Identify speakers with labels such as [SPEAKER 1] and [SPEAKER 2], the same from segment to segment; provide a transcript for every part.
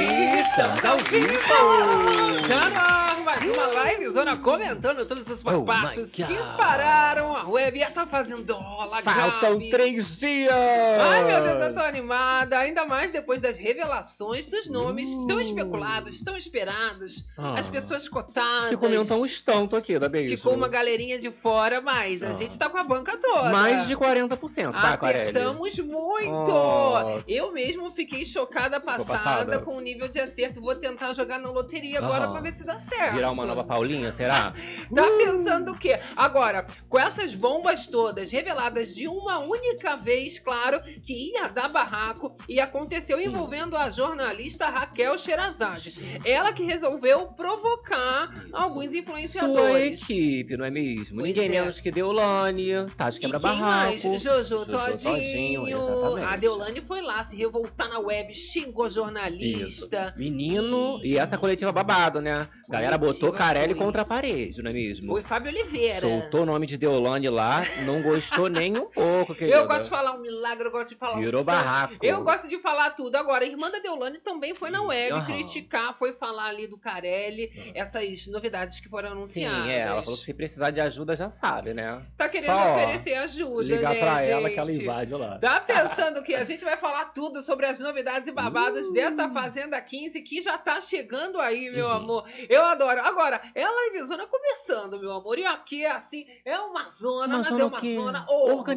[SPEAKER 1] Estamos ao vivo! Tcharam! Mais uma live zona comentando todos os
[SPEAKER 2] Oh my
[SPEAKER 1] papatos que
[SPEAKER 2] God. um
[SPEAKER 1] pararam a web e essa fazendola,
[SPEAKER 2] Faltam
[SPEAKER 1] Gabi.
[SPEAKER 2] três dias!
[SPEAKER 1] Ai meu Deus, eu tô animada, ainda mais depois das revelações dos nomes
[SPEAKER 2] Uh.
[SPEAKER 1] tão especulados, tão esperados,
[SPEAKER 2] Ah.
[SPEAKER 1] as pessoas cotadas.
[SPEAKER 2] Que comentam um tanto aqui, da beijo.
[SPEAKER 1] Ficou uma galerinha de fora, mas a
[SPEAKER 2] né? Ah.
[SPEAKER 1] gente tá com a banca toda.
[SPEAKER 2] Mais de 40%, tá, Aquarelli?
[SPEAKER 1] Acertamos muito!
[SPEAKER 2] Oh.
[SPEAKER 1] Eu mesmo fiquei chocada passada,
[SPEAKER 2] passada?
[SPEAKER 1] com o nível de acerto. Vou tentar jogar na loteria
[SPEAKER 2] Aham.
[SPEAKER 1] agora pra ver se dá certo.
[SPEAKER 2] Virar uma nova Paulinha, será?
[SPEAKER 1] Tá
[SPEAKER 2] Hum.
[SPEAKER 1] pensando o quê? Agora, com essas bombas todas reveladas de uma única vez, claro, que ia dar barraco e
[SPEAKER 2] Hum.
[SPEAKER 1] aconteceu envolvendo a jornalista Raquel Sherazade. Ela que resolveu provocar alguns
[SPEAKER 2] Sua
[SPEAKER 1] influenciadores.
[SPEAKER 2] equipe, não é mesmo?
[SPEAKER 1] Pois
[SPEAKER 2] Ninguém
[SPEAKER 1] é.
[SPEAKER 2] menos que Deolane, Tati
[SPEAKER 1] E quem
[SPEAKER 2] Quebra-Barraco.
[SPEAKER 1] mais? Jojo
[SPEAKER 2] Jojo Todinho,
[SPEAKER 1] Todinho.
[SPEAKER 2] exatamente.
[SPEAKER 1] a Deolane foi lá se revoltar na web, xingou a jornalista.
[SPEAKER 2] Menino, e essa coletiva babado, né? Galera botou
[SPEAKER 1] Coletiva
[SPEAKER 2] Carelli
[SPEAKER 1] foi.
[SPEAKER 2] contra a parede, não é mesmo?
[SPEAKER 1] Foi Fábio Oliveira.
[SPEAKER 2] Soltou o nome de Deolane lá, não gostou nem um pouco, querida.
[SPEAKER 1] Eu gosto de falar um milagre, eu gosto de falar um
[SPEAKER 2] Virou
[SPEAKER 1] santo.
[SPEAKER 2] barraco.
[SPEAKER 1] Eu gosto de falar tudo. Agora, a irmã da Deolane também foi na web
[SPEAKER 2] Aham.
[SPEAKER 1] criticar, foi falar ali do Carelli, essas novidades que foram
[SPEAKER 2] Sim,
[SPEAKER 1] anunciadas.
[SPEAKER 2] é, ela falou que se precisar de ajuda já sabe, né?
[SPEAKER 1] né? Tá querendo
[SPEAKER 2] Só
[SPEAKER 1] oferecer ajuda,
[SPEAKER 2] ligar
[SPEAKER 1] né,
[SPEAKER 2] pra ela
[SPEAKER 1] gente?
[SPEAKER 2] que é ela invade lá.
[SPEAKER 1] Tá pensando que a gente vai falar tudo sobre as novidades e babados dessa Fazenda 15 que já tá chegando aí, meu
[SPEAKER 2] Uh. Uhum.
[SPEAKER 1] amor. Eu adoro. Agora, ela e Visona começando, meu amor. E aqui, assim, é uma zona, mas é uma zona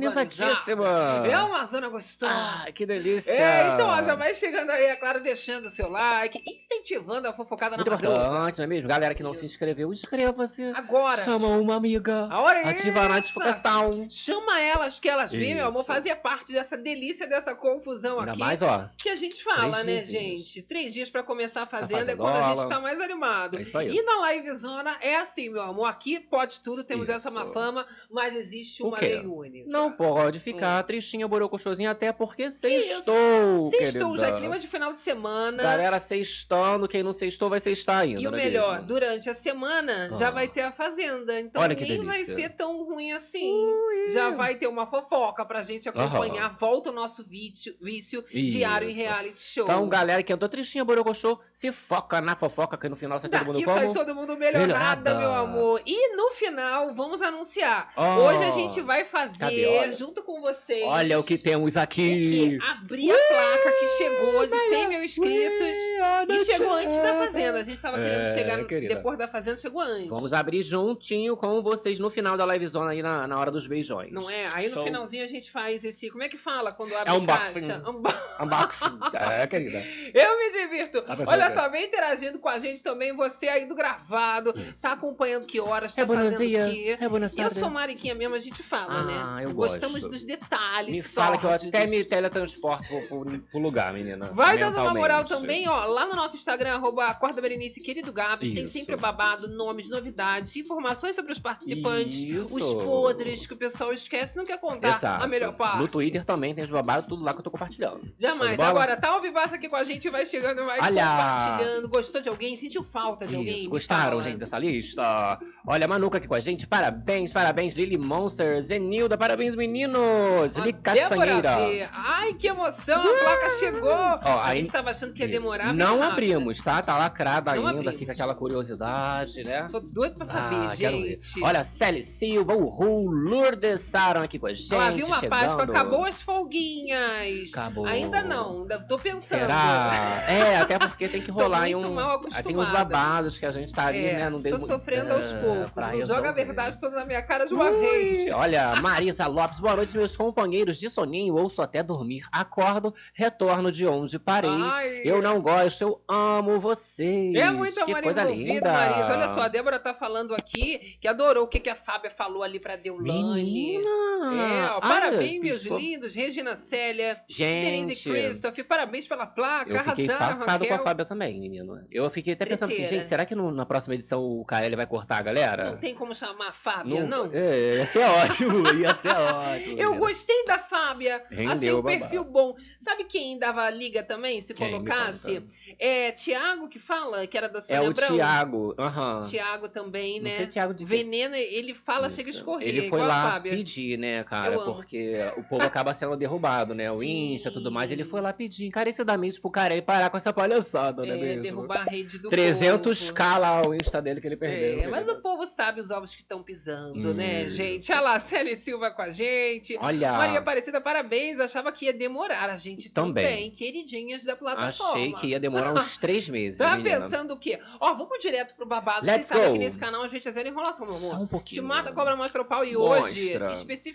[SPEAKER 1] organizada.
[SPEAKER 2] organizadíssima.
[SPEAKER 1] É uma zona gostosa.
[SPEAKER 2] Ah, que delícia.
[SPEAKER 1] É, então, ó, já vai chegando aí, é claro, deixando o seu like, incentivando a fofocada
[SPEAKER 2] Muito
[SPEAKER 1] na madrugada.
[SPEAKER 2] importante, não é mesmo? Galera que não se inscreveu, inscreva-se.
[SPEAKER 1] Agora,
[SPEAKER 2] Chama uma amiga.
[SPEAKER 1] a hora é
[SPEAKER 2] Ativa a
[SPEAKER 1] essa.
[SPEAKER 2] notificação.
[SPEAKER 1] Chama elas que elas vêm, meu amor,
[SPEAKER 2] Isso.
[SPEAKER 1] fazia parte dessa delícia, dessa confusão
[SPEAKER 2] Ainda
[SPEAKER 1] aqui.
[SPEAKER 2] mais, ó.
[SPEAKER 1] Que a gente fala,
[SPEAKER 2] Três
[SPEAKER 1] né,
[SPEAKER 2] diazinhos.
[SPEAKER 1] gente? Três dias pra começar a fazenda
[SPEAKER 2] fazendo
[SPEAKER 1] é quando a gente
[SPEAKER 2] aula.
[SPEAKER 1] tá mais animado.
[SPEAKER 2] É isso aí.
[SPEAKER 1] E na livezona é assim, meu amor. Aqui pode tudo, temos
[SPEAKER 2] Isso.
[SPEAKER 1] essa má fama, mas existe
[SPEAKER 2] O
[SPEAKER 1] uma
[SPEAKER 2] quê?
[SPEAKER 1] lei única.
[SPEAKER 2] Não pode
[SPEAKER 1] Hum.
[SPEAKER 2] ficar tristinha, borocochosinha, até porque sextou,
[SPEAKER 1] Sextou, já é
[SPEAKER 2] querida.
[SPEAKER 1] clima de final de semana.
[SPEAKER 2] Galera sextando, quem não sextou vai sextar ainda,
[SPEAKER 1] E o
[SPEAKER 2] não é
[SPEAKER 1] melhor,
[SPEAKER 2] mesmo?
[SPEAKER 1] durante a semana já
[SPEAKER 2] Ah.
[SPEAKER 1] vai ter a fazenda, então
[SPEAKER 2] Olha que
[SPEAKER 1] nem vai
[SPEAKER 2] delícia.
[SPEAKER 1] ser tão ruim assim. Já vai ter uma fofoca pra gente acompanhar. Volta o nosso vídeo, vício diário em
[SPEAKER 2] Isso.
[SPEAKER 1] reality show.
[SPEAKER 2] Então, galera que entrou tristinha, borocochô, se foca na fofoca, que no final sai todo mundo
[SPEAKER 1] Daqui
[SPEAKER 2] como?
[SPEAKER 1] sai todo mundo melhorada,
[SPEAKER 2] Melhorada.
[SPEAKER 1] meu amor. E no final, vamos anunciar.
[SPEAKER 2] Ó,
[SPEAKER 1] Hoje a gente vai
[SPEAKER 2] cadê?
[SPEAKER 1] fazer,
[SPEAKER 2] Olha.
[SPEAKER 1] junto com vocês.
[SPEAKER 2] Olha o que temos
[SPEAKER 1] o
[SPEAKER 2] aqui.
[SPEAKER 1] quê? abrir a placa que chegou de 100 mil inscritos. E chegou antes da Fazenda. A gente tava querendo
[SPEAKER 2] É,
[SPEAKER 1] chegar
[SPEAKER 2] querida.
[SPEAKER 1] depois da Fazenda, chegou antes.
[SPEAKER 2] Vamos abrir juntinho com vocês no final da livezona aí na, na hora dos beijões.
[SPEAKER 1] Não é? Aí no
[SPEAKER 2] Show.
[SPEAKER 1] finalzinho a gente faz esse. Como é que fala quando abre
[SPEAKER 2] unboxing.
[SPEAKER 1] caixa? Unboxing.
[SPEAKER 2] Unboxing.
[SPEAKER 1] Tá
[SPEAKER 2] é, querida.
[SPEAKER 1] Eu me divirto.
[SPEAKER 2] Tá pensando
[SPEAKER 1] Olha
[SPEAKER 2] bem.
[SPEAKER 1] só, vem interagindo com a gente também. Você aí do gravado, tá acompanhando que horas, tá
[SPEAKER 2] É buenos
[SPEAKER 1] fazendo o
[SPEAKER 2] dias.
[SPEAKER 1] quê?
[SPEAKER 2] É buenos
[SPEAKER 1] Eu
[SPEAKER 2] dias.
[SPEAKER 1] sou Mariquinha mesmo, a gente fala,
[SPEAKER 2] Ah,
[SPEAKER 1] né?
[SPEAKER 2] eu
[SPEAKER 1] Gostamos
[SPEAKER 2] gosto.
[SPEAKER 1] dos detalhes.
[SPEAKER 2] Me fala que eu até
[SPEAKER 1] sórdidos.
[SPEAKER 2] me teletransporto pro, pro- pro lugar, menina.
[SPEAKER 1] Vai dando uma moral
[SPEAKER 2] mentalmente.
[SPEAKER 1] também, ó, lá no nosso Instagram, arroba Acorda Berenice, querido Gabs, tem
[SPEAKER 2] Isso.
[SPEAKER 1] sempre babado, nomes, novidades, informações sobre os participantes,
[SPEAKER 2] Isso.
[SPEAKER 1] os podres que o pessoal esquece, não quer contar
[SPEAKER 2] Exato.
[SPEAKER 1] tá? a melhor parte.
[SPEAKER 2] No Twitter também tem os babados, tudo lá que eu tô compartilhando. Show de
[SPEAKER 1] Jamais.
[SPEAKER 2] bola?
[SPEAKER 1] Agora, tá ao vivaço aqui com a gente, vai chegando, vai
[SPEAKER 2] Olha!
[SPEAKER 1] compartilhando. Gostou de alguém? Sentiu falta de alguém?
[SPEAKER 2] Isso,
[SPEAKER 1] Me
[SPEAKER 2] gostaram,
[SPEAKER 1] fala.
[SPEAKER 2] gente, dessa lista? Olha, Manuca aqui com a gente. Parabéns, parabéns, Lily Monster, Zenilda, parabéns, meninos!
[SPEAKER 1] A
[SPEAKER 2] Li
[SPEAKER 1] Débora
[SPEAKER 2] Castanheira.
[SPEAKER 1] V. Ai, que emoção! A placa chegou! a
[SPEAKER 2] aí-
[SPEAKER 1] gente tava achando que é ia
[SPEAKER 2] Isso.
[SPEAKER 1] demorar. veio
[SPEAKER 2] Não
[SPEAKER 1] rápido.
[SPEAKER 2] abrimos, tá? Tá lacrada
[SPEAKER 1] Não
[SPEAKER 2] ainda,
[SPEAKER 1] abrimos.
[SPEAKER 2] fica aquela curiosidade, né?
[SPEAKER 1] Tô doido pra saber,
[SPEAKER 2] Ah, quero ver.
[SPEAKER 1] gente.
[SPEAKER 2] Olha, Célia Silva, o Ru, Lourdes Saram aqui com a gente.
[SPEAKER 1] Ela viu uma
[SPEAKER 2] chegando.
[SPEAKER 1] Páscoa, acabou as folguinhas.
[SPEAKER 2] Acabou.
[SPEAKER 1] Ainda não, ainda tô pensando.
[SPEAKER 2] Será? É, até porque tem que
[SPEAKER 1] Tô
[SPEAKER 2] rolar em
[SPEAKER 1] muito
[SPEAKER 2] um.
[SPEAKER 1] mal
[SPEAKER 2] Tem uns
[SPEAKER 1] acostumada.
[SPEAKER 2] babados que a gente tá ali,
[SPEAKER 1] É,
[SPEAKER 2] né? Não deu
[SPEAKER 1] tô
[SPEAKER 2] muito-
[SPEAKER 1] sofrendo
[SPEAKER 2] é,
[SPEAKER 1] aos poucos.
[SPEAKER 2] pra
[SPEAKER 1] Não joga a
[SPEAKER 2] resolver.
[SPEAKER 1] verdade toda na minha cara de uma vez.
[SPEAKER 2] Olha, Marisa Lopes, boa noite, meus companheiros de soninho. Ouço até dormir. Acordo, retorno de onde parei.
[SPEAKER 1] Ai.
[SPEAKER 2] Eu não gosto, eu amo vocês.
[SPEAKER 1] É muito
[SPEAKER 2] que
[SPEAKER 1] amor
[SPEAKER 2] coisa
[SPEAKER 1] envolvido,
[SPEAKER 2] linda.
[SPEAKER 1] Marisa. Olha só, a Débora tá falando aqui que adorou o que, que a Fábia falou ali pra Deulane.
[SPEAKER 2] Menina!
[SPEAKER 1] É, ó,
[SPEAKER 2] Olha,
[SPEAKER 1] parabéns, meus
[SPEAKER 2] piscou-
[SPEAKER 1] lindos. Regina Célia, Denise
[SPEAKER 2] Gente,
[SPEAKER 1] Christoph, parabéns pela placa.
[SPEAKER 2] eu fiquei
[SPEAKER 1] Arrasaram,
[SPEAKER 2] passado com a
[SPEAKER 1] Raquel.
[SPEAKER 2] Fábia também, menino. Eu fiquei até pensando assim,
[SPEAKER 1] Treteira.
[SPEAKER 2] gente, será que no- na próxima edição o Carelli vai cortar a galera?
[SPEAKER 1] Não tem como chamar a Fábia, não.
[SPEAKER 2] É, ia ser ótimo, ia ser ótimo.
[SPEAKER 1] Eu
[SPEAKER 2] menina.
[SPEAKER 1] gostei da Fábia.
[SPEAKER 2] Rendeu
[SPEAKER 1] Achei um
[SPEAKER 2] o babado.
[SPEAKER 1] perfil bom. Sabe quem dava liga também, se
[SPEAKER 2] Quem me
[SPEAKER 1] colocasse?
[SPEAKER 2] conta?
[SPEAKER 1] É Tiago que fala, que era da
[SPEAKER 2] É
[SPEAKER 1] Sônia
[SPEAKER 2] o
[SPEAKER 1] Abrão.
[SPEAKER 2] Thiago. Aham.
[SPEAKER 1] Tiago também,
[SPEAKER 2] Não sei,
[SPEAKER 1] né?
[SPEAKER 2] Thiago de quê?
[SPEAKER 1] Veneno, ele fala, chega a
[SPEAKER 2] Isso.
[SPEAKER 1] escorrer,
[SPEAKER 2] Ele foi
[SPEAKER 1] igual a
[SPEAKER 2] lá
[SPEAKER 1] Fábia.
[SPEAKER 2] pedir, né, cara?
[SPEAKER 1] Eu amo.
[SPEAKER 2] Porque o povo acaba sendo derrubado, né? O
[SPEAKER 1] Sim.
[SPEAKER 2] Insta e tudo mais. Ele foi lá pedir encarecidamente pro cara ele parar com essa palhaçada, né,
[SPEAKER 1] É,
[SPEAKER 2] mesmo?
[SPEAKER 1] derrubar a rede do
[SPEAKER 2] 300k lá o Insta dele que ele
[SPEAKER 1] povo.
[SPEAKER 2] perdeu.
[SPEAKER 1] É, mas o povo sabe os ovos que estão pisando,
[SPEAKER 2] Hum. Ah.
[SPEAKER 1] né, gente? Olha lá, Célia Silva com a gente.
[SPEAKER 2] Olha,
[SPEAKER 1] Maria Aparecida, parabéns. Achava que ia demorar. A gente também,
[SPEAKER 2] Também.
[SPEAKER 1] queridinhas da plataforma.
[SPEAKER 2] achei que ia demorar uns três meses,
[SPEAKER 1] Tá
[SPEAKER 2] menina.
[SPEAKER 1] pensando o quê? Ó, vamos direto pro babado. Vocês
[SPEAKER 2] Let's
[SPEAKER 1] sabem
[SPEAKER 2] go.
[SPEAKER 1] que nesse canal a gente é zero enrolação, meu amor.
[SPEAKER 2] Só um pouquinho.
[SPEAKER 1] Te mata, cobra, mostra o pau. E
[SPEAKER 2] Mostra.
[SPEAKER 1] hoje,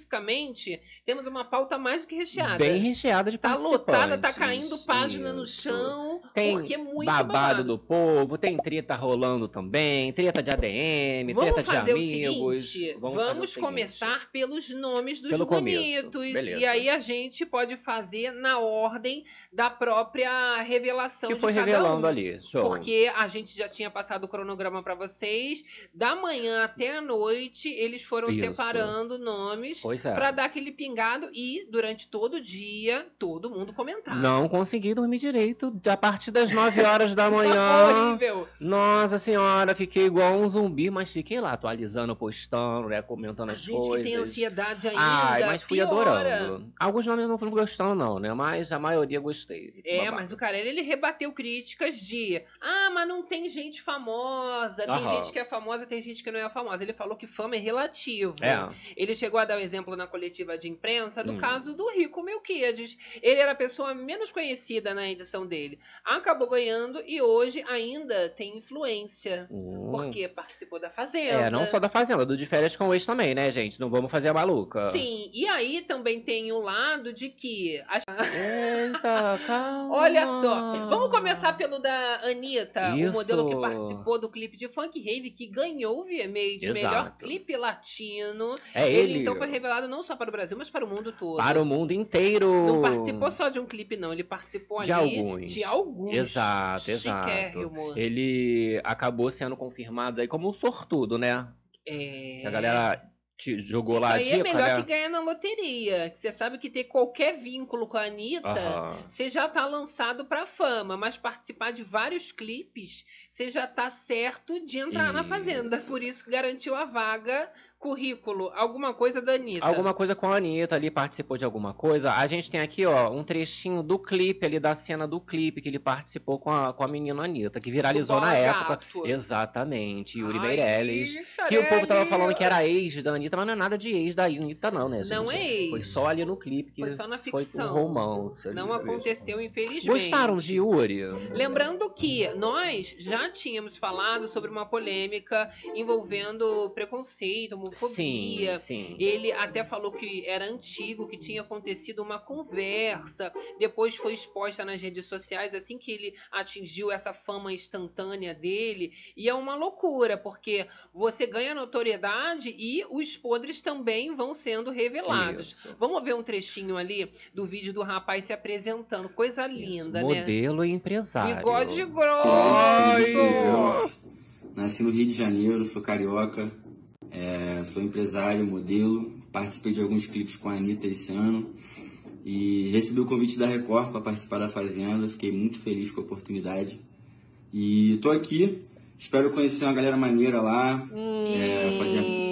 [SPEAKER 1] especificamente, temos uma pauta mais do que recheada.
[SPEAKER 2] Bem recheada de
[SPEAKER 1] tá lotada, tá
[SPEAKER 2] participantes.
[SPEAKER 1] caindo página no
[SPEAKER 2] Isso.
[SPEAKER 1] chão.
[SPEAKER 2] Tem
[SPEAKER 1] porque é muito
[SPEAKER 2] babado,
[SPEAKER 1] babado.
[SPEAKER 2] do povo, tem treta rolando também, treta de ADM,
[SPEAKER 1] Vamos
[SPEAKER 2] treta de
[SPEAKER 1] fazer o
[SPEAKER 2] amigos.
[SPEAKER 1] seguinte, vamos,
[SPEAKER 2] fazer o seguinte.
[SPEAKER 1] começar pelos nomes dos
[SPEAKER 2] Pelo começo,
[SPEAKER 1] bonitos. E
[SPEAKER 2] beleza.
[SPEAKER 1] aí a gente pode fazer na ordem da própria revelação
[SPEAKER 2] que
[SPEAKER 1] de
[SPEAKER 2] foi
[SPEAKER 1] cada
[SPEAKER 2] revelando
[SPEAKER 1] um.
[SPEAKER 2] ali. Show.
[SPEAKER 1] Porque a gente já tinha passado o cronograma pra vocês. Da manhã até a noite, eles foram
[SPEAKER 2] Isso.
[SPEAKER 1] separando nomes pra
[SPEAKER 2] Pois é.
[SPEAKER 1] dar aquele pingado e durante todo o dia todo mundo comentar.
[SPEAKER 2] Não consegui dormir direito a partir das 9 horas da
[SPEAKER 1] Tá
[SPEAKER 2] manhã.
[SPEAKER 1] horrível.
[SPEAKER 2] Nossa senhora, fiquei igual um zumbi, mas fiquei lá atualizando, postando, né, comentando
[SPEAKER 1] A
[SPEAKER 2] as
[SPEAKER 1] gente
[SPEAKER 2] coisas.
[SPEAKER 1] que tem ansiedade ainda.
[SPEAKER 2] Ai, mas fui
[SPEAKER 1] piora.
[SPEAKER 2] adorando. Alguns nomes eu não fui gostando, não, né? Mas a maioria gostei. Esse
[SPEAKER 1] É,
[SPEAKER 2] babado.
[SPEAKER 1] mas o Carelli, ele rebateu críticas de ah, mas não tem gente famosa, tem
[SPEAKER 2] Aham.
[SPEAKER 1] gente que é famosa, tem gente que não é famosa. Ele falou que fama é relativo.
[SPEAKER 2] É,
[SPEAKER 1] Ele chegou a dar um exemplo na coletiva de imprensa do
[SPEAKER 2] Hum.
[SPEAKER 1] caso do Rico Melquiades. Ele era a pessoa menos conhecida na edição dele. Acabou ganhando e hoje ainda tem influência.
[SPEAKER 2] Hum.
[SPEAKER 1] Porque participou da Fazenda.
[SPEAKER 2] É, não só da Fazenda, do De Férias com o Ex também, né, gente? Não vamos fazer a maluca.
[SPEAKER 1] Sim, e aí também tem o lado de que. as-
[SPEAKER 2] Eita, calma.
[SPEAKER 1] Olha só, vamos começar pelo da Anitta, o
[SPEAKER 2] Ah. Isso.
[SPEAKER 1] modelo que participou do clipe de Funk Rave, que ganhou o VMA de melhor
[SPEAKER 2] Exato.
[SPEAKER 1] clipe latino.
[SPEAKER 2] É
[SPEAKER 1] Ele,
[SPEAKER 2] ele,
[SPEAKER 1] então foi revelado não só para o Brasil, mas para o mundo todo.
[SPEAKER 2] para o mundo inteiro.
[SPEAKER 1] Não participou só de um clipe, não. Ele participou
[SPEAKER 2] De
[SPEAKER 1] ali
[SPEAKER 2] alguns.
[SPEAKER 1] de alguns.
[SPEAKER 2] Exato, exato.
[SPEAKER 1] Chiquérrimo. É.
[SPEAKER 2] Ele acabou sendo confirmado aí como um sortudo, né?
[SPEAKER 1] É...
[SPEAKER 2] A galera te jogou
[SPEAKER 1] Isso
[SPEAKER 2] lá a
[SPEAKER 1] aí
[SPEAKER 2] dica,
[SPEAKER 1] é melhor
[SPEAKER 2] né?
[SPEAKER 1] que ganhar na loteria. Que você sabe que ter qualquer vínculo com a Anitta.
[SPEAKER 2] Aham.
[SPEAKER 1] Você já tá lançado pra fama, mas participar de vários clipes, você já tá certo de entrar na Fazenda.
[SPEAKER 2] Isso.
[SPEAKER 1] Por isso que garantiu a vaga, currículo, alguma coisa da Anitta.
[SPEAKER 2] Alguma coisa com a Anitta ali, participou de alguma coisa. A gente tem aqui, ó, um trechinho do clipe ali, da cena do clipe que ele participou com a, com a menina Anitta, que viralizou
[SPEAKER 1] Bola
[SPEAKER 2] na época.
[SPEAKER 1] Gato.
[SPEAKER 2] Exatamente, Yuri
[SPEAKER 1] Ai,
[SPEAKER 2] Meirelles. Que
[SPEAKER 1] Carelli.
[SPEAKER 2] o povo tava falando que era ex da Anitta, mas não é nada de ex da Anitta, não, né, gente?
[SPEAKER 1] Não é ex.
[SPEAKER 2] Foi só ali no clipe que
[SPEAKER 1] Foi só na
[SPEAKER 2] foi um
[SPEAKER 1] ficção.
[SPEAKER 2] romance. ali,
[SPEAKER 1] Não
[SPEAKER 2] né,
[SPEAKER 1] aconteceu,
[SPEAKER 2] mesmo.
[SPEAKER 1] infelizmente.
[SPEAKER 2] Gostaram né? de Yuri?
[SPEAKER 1] Lembrando que nós já tínhamos falado sobre uma polêmica envolvendo preconceito, homofobia,
[SPEAKER 2] Sim, sim.
[SPEAKER 1] Ele até falou que era antigo, que tinha acontecido uma conversa, depois foi exposta nas redes sociais assim que ele atingiu essa fama instantânea dele. E é uma loucura, porque você ganha notoriedade e os podres também vão sendo revelados.
[SPEAKER 2] Isso.
[SPEAKER 1] Vamos ver um trechinho ali do vídeo do rapaz se apresentando. Coisa
[SPEAKER 2] Isso,
[SPEAKER 1] linda, né?
[SPEAKER 2] Modelo e empresário.
[SPEAKER 1] Bigode
[SPEAKER 3] Oi.
[SPEAKER 1] grosso!
[SPEAKER 3] Nasci no Rio de Janeiro, sou carioca, é, sou empresário, modelo, participei de alguns clipes com a Anitta esse ano e recebi o convite da Record para participar da Fazenda, fiquei muito feliz com a oportunidade e tô aqui, espero conhecer uma galera maneira lá.
[SPEAKER 2] É,
[SPEAKER 1] E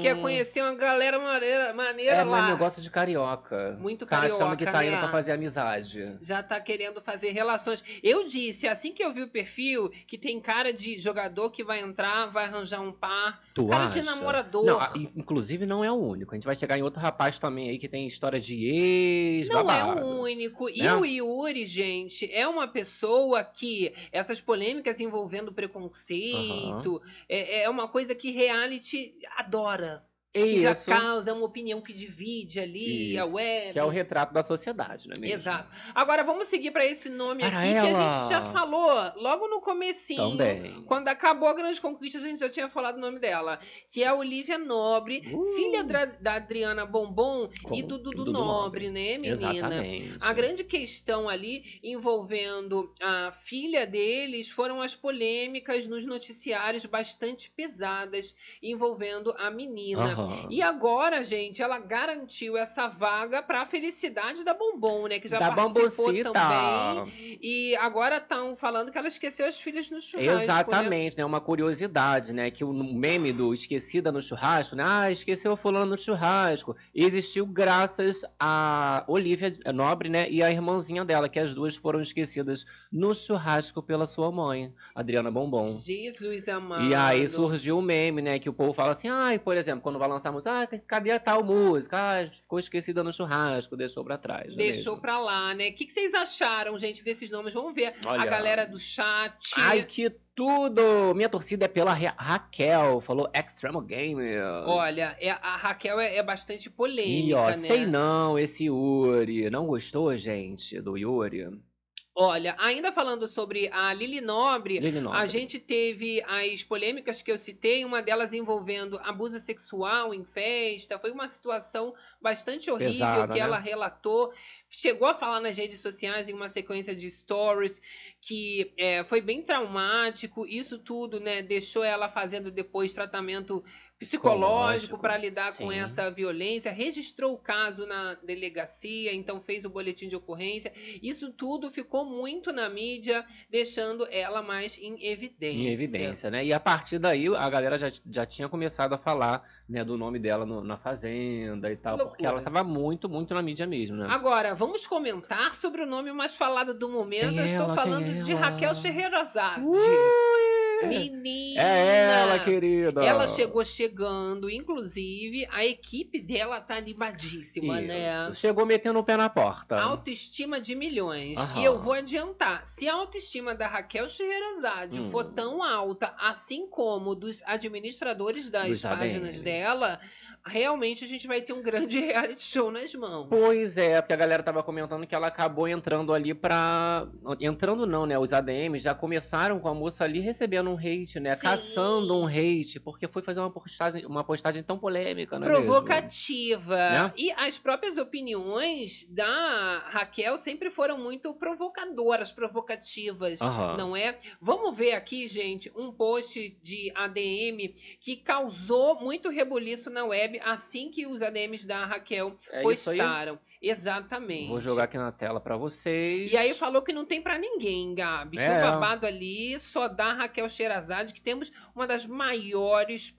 [SPEAKER 1] quer é conhecer uma galera maneira, maneira
[SPEAKER 2] Hum, É, mas
[SPEAKER 1] lá.
[SPEAKER 2] eu gosto de carioca.
[SPEAKER 1] Muito
[SPEAKER 2] Tá achando que
[SPEAKER 1] carioca,
[SPEAKER 2] tá
[SPEAKER 1] né?
[SPEAKER 2] indo pra fazer amizade.
[SPEAKER 1] já tá querendo fazer relações. Eu disse, assim que eu vi o perfil, que tem cara de jogador que vai entrar, vai arranjar um par.
[SPEAKER 2] Tu
[SPEAKER 1] cara
[SPEAKER 2] acha?
[SPEAKER 1] de namorador.
[SPEAKER 2] Não, a- in- inclusive não é o único. A gente vai chegar em outro rapaz também aí que tem história de ex,
[SPEAKER 1] Não é
[SPEAKER 2] babado.
[SPEAKER 1] o único. E
[SPEAKER 2] né?
[SPEAKER 1] o Yuri, gente, é uma pessoa que essas polêmicas envolvendo preconceito é, é uma coisa que reality adora. que
[SPEAKER 2] Isso,
[SPEAKER 1] já causa uma opinião que divide ali a
[SPEAKER 2] Isso,
[SPEAKER 1] web.
[SPEAKER 2] que é o retrato da sociedade, não é mesmo?
[SPEAKER 1] Exato. Agora vamos seguir para esse nome
[SPEAKER 2] Para
[SPEAKER 1] aqui que a gente
[SPEAKER 2] ela.
[SPEAKER 1] já falou logo no comecinho.
[SPEAKER 2] Também.
[SPEAKER 1] Quando acabou a Grande Conquista, a gente já tinha falado o nome dela, que é a Olivia Nobre,
[SPEAKER 2] Uh.
[SPEAKER 1] filha dra- da Adriana Bombom e
[SPEAKER 2] Com-
[SPEAKER 1] do Dudu
[SPEAKER 2] Dudu
[SPEAKER 1] Nobre, né, menina?
[SPEAKER 2] Exatamente.
[SPEAKER 1] A grande questão ali envolvendo a filha deles foram as polêmicas nos noticiários bastante pesadas envolvendo a menina.
[SPEAKER 2] Aham.
[SPEAKER 1] E agora, gente, ela garantiu essa vaga para a felicidade da Bombom, né? Que já
[SPEAKER 2] da
[SPEAKER 1] participou
[SPEAKER 2] bambucita.
[SPEAKER 1] também. E agora estão falando que ela esqueceu as filhas no churrasco. Né?
[SPEAKER 2] Exatamente, né? Uma curiosidade, né? Que o meme do esquecida no churrasco, né? Ah, esqueceu fulano no churrasco. Existiu graças a Olivia Nobre, né? E a irmãzinha dela, que as duas foram esquecidas no churrasco pela sua mãe, Adriana Bombom.
[SPEAKER 1] Jesus amado.
[SPEAKER 2] E aí surgiu o meme, né? Que o povo fala assim, ai, por exemplo, quando vai lançar música, ah, cadê a tal música? Ah, ficou esquecida no churrasco, deixou pra trás. não é
[SPEAKER 1] Deixou
[SPEAKER 2] mesmo?
[SPEAKER 1] pra lá, né? O que, que vocês acharam, gente, desses nomes? Vamos ver a
[SPEAKER 2] Olha.
[SPEAKER 1] galera do chat.
[SPEAKER 2] Ai, que tudo! Minha torcida é pela Ra- Raquel, falou Extremo Gamers.
[SPEAKER 1] Olha, é- a Raquel é, é bastante polêmica,
[SPEAKER 2] E ó,
[SPEAKER 1] né?
[SPEAKER 2] sei não, esse Yuri. Não gostou, gente, do Yuri?
[SPEAKER 1] Olha, ainda falando sobre a Lili Nobre,
[SPEAKER 2] Ele não.
[SPEAKER 1] a gente teve as polêmicas que eu citei, uma delas envolvendo abuso sexual em festa. Foi uma situação bastante horrível
[SPEAKER 2] Pesada,
[SPEAKER 1] que
[SPEAKER 2] né?
[SPEAKER 1] ela relatou. Chegou a falar nas redes sociais em uma sequência de stories que é, foi bem traumático. Isso tudo, né, deixou ela fazendo depois tratamento psicológico
[SPEAKER 2] Psicológico,
[SPEAKER 1] para lidar com
[SPEAKER 2] sim.
[SPEAKER 1] essa violência. Registrou o caso na delegacia, então fez o boletim de ocorrência. Isso tudo ficou muito na mídia deixando ela mais em evidência.
[SPEAKER 2] Em evidência, né? E a partir daí, a galera já, já tinha começado a falar, né, do nome dela no- na Fazenda e tal. Porque
[SPEAKER 1] Loucura.
[SPEAKER 2] ela tava muito, muito na mídia mesmo, né?
[SPEAKER 1] Agora, vamos comentar sobre o nome mais falado do momento.
[SPEAKER 2] Quem é
[SPEAKER 1] Eu estou
[SPEAKER 2] ela?
[SPEAKER 1] falando
[SPEAKER 2] Quem
[SPEAKER 1] de
[SPEAKER 2] ela?
[SPEAKER 1] Raquel Scheherazade. Menina!
[SPEAKER 2] É ela, querida!
[SPEAKER 1] Ela chegou chegando, inclusive a equipe dela tá animadíssima, né?
[SPEAKER 2] Isso. Chegou metendo o pé na porta.
[SPEAKER 1] Autoestima de milhões.
[SPEAKER 2] Aham.
[SPEAKER 1] E eu vou adiantar. Se a autoestima da Raquel Scheherazade
[SPEAKER 2] Hum.
[SPEAKER 1] for tão alta, assim como dos administradores das
[SPEAKER 2] Dos
[SPEAKER 1] páginas
[SPEAKER 2] ADMs.
[SPEAKER 1] dela, realmente a gente vai ter um grande reality show nas mãos.
[SPEAKER 2] Pois é, porque a galera tava comentando que ela acabou entrando ali pra. Entrando não, né? Os ADMs já começaram com a moça ali recebendo um hate, né?
[SPEAKER 1] Sim.
[SPEAKER 2] Caçando um hate, porque foi fazer uma postagem, uma postagem tão polêmica, né?
[SPEAKER 1] Provocativa.
[SPEAKER 2] Né?
[SPEAKER 1] E as próprias opiniões da Raquel sempre foram muito provocadoras, provocativas.
[SPEAKER 2] Aham.
[SPEAKER 1] Não é? Vamos ver aqui, gente, um post de ADM que causou muito rebuliço na web assim que os ADMs da Raquel
[SPEAKER 2] É isso aí.
[SPEAKER 1] postaram. Exatamente.
[SPEAKER 2] Vou jogar aqui na tela pra vocês.
[SPEAKER 1] E aí falou que não tem pra ninguém, Gabi. Que
[SPEAKER 2] É.
[SPEAKER 1] o babado ali só dá Raquel Sherazade, que temos uma das maiores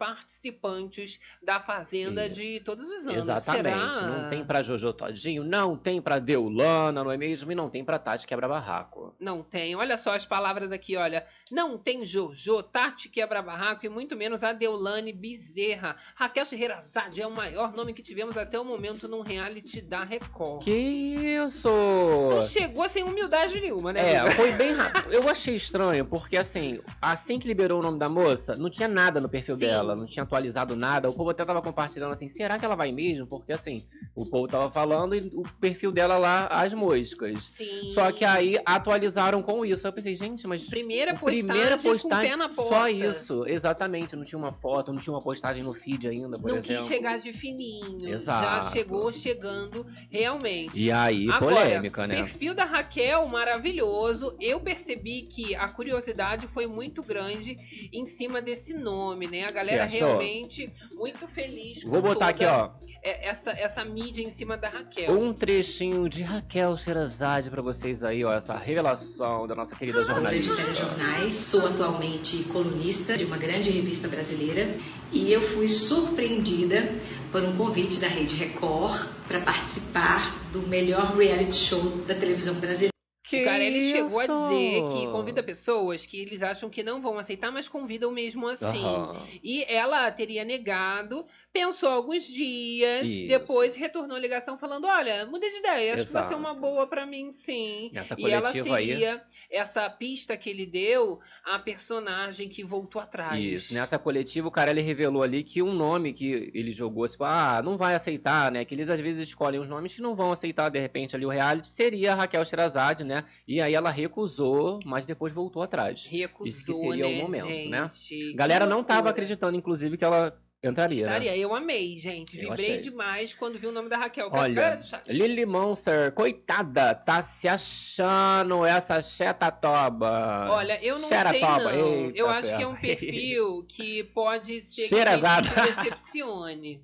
[SPEAKER 1] participantes da Fazenda
[SPEAKER 2] Isso.
[SPEAKER 1] de todos os anos.
[SPEAKER 2] Exatamente.
[SPEAKER 1] Será?
[SPEAKER 2] Não tem pra Jojo Todinho, não tem pra Deulana, não é mesmo? E não tem pra Tati Quebra-Barraco.
[SPEAKER 1] Não tem. Olha só as palavras aqui, olha. Não tem Jojo, Tati Quebra-Barraco e muito menos a Deolane Bezerra. Raquel Sherazade é o maior nome que tivemos até o momento num reality da Record.
[SPEAKER 2] Que isso!
[SPEAKER 1] Não chegou sem humildade nenhuma, né?
[SPEAKER 2] É,
[SPEAKER 1] amiga?
[SPEAKER 2] foi bem rápido. Eu achei estranho, porque assim, assim que liberou o nome da moça, não tinha nada no perfil
[SPEAKER 1] Sim.
[SPEAKER 2] dela, não tinha atualizado nada. O povo até tava compartilhando assim, será que ela vai mesmo? Porque assim, o povo tava falando e o perfil dela lá, as moscas.
[SPEAKER 1] Sim.
[SPEAKER 2] Só que aí atualizaram com isso. Eu pensei, gente, mas.
[SPEAKER 1] Primeira
[SPEAKER 2] o
[SPEAKER 1] postagem,
[SPEAKER 2] primeira postagem,
[SPEAKER 1] com o pé na porta.
[SPEAKER 2] só isso, exatamente. Não tinha uma foto, não tinha uma postagem no feed ainda, por
[SPEAKER 1] Não
[SPEAKER 2] exemplo.
[SPEAKER 1] quis chegar de fininho. Já
[SPEAKER 2] Exato.
[SPEAKER 1] chegou chegando realmente.
[SPEAKER 2] E aí,
[SPEAKER 1] Agora,
[SPEAKER 2] polêmica, né?
[SPEAKER 1] perfil da Raquel, maravilhoso. Eu percebi que a curiosidade foi muito grande em cima desse nome, né? A galera
[SPEAKER 2] Você achou?
[SPEAKER 1] realmente muito feliz com
[SPEAKER 2] Vou botar aqui,
[SPEAKER 1] toda
[SPEAKER 2] ó.
[SPEAKER 1] é- essa, essa mídia em cima da Raquel.
[SPEAKER 2] Um trechinho de Raquel Sherazade pra vocês aí, ó, essa revelação da nossa querida
[SPEAKER 4] Produtora de
[SPEAKER 2] jornalista.
[SPEAKER 4] telejornais, sou atualmente colunista de uma grande revista brasileira e eu fui surpreendida por um convite da Rede Record para participar do melhor reality show da televisão brasileira.
[SPEAKER 2] Que
[SPEAKER 1] o cara ele chegou a
[SPEAKER 2] isso?
[SPEAKER 1] dizer que convida pessoas que eles acham que não vão aceitar, mas convidam mesmo assim.
[SPEAKER 2] Aham.
[SPEAKER 1] E ela teria negado pensou alguns dias,
[SPEAKER 2] Isso.
[SPEAKER 1] depois retornou a ligação falando: Olha, mudei de ideia, acho que vai ser
[SPEAKER 2] Exato.
[SPEAKER 1] uma boa pra mim, sim.
[SPEAKER 2] Nessa
[SPEAKER 1] E ela
[SPEAKER 2] coletiva aí.
[SPEAKER 1] seria essa pista que ele deu a personagem que voltou atrás.
[SPEAKER 2] Isso, nessa coletiva o cara ele revelou ali que um nome que ele jogou, tipo, ah, não vai aceitar, né? Que eles às vezes escolhem uns nomes que não vão aceitar de repente ali o reality, seria a Raquel Sherazade, né? E aí ela recusou, mas depois voltou atrás.
[SPEAKER 1] Recusou,
[SPEAKER 2] Isso que seria o
[SPEAKER 1] né,
[SPEAKER 2] momento, né?
[SPEAKER 1] gente?
[SPEAKER 2] Galera
[SPEAKER 1] Que
[SPEAKER 2] não tava
[SPEAKER 1] loucura.
[SPEAKER 2] acreditando, inclusive, que ela entraria. né?
[SPEAKER 1] Estaria, eu amei, gente.
[SPEAKER 2] Eu
[SPEAKER 1] Vibrei
[SPEAKER 2] achei.
[SPEAKER 1] demais quando vi o nome da Raquel.
[SPEAKER 2] Olha,
[SPEAKER 1] Galera do chat.
[SPEAKER 2] Lily Monster, coitada, tá se achando essa xetatoba.
[SPEAKER 1] Olha, eu não sei
[SPEAKER 2] Xeratoba,
[SPEAKER 1] não.
[SPEAKER 2] eita
[SPEAKER 1] eu acho que é
[SPEAKER 2] ferro.
[SPEAKER 1] um perfil que pode ser
[SPEAKER 2] Xerazada.
[SPEAKER 1] que a gente se decepcione.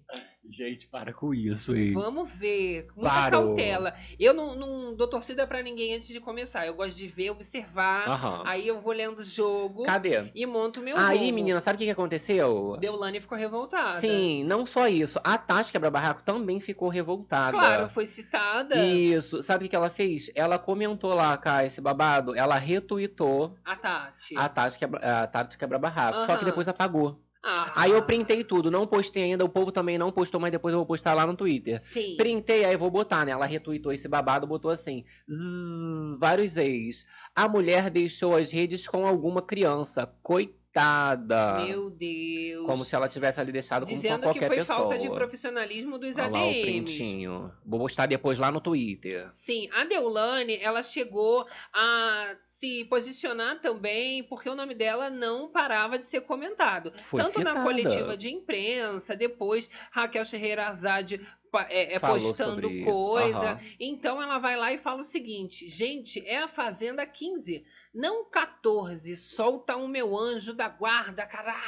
[SPEAKER 2] Gente, para com isso, hein?
[SPEAKER 1] Vamos ver, com muita
[SPEAKER 2] Claro.
[SPEAKER 1] cautela. Eu não, não dou torcida pra ninguém antes de começar. Eu gosto de ver, observar.
[SPEAKER 2] Aham.
[SPEAKER 1] Aí eu vou lendo o jogo
[SPEAKER 2] Cadê?
[SPEAKER 1] e monto o meu
[SPEAKER 2] Aí,
[SPEAKER 1] rumo.
[SPEAKER 2] menina, sabe o que, que aconteceu?
[SPEAKER 1] Deolane ficou revoltada.
[SPEAKER 2] Sim, não só isso. A Tati quebra-barraco também ficou revoltada.
[SPEAKER 1] Claro, foi citada.
[SPEAKER 2] Isso. Sabe o que que ela fez? Ela comentou lá, cá, esse babado. Ela retuitou
[SPEAKER 1] A Tati.
[SPEAKER 2] a Tati quebra- a Tati quebra-barraco. Só que
[SPEAKER 1] Aham.
[SPEAKER 2] depois apagou.
[SPEAKER 1] Ah,
[SPEAKER 2] Aí eu printei tudo. Não postei ainda. O povo também não postou, mas depois eu vou postar lá no Twitter.
[SPEAKER 1] Sim.
[SPEAKER 2] Printei, aí vou botar, né? Ela retweetou esse babado, botou assim: zzz, vários ex. A mulher deixou as redes com alguma criança. Coitada.
[SPEAKER 1] Meu Deus.
[SPEAKER 2] Como se ela tivesse ali deixado com- com
[SPEAKER 1] Dizendo que
[SPEAKER 2] qualquer
[SPEAKER 1] foi
[SPEAKER 2] pessoa.
[SPEAKER 1] falta de profissionalismo dos
[SPEAKER 2] Olha lá o
[SPEAKER 1] ADMs.
[SPEAKER 2] printinho. Vou postar depois lá no Twitter.
[SPEAKER 1] Sim, a Deulane, ela chegou a se posicionar também, porque o nome dela não parava de ser comentado.
[SPEAKER 2] Foi
[SPEAKER 1] Tanto na
[SPEAKER 2] citada.
[SPEAKER 1] coletiva de imprensa, depois Raquel Scheherazade pa- é, é,
[SPEAKER 2] Falou
[SPEAKER 1] postando
[SPEAKER 2] sobre isso.
[SPEAKER 1] coisa.
[SPEAKER 2] Aham.
[SPEAKER 1] Então ela vai lá e fala o seguinte: gente, é a Fazenda 15, não 14. Solta o meu anjo da guarda, caralho.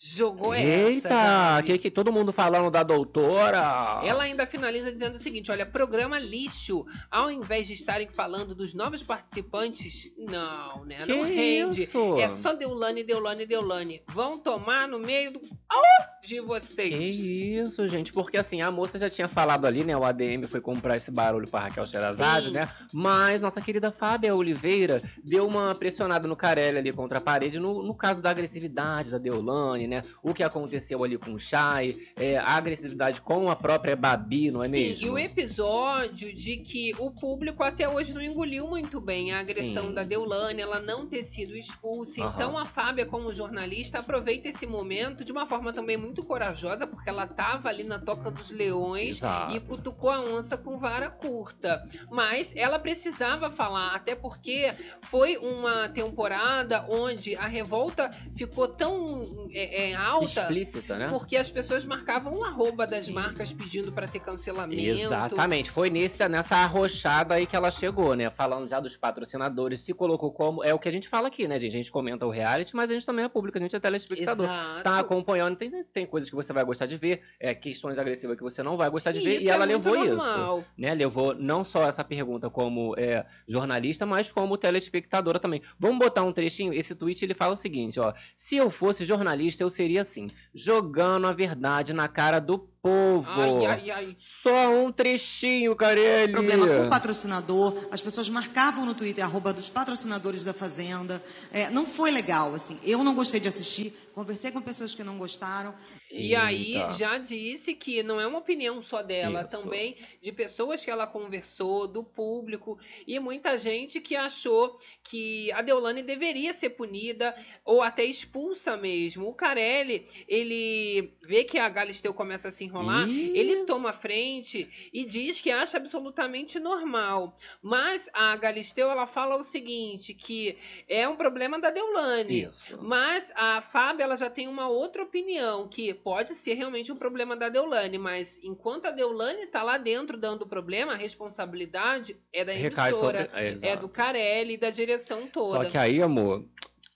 [SPEAKER 1] Jogou é essa.
[SPEAKER 2] Eita,
[SPEAKER 1] Gabi.
[SPEAKER 2] que, que todo mundo falando da doutora.
[SPEAKER 1] Ela ainda finaliza dizendo o seguinte: olha, programa lixo. Ao invés de estarem falando dos novos participantes, não, né?
[SPEAKER 2] que
[SPEAKER 1] não rende.
[SPEAKER 2] isso?
[SPEAKER 1] É só Deulane, Deulane, Deulane. Vão tomar no meio do... oh, de
[SPEAKER 2] Que
[SPEAKER 1] vocês.
[SPEAKER 2] isso, gente, porque assim, a moça já tinha falado ali, né? O ADM foi comprar esse barulho pra Raquel Sherazade,
[SPEAKER 1] Sim.
[SPEAKER 2] né? Mas nossa querida Fábia Oliveira deu uma pressionada no Carelli ali contra a parede, no, no caso da agressividade da Deolane, né? O que aconteceu ali com o Chay, é, a agressividade com a própria Babi, não é
[SPEAKER 1] Sim,
[SPEAKER 2] mesmo?
[SPEAKER 1] e o episódio de que o público até hoje não engoliu muito bem a agressão
[SPEAKER 2] Sim.
[SPEAKER 1] da Deulane, ela não ter sido expulsa.
[SPEAKER 2] Aham.
[SPEAKER 1] Então a Fábia, como jornalista, aproveita esse momento de uma forma também muito corajosa, porque ela tava ali na toca dos leões.
[SPEAKER 2] Exato.
[SPEAKER 1] e cutucou a onça com vara curta. Mas ela precisava falar, até porque foi uma temporada onde a revolta ficou tão é, é, alta.
[SPEAKER 2] Explícita, né?
[SPEAKER 1] Porque as pessoas marcavam um arroba das
[SPEAKER 2] Sim.
[SPEAKER 1] marcas pedindo pra ter cancelamento.
[SPEAKER 2] Exatamente, foi nesse, nessa arrochada aí que ela chegou, né? Falando já dos patrocinadores, se colocou como. É o que a gente fala aqui, né, gente? A gente comenta o reality, mas a gente também é público, a gente é telespectador.
[SPEAKER 1] Exato.
[SPEAKER 2] Tá acompanhando, tem, tem coisas que você vai gostar de ver, é, questões agressivas que você não vai gostar de
[SPEAKER 1] E
[SPEAKER 2] ver,
[SPEAKER 1] isso
[SPEAKER 2] e
[SPEAKER 1] é
[SPEAKER 2] ela
[SPEAKER 1] muito
[SPEAKER 2] levou isso.
[SPEAKER 1] normal.
[SPEAKER 2] Né? Levou não só essa pergunta como é, jornalista, mas como telespectadora também. Vamos botar um trechinho? Esse tweet ele fala o seguinte: ó. Se eu fosse jornalista, eu seria assim, jogando a verdade na cara do povo.
[SPEAKER 1] Ai, ai, ai.
[SPEAKER 2] Só um trechinho, Carelli.
[SPEAKER 5] problema com o patrocinador, as pessoas marcavam no Twitter arroba dos patrocinadores da Fazenda. É, não foi legal, assim. Eu não gostei de assistir, conversei com pessoas que não gostaram.
[SPEAKER 1] E aí
[SPEAKER 2] Eita.
[SPEAKER 1] já disse que não é uma opinião só dela,
[SPEAKER 2] Isso.
[SPEAKER 1] também de pessoas que ela conversou, do público e muita gente que achou que a Deolane deveria ser punida ou até expulsa mesmo. O Carelli, ele vê que a Galisteu começa a se enrolar,
[SPEAKER 2] Ih.
[SPEAKER 1] ele toma a frente e diz que acha absolutamente normal. Mas a Galisteu, ela fala o seguinte, que é um problema da Deolane.
[SPEAKER 2] Isso.
[SPEAKER 1] Mas a Fábio ela já tem uma outra opinião, que pode ser realmente um problema da Deulane, mas enquanto a Deulane tá lá dentro dando problema, a responsabilidade é da
[SPEAKER 2] Recai sobre.
[SPEAKER 1] emissora, é
[SPEAKER 2] exato.
[SPEAKER 1] do Carelli e da direção toda.
[SPEAKER 2] Só que aí, amor.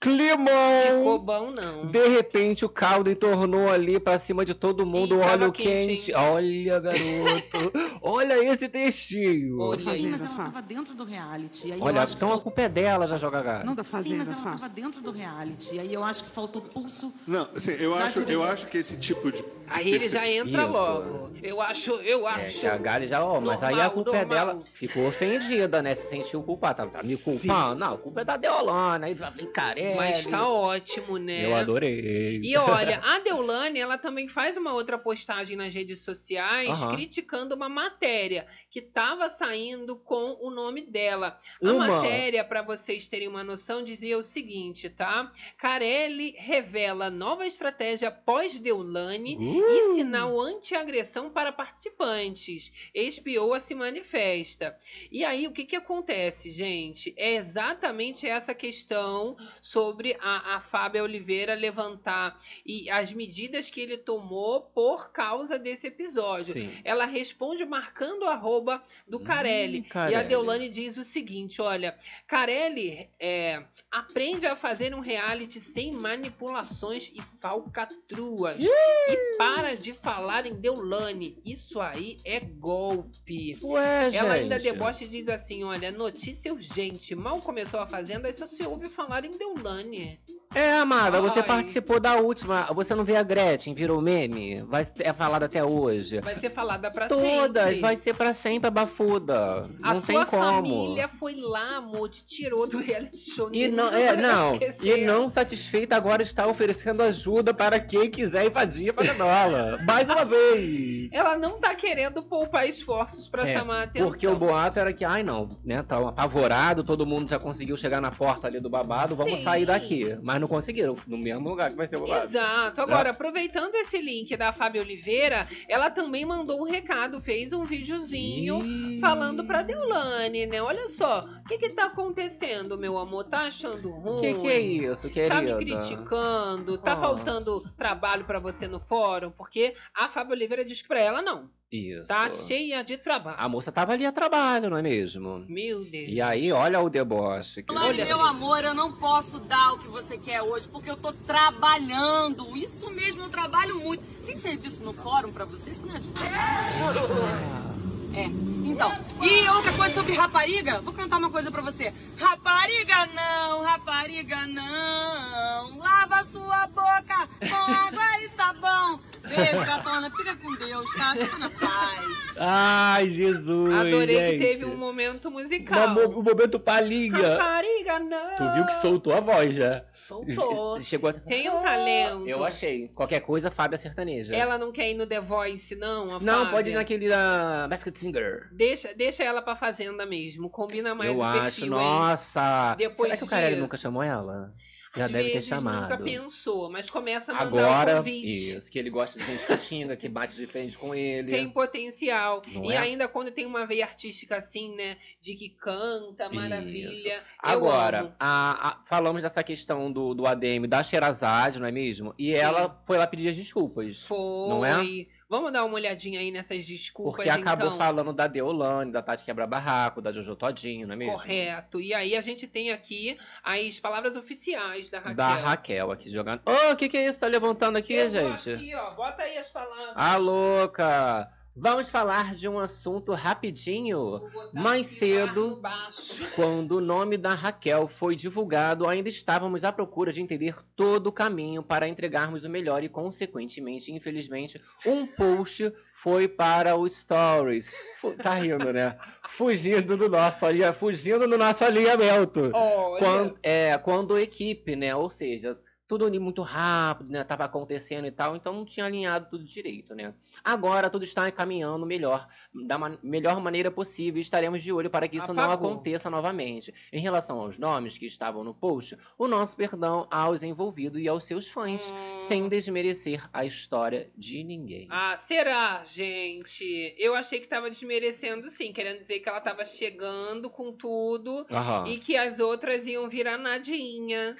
[SPEAKER 1] Ficou
[SPEAKER 2] Climão!
[SPEAKER 1] bom, não.
[SPEAKER 2] De repente o caldo entornou ali pra cima de todo mundo
[SPEAKER 1] Ih,
[SPEAKER 2] o
[SPEAKER 1] tava
[SPEAKER 2] óleo
[SPEAKER 1] quente,
[SPEAKER 2] quente.
[SPEAKER 1] hein?
[SPEAKER 2] Olha, garoto. Olha esse trechinho.
[SPEAKER 1] Olha.
[SPEAKER 5] Assim,
[SPEAKER 6] Fazenda,
[SPEAKER 5] mas ela
[SPEAKER 6] Fá.
[SPEAKER 5] estava dentro do reality. Aí eu
[SPEAKER 2] Olha,
[SPEAKER 5] acho que
[SPEAKER 2] então a
[SPEAKER 5] faltou-
[SPEAKER 2] culpa é dela já joga gato.
[SPEAKER 6] Não da
[SPEAKER 5] Sim,
[SPEAKER 6] Fazenda,
[SPEAKER 5] mas ela
[SPEAKER 6] Fá.
[SPEAKER 5] estava dentro do reality. Aí eu acho que faltou pulso.
[SPEAKER 7] Não, assim, eu
[SPEAKER 5] Dá
[SPEAKER 7] acho, eu
[SPEAKER 5] direção.
[SPEAKER 7] acho que esse tipo de
[SPEAKER 1] Aí ele já entra
[SPEAKER 2] Isso.
[SPEAKER 1] logo. Eu acho, eu
[SPEAKER 2] É,
[SPEAKER 1] acho.
[SPEAKER 2] que a Gali já, ó, mas aí a
[SPEAKER 1] Normal,
[SPEAKER 2] culpa é
[SPEAKER 1] normal.
[SPEAKER 2] dela. Ficou ofendida, né? Se sentiu culpada. Tá, tá me culpando? Não, a culpa é da Deolana. Aí vem Carelli.
[SPEAKER 1] Mas tá ótimo, né?
[SPEAKER 2] é Eu adorei.
[SPEAKER 1] E olha, a Deulane, ela também faz uma outra postagem nas redes sociais
[SPEAKER 2] Aham.
[SPEAKER 1] criticando uma matéria que estava saindo com o nome dela.
[SPEAKER 2] Uma.
[SPEAKER 1] A matéria, para vocês terem uma noção, dizia o seguinte, tá? Carelli revela nova estratégia pós-Deulane
[SPEAKER 2] Uh, Hum.
[SPEAKER 1] e sinal anti-agressão para participantes. Ex-POA se manifesta. E aí, o que, que acontece, gente? É exatamente essa questão sobre a, a Fábia Oliveira levantar e as medidas que ele tomou por causa desse episódio.
[SPEAKER 2] Sim.
[SPEAKER 1] Ela responde marcando o arroba do Carelli. E a
[SPEAKER 2] Carelli.
[SPEAKER 1] Deolane diz o seguinte: olha, Carelli é, aprende a fazer um reality sem manipulações e falcatruas. E para de falar em Deolane. Isso aí é golpe.
[SPEAKER 2] Ué, gente.
[SPEAKER 1] Ela ainda debocha e diz assim: olha, notícia urgente. Mal começou a fazenda, aí só se ouve falar em Deolane.
[SPEAKER 2] É, amada, você
[SPEAKER 1] Ai.
[SPEAKER 2] participou da última. Você não vê a Gretchen, virou meme? Vai, é falada até hoje.
[SPEAKER 1] Vai ser falada pra
[SPEAKER 2] Todas,
[SPEAKER 1] sempre.
[SPEAKER 2] vai ser pra sempre abafuda. não
[SPEAKER 1] A sua
[SPEAKER 2] tem como.
[SPEAKER 1] família foi lá, amor, te tirou do reality show.
[SPEAKER 2] E
[SPEAKER 1] ninguém
[SPEAKER 2] não,
[SPEAKER 1] nunca
[SPEAKER 2] é,
[SPEAKER 1] vai
[SPEAKER 2] não,
[SPEAKER 1] esquecer.
[SPEAKER 2] e não satisfeita agora está oferecendo ajuda para quem quiser invadir a Paganola. Mais uma vez.
[SPEAKER 1] Ela não tá querendo poupar esforços pra
[SPEAKER 2] É,
[SPEAKER 1] chamar a atenção.
[SPEAKER 2] Porque o boato era que, ai não, né, tá apavorado, todo mundo já conseguiu chegar na porta ali do babado, vamos
[SPEAKER 1] Sim.
[SPEAKER 2] sair daqui. Mas não conseguiram, no mesmo lugar que vai ser o babado.
[SPEAKER 1] Exato. Agora, aproveitando esse link da Fábio Oliveira, ela também mandou um recado, fez um videozinho
[SPEAKER 2] Ih.
[SPEAKER 1] falando pra Deolane, né? Olha só, o que que tá acontecendo, meu amor? Tá achando ruim?
[SPEAKER 2] Que que é isso, querida?
[SPEAKER 1] Tá me criticando? Tá
[SPEAKER 2] Ah.
[SPEAKER 1] faltando trabalho pra você no fórum? Porque a Fábio Oliveira diz que pra ela não.
[SPEAKER 2] Isso.
[SPEAKER 1] Tá cheia de trabalho.
[SPEAKER 2] A moça tava ali a trabalho, não é mesmo?
[SPEAKER 1] Meu Deus.
[SPEAKER 2] E aí, olha o deboche. que-
[SPEAKER 6] Lani, meu amor, eu não posso dar o que você quer hoje, porque eu tô trabalhando. Isso mesmo, eu trabalho muito. Tem serviço no fórum pra você? Isso não é advogado? É, então. E outra coisa sobre rapariga, vou cantar uma coisa pra você. Rapariga não, rapariga não. Lava sua boca com água e sabão. Beijo, gatona. Fica com Deus, tá? Fica na paz.
[SPEAKER 2] Ai, Jesus.
[SPEAKER 1] Adorei que
[SPEAKER 2] é gente.
[SPEAKER 1] teve um momento
[SPEAKER 2] Uma
[SPEAKER 1] musical.
[SPEAKER 2] mo- um momento paliga.
[SPEAKER 1] Rapariga, não.
[SPEAKER 2] Tu viu que soltou a voz já.
[SPEAKER 1] Soltou.
[SPEAKER 2] Chegou a...
[SPEAKER 1] Tem um talento.
[SPEAKER 2] Eu achei. Qualquer coisa, Fábia sertaneja.
[SPEAKER 1] Ela não quer ir no The Voice, não? A
[SPEAKER 2] Não,
[SPEAKER 1] Fábia?
[SPEAKER 2] pode ir naquele da Masked Singer.
[SPEAKER 1] Deixa, deixa ela pra fazenda mesmo. Combina mais
[SPEAKER 2] eu
[SPEAKER 1] o
[SPEAKER 2] acho,
[SPEAKER 1] perfil, hein?
[SPEAKER 2] nossa.
[SPEAKER 1] Depois
[SPEAKER 2] Será que o Carelli
[SPEAKER 1] disso.
[SPEAKER 2] nunca chamou ela? Já
[SPEAKER 1] Às
[SPEAKER 2] deve ter
[SPEAKER 1] vezes nunca
[SPEAKER 2] chamado.
[SPEAKER 1] pensou, mas começa a mandar um
[SPEAKER 2] Agora,
[SPEAKER 1] convite.
[SPEAKER 2] isso, que ele gosta de gente que xinga, que bate de frente com ele.
[SPEAKER 1] Tem potencial.
[SPEAKER 2] Não
[SPEAKER 1] e
[SPEAKER 2] é?
[SPEAKER 1] ainda quando tem uma veia artística assim, né? De que canta, maravilha. Eu
[SPEAKER 2] Agora,
[SPEAKER 1] amo.
[SPEAKER 2] a- a- falamos dessa questão do, do ADM da Xerazade, não é mesmo? E
[SPEAKER 1] Sim.
[SPEAKER 2] ela foi lá pedir as desculpas.
[SPEAKER 1] Foi.
[SPEAKER 2] não é?
[SPEAKER 1] Vamos dar uma olhadinha aí nessas desculpas,
[SPEAKER 2] porque acabou
[SPEAKER 1] então.
[SPEAKER 2] falando da Deolane, da Tati Quebra Barraco, da Jojo Todinho, não é mesmo?
[SPEAKER 1] Correto. E aí a gente tem aqui as palavras oficiais da Raquel.
[SPEAKER 2] Da Raquel aqui jogando. Ô, o que, que é isso? Tá levantando aqui,
[SPEAKER 1] Eu tô
[SPEAKER 2] gente?
[SPEAKER 1] Aqui, ó, bota aí as palavras.
[SPEAKER 2] A louca! Vamos falar de um assunto rapidinho.
[SPEAKER 1] Vou botar
[SPEAKER 2] Mais
[SPEAKER 1] aqui
[SPEAKER 2] cedo-
[SPEAKER 1] lá no baixo.
[SPEAKER 2] Quando o nome da Raquel foi divulgado, ainda estávamos à procura de entender todo o caminho para entregarmos o melhor e, consequentemente, infelizmente, um post foi para os stories. Fu- tá rindo, né? Fugindo do nosso alinha, fugindo do nosso alinhamento.
[SPEAKER 1] Olha,
[SPEAKER 2] Quando, é, quando equipe, né? Ou seja, tudo ali muito rápido, né? Tava acontecendo e tal, então não tinha alinhado tudo direito, né? Agora tudo está caminhando melhor, da ma- melhor maneira possível, e estaremos de olho para que isso não
[SPEAKER 1] Apagou.
[SPEAKER 2] aconteça novamente. Em relação aos nomes que estavam no post, o nosso perdão aos envolvidos e aos seus fãs, sem desmerecer a história de ninguém.
[SPEAKER 1] Hum. Ah, será, gente? Eu achei que tava desmerecendo, sim, querendo dizer que ela tava chegando com tudo
[SPEAKER 2] Aham.
[SPEAKER 1] e que as outras iam virar nadinha.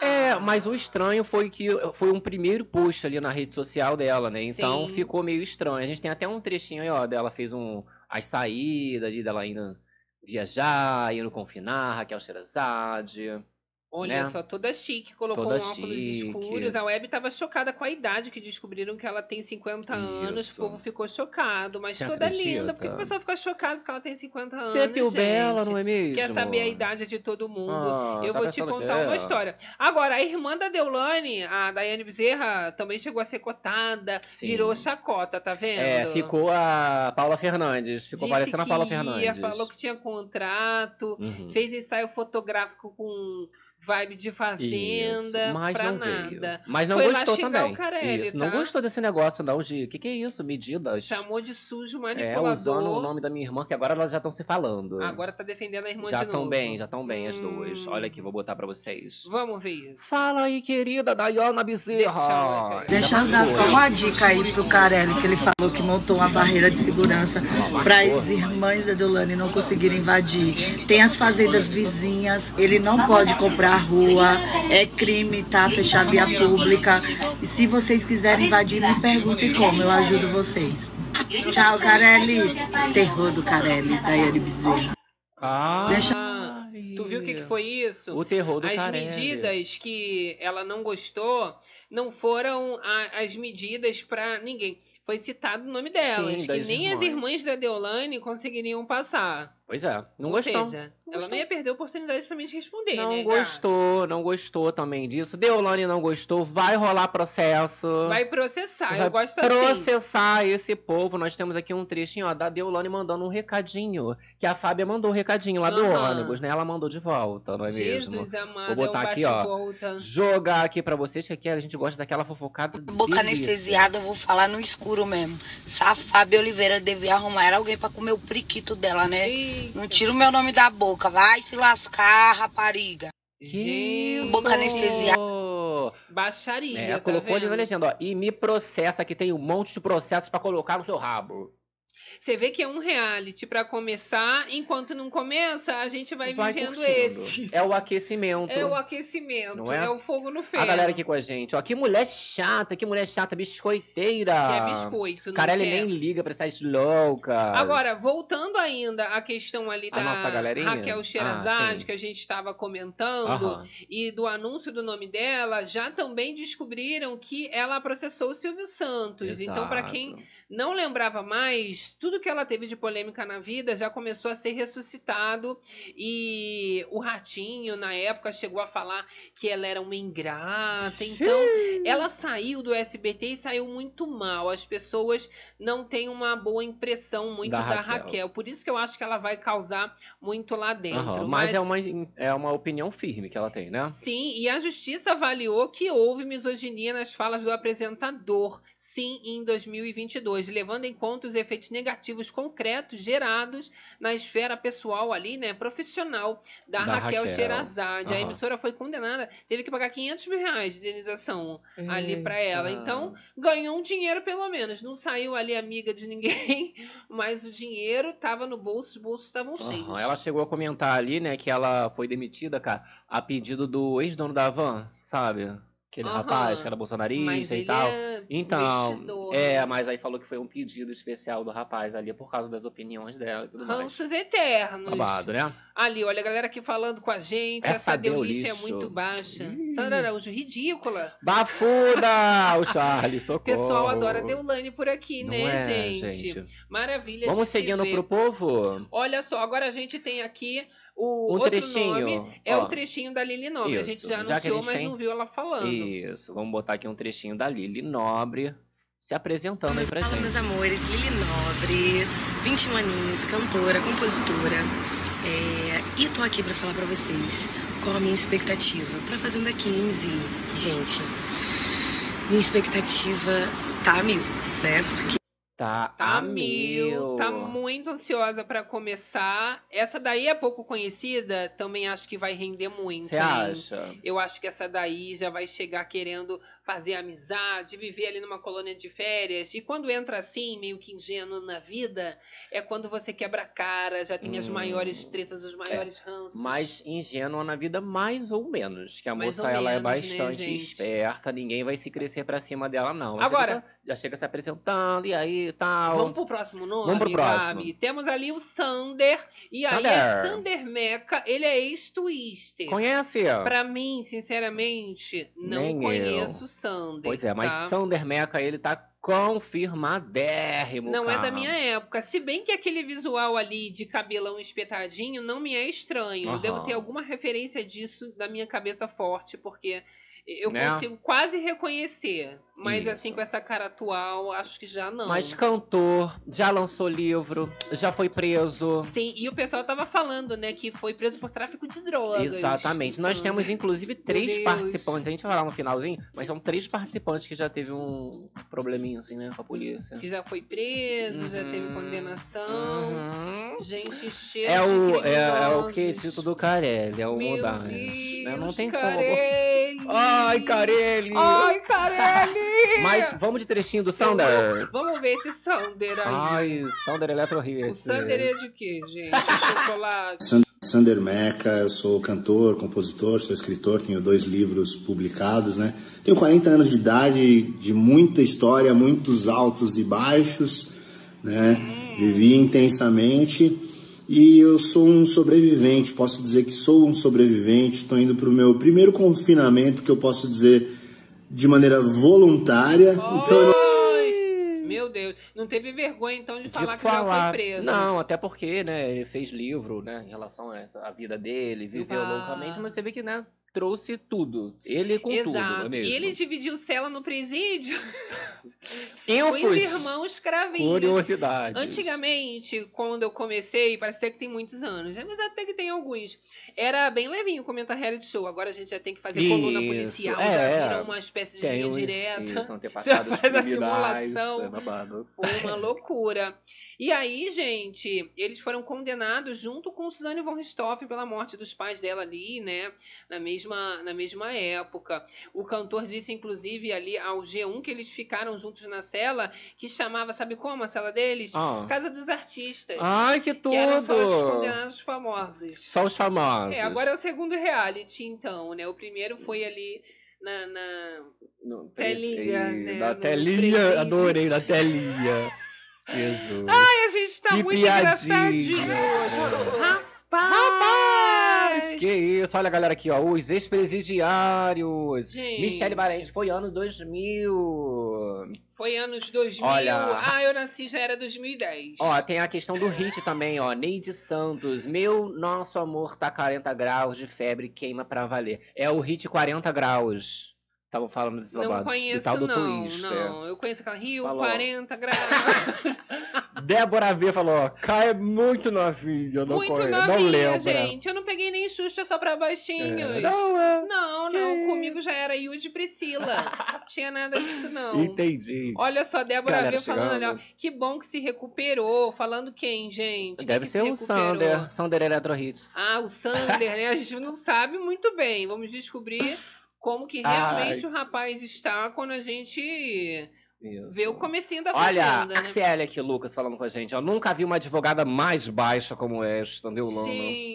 [SPEAKER 2] É,
[SPEAKER 1] Ah.
[SPEAKER 2] mas o estranho foi que foi um primeiro post ali na rede social dela, né? Então
[SPEAKER 1] Sim.
[SPEAKER 2] ficou meio estranho. A gente tem até um trechinho aí, ó, dela fez um as saídas ali dela indo viajar, indo confinar, Raquel Sherazade.
[SPEAKER 1] Olha
[SPEAKER 2] né?
[SPEAKER 1] só, toda chique, colocou
[SPEAKER 2] Toda
[SPEAKER 1] um óculos
[SPEAKER 2] chique.
[SPEAKER 1] escuros. A Web tava chocada com a idade que descobriram que ela tem 50 anos. O
[SPEAKER 2] Isso.
[SPEAKER 1] povo ficou chocado, mas
[SPEAKER 2] Você
[SPEAKER 1] toda linda.
[SPEAKER 2] acredita?
[SPEAKER 1] Por que que o pessoal fica chocado porque ela tem 50 anos?
[SPEAKER 2] Você viu bela, não é mesmo?
[SPEAKER 1] Quer saber a idade de todo mundo.
[SPEAKER 2] Ah,
[SPEAKER 1] Eu
[SPEAKER 2] tá
[SPEAKER 1] vou te
[SPEAKER 2] pensando
[SPEAKER 1] contar
[SPEAKER 2] que
[SPEAKER 1] uma
[SPEAKER 2] é?
[SPEAKER 1] história. Agora, a irmã da Deulane, a Daiane Bezerra, também chegou a ser cotada,
[SPEAKER 2] Sim.
[SPEAKER 1] virou chacota, tá vendo?
[SPEAKER 2] É, ficou a Paula Fernandes. Ficou
[SPEAKER 1] Disse
[SPEAKER 2] parecendo a
[SPEAKER 1] que
[SPEAKER 2] Paula
[SPEAKER 1] ia,
[SPEAKER 2] Fernandes.
[SPEAKER 1] falou que tinha contrato,
[SPEAKER 2] Uhum.
[SPEAKER 1] fez ensaio fotográfico com vibe de fazenda,
[SPEAKER 2] Isso, mas
[SPEAKER 1] pra
[SPEAKER 2] não veio.
[SPEAKER 1] nada.
[SPEAKER 2] Mas não
[SPEAKER 1] Foi lá
[SPEAKER 2] gostou
[SPEAKER 1] xingar
[SPEAKER 2] também.
[SPEAKER 1] o Carelli,
[SPEAKER 2] isso, não
[SPEAKER 1] tá?
[SPEAKER 2] gostou desse negócio não, de... Que que é isso? Medidas.
[SPEAKER 1] Chamou de sujo
[SPEAKER 2] É,
[SPEAKER 1] manipulador.
[SPEAKER 2] usando o nome da minha irmã, que agora elas já estão se falando.
[SPEAKER 1] Agora tá defendendo a irmã
[SPEAKER 2] já
[SPEAKER 1] de novo.
[SPEAKER 2] estão bem, já estão bem as duas.
[SPEAKER 1] Hum.
[SPEAKER 2] Olha aqui, vou botar pra vocês.
[SPEAKER 1] Vamos ver isso.
[SPEAKER 2] Fala aí, querida Dayana Bezerra.
[SPEAKER 1] Deixa ela, cara.
[SPEAKER 7] Deixa eu dar só uma dica aí pro Carelli, que ele falou que montou uma barreira de segurança para as irmãs da Deolane não conseguirem invadir. Tem as fazendas vizinhas, ele não pode comprar rua, é crime, tá? Fechar via pública. E se vocês quiserem invadir, me perguntem como, eu ajudo vocês. Tchau, Carelli. Terror do Carelli, Daiane Bezerra.
[SPEAKER 2] Ah,
[SPEAKER 7] Deixa-
[SPEAKER 1] Tu viu o que, que foi isso?
[SPEAKER 2] O terror do
[SPEAKER 1] as
[SPEAKER 2] Carelli.
[SPEAKER 1] medidas que ela não gostou não foram a- as medidas pra ninguém. Foi citado o nome delas, que
[SPEAKER 2] das
[SPEAKER 1] nem as
[SPEAKER 2] irmãs.
[SPEAKER 1] irmãs da Deolane conseguiriam passar.
[SPEAKER 2] Pois é, não
[SPEAKER 1] Ou
[SPEAKER 2] gostou. Não
[SPEAKER 1] seja, ela não
[SPEAKER 2] gostou.
[SPEAKER 1] ia perder a oportunidade também de responder,
[SPEAKER 2] não
[SPEAKER 1] né? gata?
[SPEAKER 2] gostou, não gostou também disso. Deolane não gostou, vai rolar processo.
[SPEAKER 1] Vai processar, eu
[SPEAKER 2] Vai
[SPEAKER 1] gosto assim.
[SPEAKER 2] processar esse povo. Nós temos aqui um trechinho ó, da Deolane mandando um recadinho. Que a Fábia mandou um recadinho lá do
[SPEAKER 1] Aham.
[SPEAKER 2] ônibus, né? Ela mandou de volta, não é mesmo?
[SPEAKER 1] Jesus amado,
[SPEAKER 2] Vou botar
[SPEAKER 1] é um
[SPEAKER 2] aqui, ó.
[SPEAKER 1] bate-volta.
[SPEAKER 2] Jogar aqui pra vocês, que aqui a gente gosta daquela fofocada.
[SPEAKER 8] Boca
[SPEAKER 2] delícia.
[SPEAKER 8] anestesiada, eu vou falar no escuro mesmo. Se a Fábia Oliveira devia arrumar era alguém pra comer o priquito dela, né?
[SPEAKER 1] Eita,
[SPEAKER 8] Não tira o meu nome da boca, vai se lascar, rapariga.
[SPEAKER 2] Que
[SPEAKER 1] Jesus.
[SPEAKER 8] Boca anestesiada.
[SPEAKER 1] Baixaria,
[SPEAKER 2] É,
[SPEAKER 1] tá
[SPEAKER 2] colocou ali na
[SPEAKER 1] vendo?
[SPEAKER 2] legenda, ó. E me processa, que tem um monte de processo pra colocar no seu rabo.
[SPEAKER 1] Você vê que é um reality pra começar, enquanto não começa, a gente vai, vivendo
[SPEAKER 2] curtindo.
[SPEAKER 1] esse.
[SPEAKER 2] É o aquecimento.
[SPEAKER 1] É o aquecimento,
[SPEAKER 2] Não
[SPEAKER 1] é?
[SPEAKER 2] é?
[SPEAKER 1] o fogo no ferro.
[SPEAKER 2] A galera aqui com a gente, ó. Que mulher chata, que mulher chata, biscoiteira.
[SPEAKER 1] Que é biscoito, não
[SPEAKER 2] Carelli
[SPEAKER 1] quer.
[SPEAKER 2] nem liga pra essas loucas.
[SPEAKER 1] Agora, voltando ainda à questão ali
[SPEAKER 2] A
[SPEAKER 1] da
[SPEAKER 2] nossa galerinha?
[SPEAKER 1] Raquel Sherazade,
[SPEAKER 2] Ah, sim.
[SPEAKER 1] que a gente estava comentando,
[SPEAKER 2] Aham.
[SPEAKER 1] e do anúncio do nome dela, já também descobriram que ela processou o Silvio Santos. Então, pra quem
[SPEAKER 2] Exato.
[SPEAKER 1] não lembrava mais, tudo que ela teve de polêmica na vida já começou a ser ressuscitado. E o Ratinho, na época, chegou a falar que ela era uma ingrata. Então, ela saiu do SBT e saiu muito mal. As pessoas não têm uma boa impressão muito da,
[SPEAKER 2] Da
[SPEAKER 1] Raquel.
[SPEAKER 2] Raquel.
[SPEAKER 1] Por isso que eu acho que ela vai causar muito lá dentro.
[SPEAKER 2] Aham, Mas, é, uma, é uma opinião firme que ela tem, né?
[SPEAKER 1] Sim, e a justiça avaliou que houve misoginia nas falas do apresentador, sim, em 2022, levando em conta os efeitos negativos concretos gerados na esfera pessoal ali, né, profissional da,
[SPEAKER 2] Da
[SPEAKER 1] Raquel,
[SPEAKER 2] Raquel.
[SPEAKER 1] Sherazade. A
[SPEAKER 2] Aham.
[SPEAKER 1] emissora foi condenada, teve que pagar 500 mil reais de indenização
[SPEAKER 9] Hum.
[SPEAKER 1] ali pra ela.
[SPEAKER 2] Eita.
[SPEAKER 1] Então, ganhou um dinheiro pelo menos, não saiu ali amiga de ninguém, mas o dinheiro tava no bolso, os bolsos estavam cheios.
[SPEAKER 2] Aham, Ela é chegou a comentar ali, né, que ela foi demitida, cara, a pedido do ex-dono da Van, sabe? Aquele
[SPEAKER 1] Aham.
[SPEAKER 2] rapaz que era bolsonarista
[SPEAKER 1] mas
[SPEAKER 2] e
[SPEAKER 1] ele
[SPEAKER 2] tal.
[SPEAKER 1] é
[SPEAKER 2] Então,
[SPEAKER 1] investidor,
[SPEAKER 2] é,
[SPEAKER 1] né?
[SPEAKER 2] mas aí falou que foi um pedido especial do rapaz ali por causa das opiniões dela e tudo mais.
[SPEAKER 1] Ranços eternos.
[SPEAKER 2] Babado, né?
[SPEAKER 1] Ali, olha, a galera aqui falando com a gente. Essa,
[SPEAKER 2] Essa deu
[SPEAKER 1] deulice é
[SPEAKER 2] lixo.
[SPEAKER 1] muito baixa.
[SPEAKER 2] Ih.
[SPEAKER 1] Sandra Araújo, ridícula.
[SPEAKER 2] Bafuda! O Charles,
[SPEAKER 1] O
[SPEAKER 2] socorro!
[SPEAKER 1] pessoal adora Deulane por aqui,
[SPEAKER 2] Oh. Não
[SPEAKER 1] né,
[SPEAKER 2] é,
[SPEAKER 1] gente? Maravilha de
[SPEAKER 2] Vamos
[SPEAKER 1] se
[SPEAKER 2] seguindo
[SPEAKER 1] ver.
[SPEAKER 2] pro povo?
[SPEAKER 1] Olha só, agora a gente tem aqui o
[SPEAKER 2] Um
[SPEAKER 1] outro
[SPEAKER 2] trechinho.
[SPEAKER 1] nome. É
[SPEAKER 2] ó.
[SPEAKER 1] o trechinho da Lili Nobre. A gente
[SPEAKER 2] Isso,
[SPEAKER 1] já
[SPEAKER 2] já que a
[SPEAKER 1] anunciou,
[SPEAKER 2] gente
[SPEAKER 1] mas
[SPEAKER 2] tem-
[SPEAKER 1] não viu ela falando.
[SPEAKER 2] Isso, vamos botar aqui um trechinho da Lili Nobre se apresentando aí pra
[SPEAKER 9] Fala, meus
[SPEAKER 2] gente.
[SPEAKER 9] amores, Lili Nobre, 21 aninhos, cantora, compositora. É, e tô aqui pra falar pra vocês qual a minha expectativa pra Fazenda 15. Gente, minha expectativa tá a mil, né? Porque
[SPEAKER 2] Tá,
[SPEAKER 1] Tá
[SPEAKER 2] a
[SPEAKER 1] mil,
[SPEAKER 2] mil.
[SPEAKER 1] tá muito ansiosa pra começar. Essa daí é pouco conhecida, também acho que vai render muito.
[SPEAKER 2] Você
[SPEAKER 1] hein?
[SPEAKER 2] acha?
[SPEAKER 1] Eu acho que essa daí já vai chegar querendo fazer amizade, viver ali numa colônia de férias. E quando entra assim, meio que ingênuo na vida, é quando você quebra a cara, já tem as
[SPEAKER 2] Hum. É,
[SPEAKER 1] maiores tretas, os maiores ranços.
[SPEAKER 2] mais ingênua na vida, mais ou menos. Que a
[SPEAKER 1] Mais
[SPEAKER 2] moça
[SPEAKER 1] ou
[SPEAKER 2] ela é
[SPEAKER 1] menos, né,
[SPEAKER 2] bastante
[SPEAKER 1] gente?
[SPEAKER 2] esperta, ninguém vai se crescer pra cima dela, não. Você
[SPEAKER 1] Agora-
[SPEAKER 2] fica- já chega se apresentando, e aí e tal.
[SPEAKER 1] Vamos pro próximo nome,
[SPEAKER 2] Vamos pro próximo.
[SPEAKER 1] Gabi? Temos ali o Sander. E aí é
[SPEAKER 2] Sander.
[SPEAKER 1] Sander Meca. Ele é ex-twister.
[SPEAKER 2] Conhece?
[SPEAKER 1] Pra mim, sinceramente, não
[SPEAKER 2] Nem eu.
[SPEAKER 1] conheço o Sander.
[SPEAKER 2] Pois é, mas
[SPEAKER 1] tá?
[SPEAKER 2] Sander Meca, ele tá confirmadérrimo,
[SPEAKER 1] Não é da
[SPEAKER 2] cara.
[SPEAKER 1] minha época. Se bem que aquele visual ali de cabelão espetadinho não me é estranho. Eu
[SPEAKER 2] Aham.
[SPEAKER 1] devo ter alguma referência disso na minha cabeça forte, porque eu
[SPEAKER 2] Né?
[SPEAKER 1] consigo quase reconhecer. Mas
[SPEAKER 2] Isso.
[SPEAKER 1] assim, com essa cara atual, acho que já não.
[SPEAKER 2] Mas cantor, já lançou livro, já foi preso.
[SPEAKER 1] Sim, e o pessoal tava falando, né, que foi preso por tráfico de drogas.
[SPEAKER 2] Exatamente. Nós
[SPEAKER 1] Sim.
[SPEAKER 2] temos, inclusive, três
[SPEAKER 1] Deus.
[SPEAKER 2] participantes. A gente vai falar no finalzinho, mas são três participantes que já teve um probleminha, assim, né, com a polícia.
[SPEAKER 1] Que já foi preso, já teve
[SPEAKER 2] Uhum.
[SPEAKER 1] condenação.
[SPEAKER 2] Uhum.
[SPEAKER 1] Então, Gente cheia
[SPEAKER 2] É
[SPEAKER 1] de
[SPEAKER 2] o,
[SPEAKER 1] criminosos.
[SPEAKER 2] é, é o quesito do Carelli, é o
[SPEAKER 1] Meu
[SPEAKER 2] Modanes. né?
[SPEAKER 1] Deus, é
[SPEAKER 2] Não tem como.
[SPEAKER 1] Carelli.
[SPEAKER 2] Ai, Carelli!
[SPEAKER 1] Ai, Carelli!
[SPEAKER 2] Mas vamos de trechinho do Sander.
[SPEAKER 1] Vamos ver esse Sander aí.
[SPEAKER 2] Ai, Sander Eletro Hits.
[SPEAKER 1] o Sander é de quê, gente? Chocolate.
[SPEAKER 10] Sander Meca, eu sou cantor, compositor, sou escritor, tenho dois livros publicados, né? Tenho 40 anos de idade, de muita história, muitos altos e baixos, né? Vivi intensamente e eu sou um sobrevivente, posso dizer que sou um sobrevivente, estou indo para o meu primeiro confinamento que eu posso dizer de maneira voluntária, então eu não
[SPEAKER 1] Ai, meu Deus. Não teve vergonha, então, de
[SPEAKER 2] De
[SPEAKER 1] falar que já foi
[SPEAKER 2] falar.
[SPEAKER 1] preso.
[SPEAKER 2] Não, até porque, né, ele fez livro, né, em relação a essa- a vida dele, viveu
[SPEAKER 1] Ah.
[SPEAKER 2] loucamente, mas você vê que, né, trouxe tudo. Ele com tudo, não é
[SPEAKER 1] Exato.
[SPEAKER 2] mesmo?
[SPEAKER 1] E ele dividiu cela no presídio
[SPEAKER 2] Eu
[SPEAKER 1] com os
[SPEAKER 2] fui
[SPEAKER 1] irmãos cravinhos.
[SPEAKER 2] curiosidade.
[SPEAKER 1] Antigamente, quando eu comecei, parece até que tem muitos anos, né? mas até que tem alguns. Era bem levinho comentar reality show. Agora a gente já tem que fazer coluna
[SPEAKER 2] Isso,
[SPEAKER 1] policial,
[SPEAKER 2] é,
[SPEAKER 1] já
[SPEAKER 2] é.
[SPEAKER 1] vira uma espécie de
[SPEAKER 2] Tem
[SPEAKER 1] linha
[SPEAKER 2] uns-
[SPEAKER 1] direta.
[SPEAKER 2] isso, antepassados
[SPEAKER 1] Já faz a
[SPEAKER 2] criminais,
[SPEAKER 1] simulação.
[SPEAKER 2] é babado.
[SPEAKER 1] Foi uma loucura. E aí, gente, eles foram condenados junto com Suzane von Richthofen pela morte dos pais dela ali, né? Na mesma, na mesma época. O cantor disse, inclusive, ali ao G1 que eles ficaram juntos na cela, que chamava, sabe como a cela deles?
[SPEAKER 2] Ah.
[SPEAKER 1] Casa dos Artistas.
[SPEAKER 2] Ai, que tudo!
[SPEAKER 1] que eram só os condenados famosos.
[SPEAKER 2] Só os famosos.
[SPEAKER 1] É, agora é o segundo reality, então, né? O primeiro foi ali na- na,
[SPEAKER 2] No-
[SPEAKER 1] Telinha,
[SPEAKER 2] Ih,
[SPEAKER 1] né,
[SPEAKER 2] Da
[SPEAKER 1] no presídio.
[SPEAKER 2] telinha, adorei, da telinha. Jesus.
[SPEAKER 1] Ai, a gente tá
[SPEAKER 2] Que
[SPEAKER 1] muito
[SPEAKER 2] piadinha.
[SPEAKER 1] engraçadinho hoje. Rapaz!
[SPEAKER 2] Que isso, olha a galera aqui, ó. Os ex-presidiários.
[SPEAKER 1] Gente.
[SPEAKER 2] Michele Barente foi ano 2000.
[SPEAKER 1] Foi anos 2000.
[SPEAKER 2] Olha.
[SPEAKER 1] Ah, eu nasci já era 2010.
[SPEAKER 2] Ó, tem a questão do hit também, ó. Neide Santos. Meu nosso amor tá 40 graus de febre, queima pra valer. É o hit 40 graus. Estavam falando desse
[SPEAKER 1] não
[SPEAKER 2] babado.
[SPEAKER 1] conheço,
[SPEAKER 2] do tal do
[SPEAKER 1] não.
[SPEAKER 2] twist, é.
[SPEAKER 1] não. Eu conheço aquela Rio,
[SPEAKER 2] Falou.
[SPEAKER 1] 40 graus.
[SPEAKER 2] é. Débora V falou, ó, cai muito novinha, não
[SPEAKER 1] muito
[SPEAKER 2] conheço,
[SPEAKER 1] novinha,
[SPEAKER 2] não lembra.
[SPEAKER 1] gente. Eu não peguei nem Xuxa só pra baixinhos.
[SPEAKER 2] É, não é.
[SPEAKER 1] Não, não, comigo já era Yudi e Priscila. Não tinha nada disso, não.
[SPEAKER 2] Entendi.
[SPEAKER 1] Olha só, Débora
[SPEAKER 2] Galera
[SPEAKER 1] veio falando ali, ó.
[SPEAKER 2] chegando.
[SPEAKER 1] Que bom que se recuperou. Falando quem, gente?
[SPEAKER 2] Deve
[SPEAKER 1] Que
[SPEAKER 2] ser
[SPEAKER 1] que
[SPEAKER 2] o né?
[SPEAKER 1] se recuperou?
[SPEAKER 2] Sander, Sander Electro Hits.
[SPEAKER 1] Ah, o Sander, né? A gente não sabe muito bem. Vamos descobrir como que realmente o rapaz está quando a gente
[SPEAKER 2] Isso.
[SPEAKER 1] vê o comecinho da
[SPEAKER 2] Olha,
[SPEAKER 1] fazenda, né?
[SPEAKER 2] Axel aqui, Lucas, falando com a gente. Eu nunca vi uma advogada mais baixa como esta, entendeu, Lana?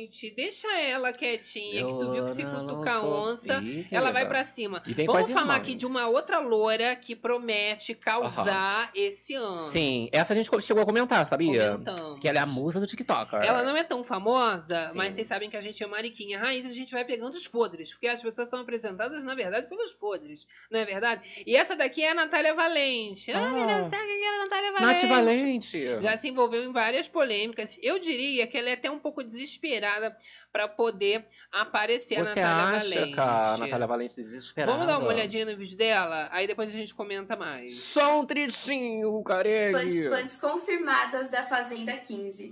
[SPEAKER 1] Gente, deixa ela quietinha, é que tu viu que se
[SPEAKER 2] Deolana
[SPEAKER 1] cutucar a
[SPEAKER 2] lançou-
[SPEAKER 1] onça,
[SPEAKER 2] Ih,
[SPEAKER 1] ela vai
[SPEAKER 2] querida.
[SPEAKER 1] pra cima.
[SPEAKER 2] é. E vem com
[SPEAKER 1] Vamos
[SPEAKER 2] as
[SPEAKER 1] falar
[SPEAKER 2] irmãs.
[SPEAKER 1] aqui de uma outra loura que promete causar esse ano.
[SPEAKER 2] Sim, essa a gente chegou a comentar, sabia?
[SPEAKER 1] Comentamos.
[SPEAKER 2] Que ela é a musa do TikTok.
[SPEAKER 1] Ela não é tão famosa,
[SPEAKER 2] Sim.
[SPEAKER 1] mas vocês sabem que a gente é mariquinha raiz, a gente vai pegando os podres, porque as pessoas são apresentadas, na verdade, pelos podres, não é verdade? E essa daqui é a Natália Valente. Ah,
[SPEAKER 2] Ah.
[SPEAKER 1] meu Deus, sabe quem é a Natália Valente?
[SPEAKER 2] Nath Valente.
[SPEAKER 1] Já se envolveu em várias polêmicas. Eu diria que ela é até um pouco desesperada pra poder aparecer
[SPEAKER 2] Você
[SPEAKER 1] é a Natália
[SPEAKER 2] acha
[SPEAKER 1] Valente.
[SPEAKER 2] que a Natália Valente desesperada?
[SPEAKER 1] Vamos dar uma olhadinha no vídeo dela? Aí depois a gente comenta mais.
[SPEAKER 2] Só um trechinho, Carelli.
[SPEAKER 11] participantes confirmadas da Fazenda 15.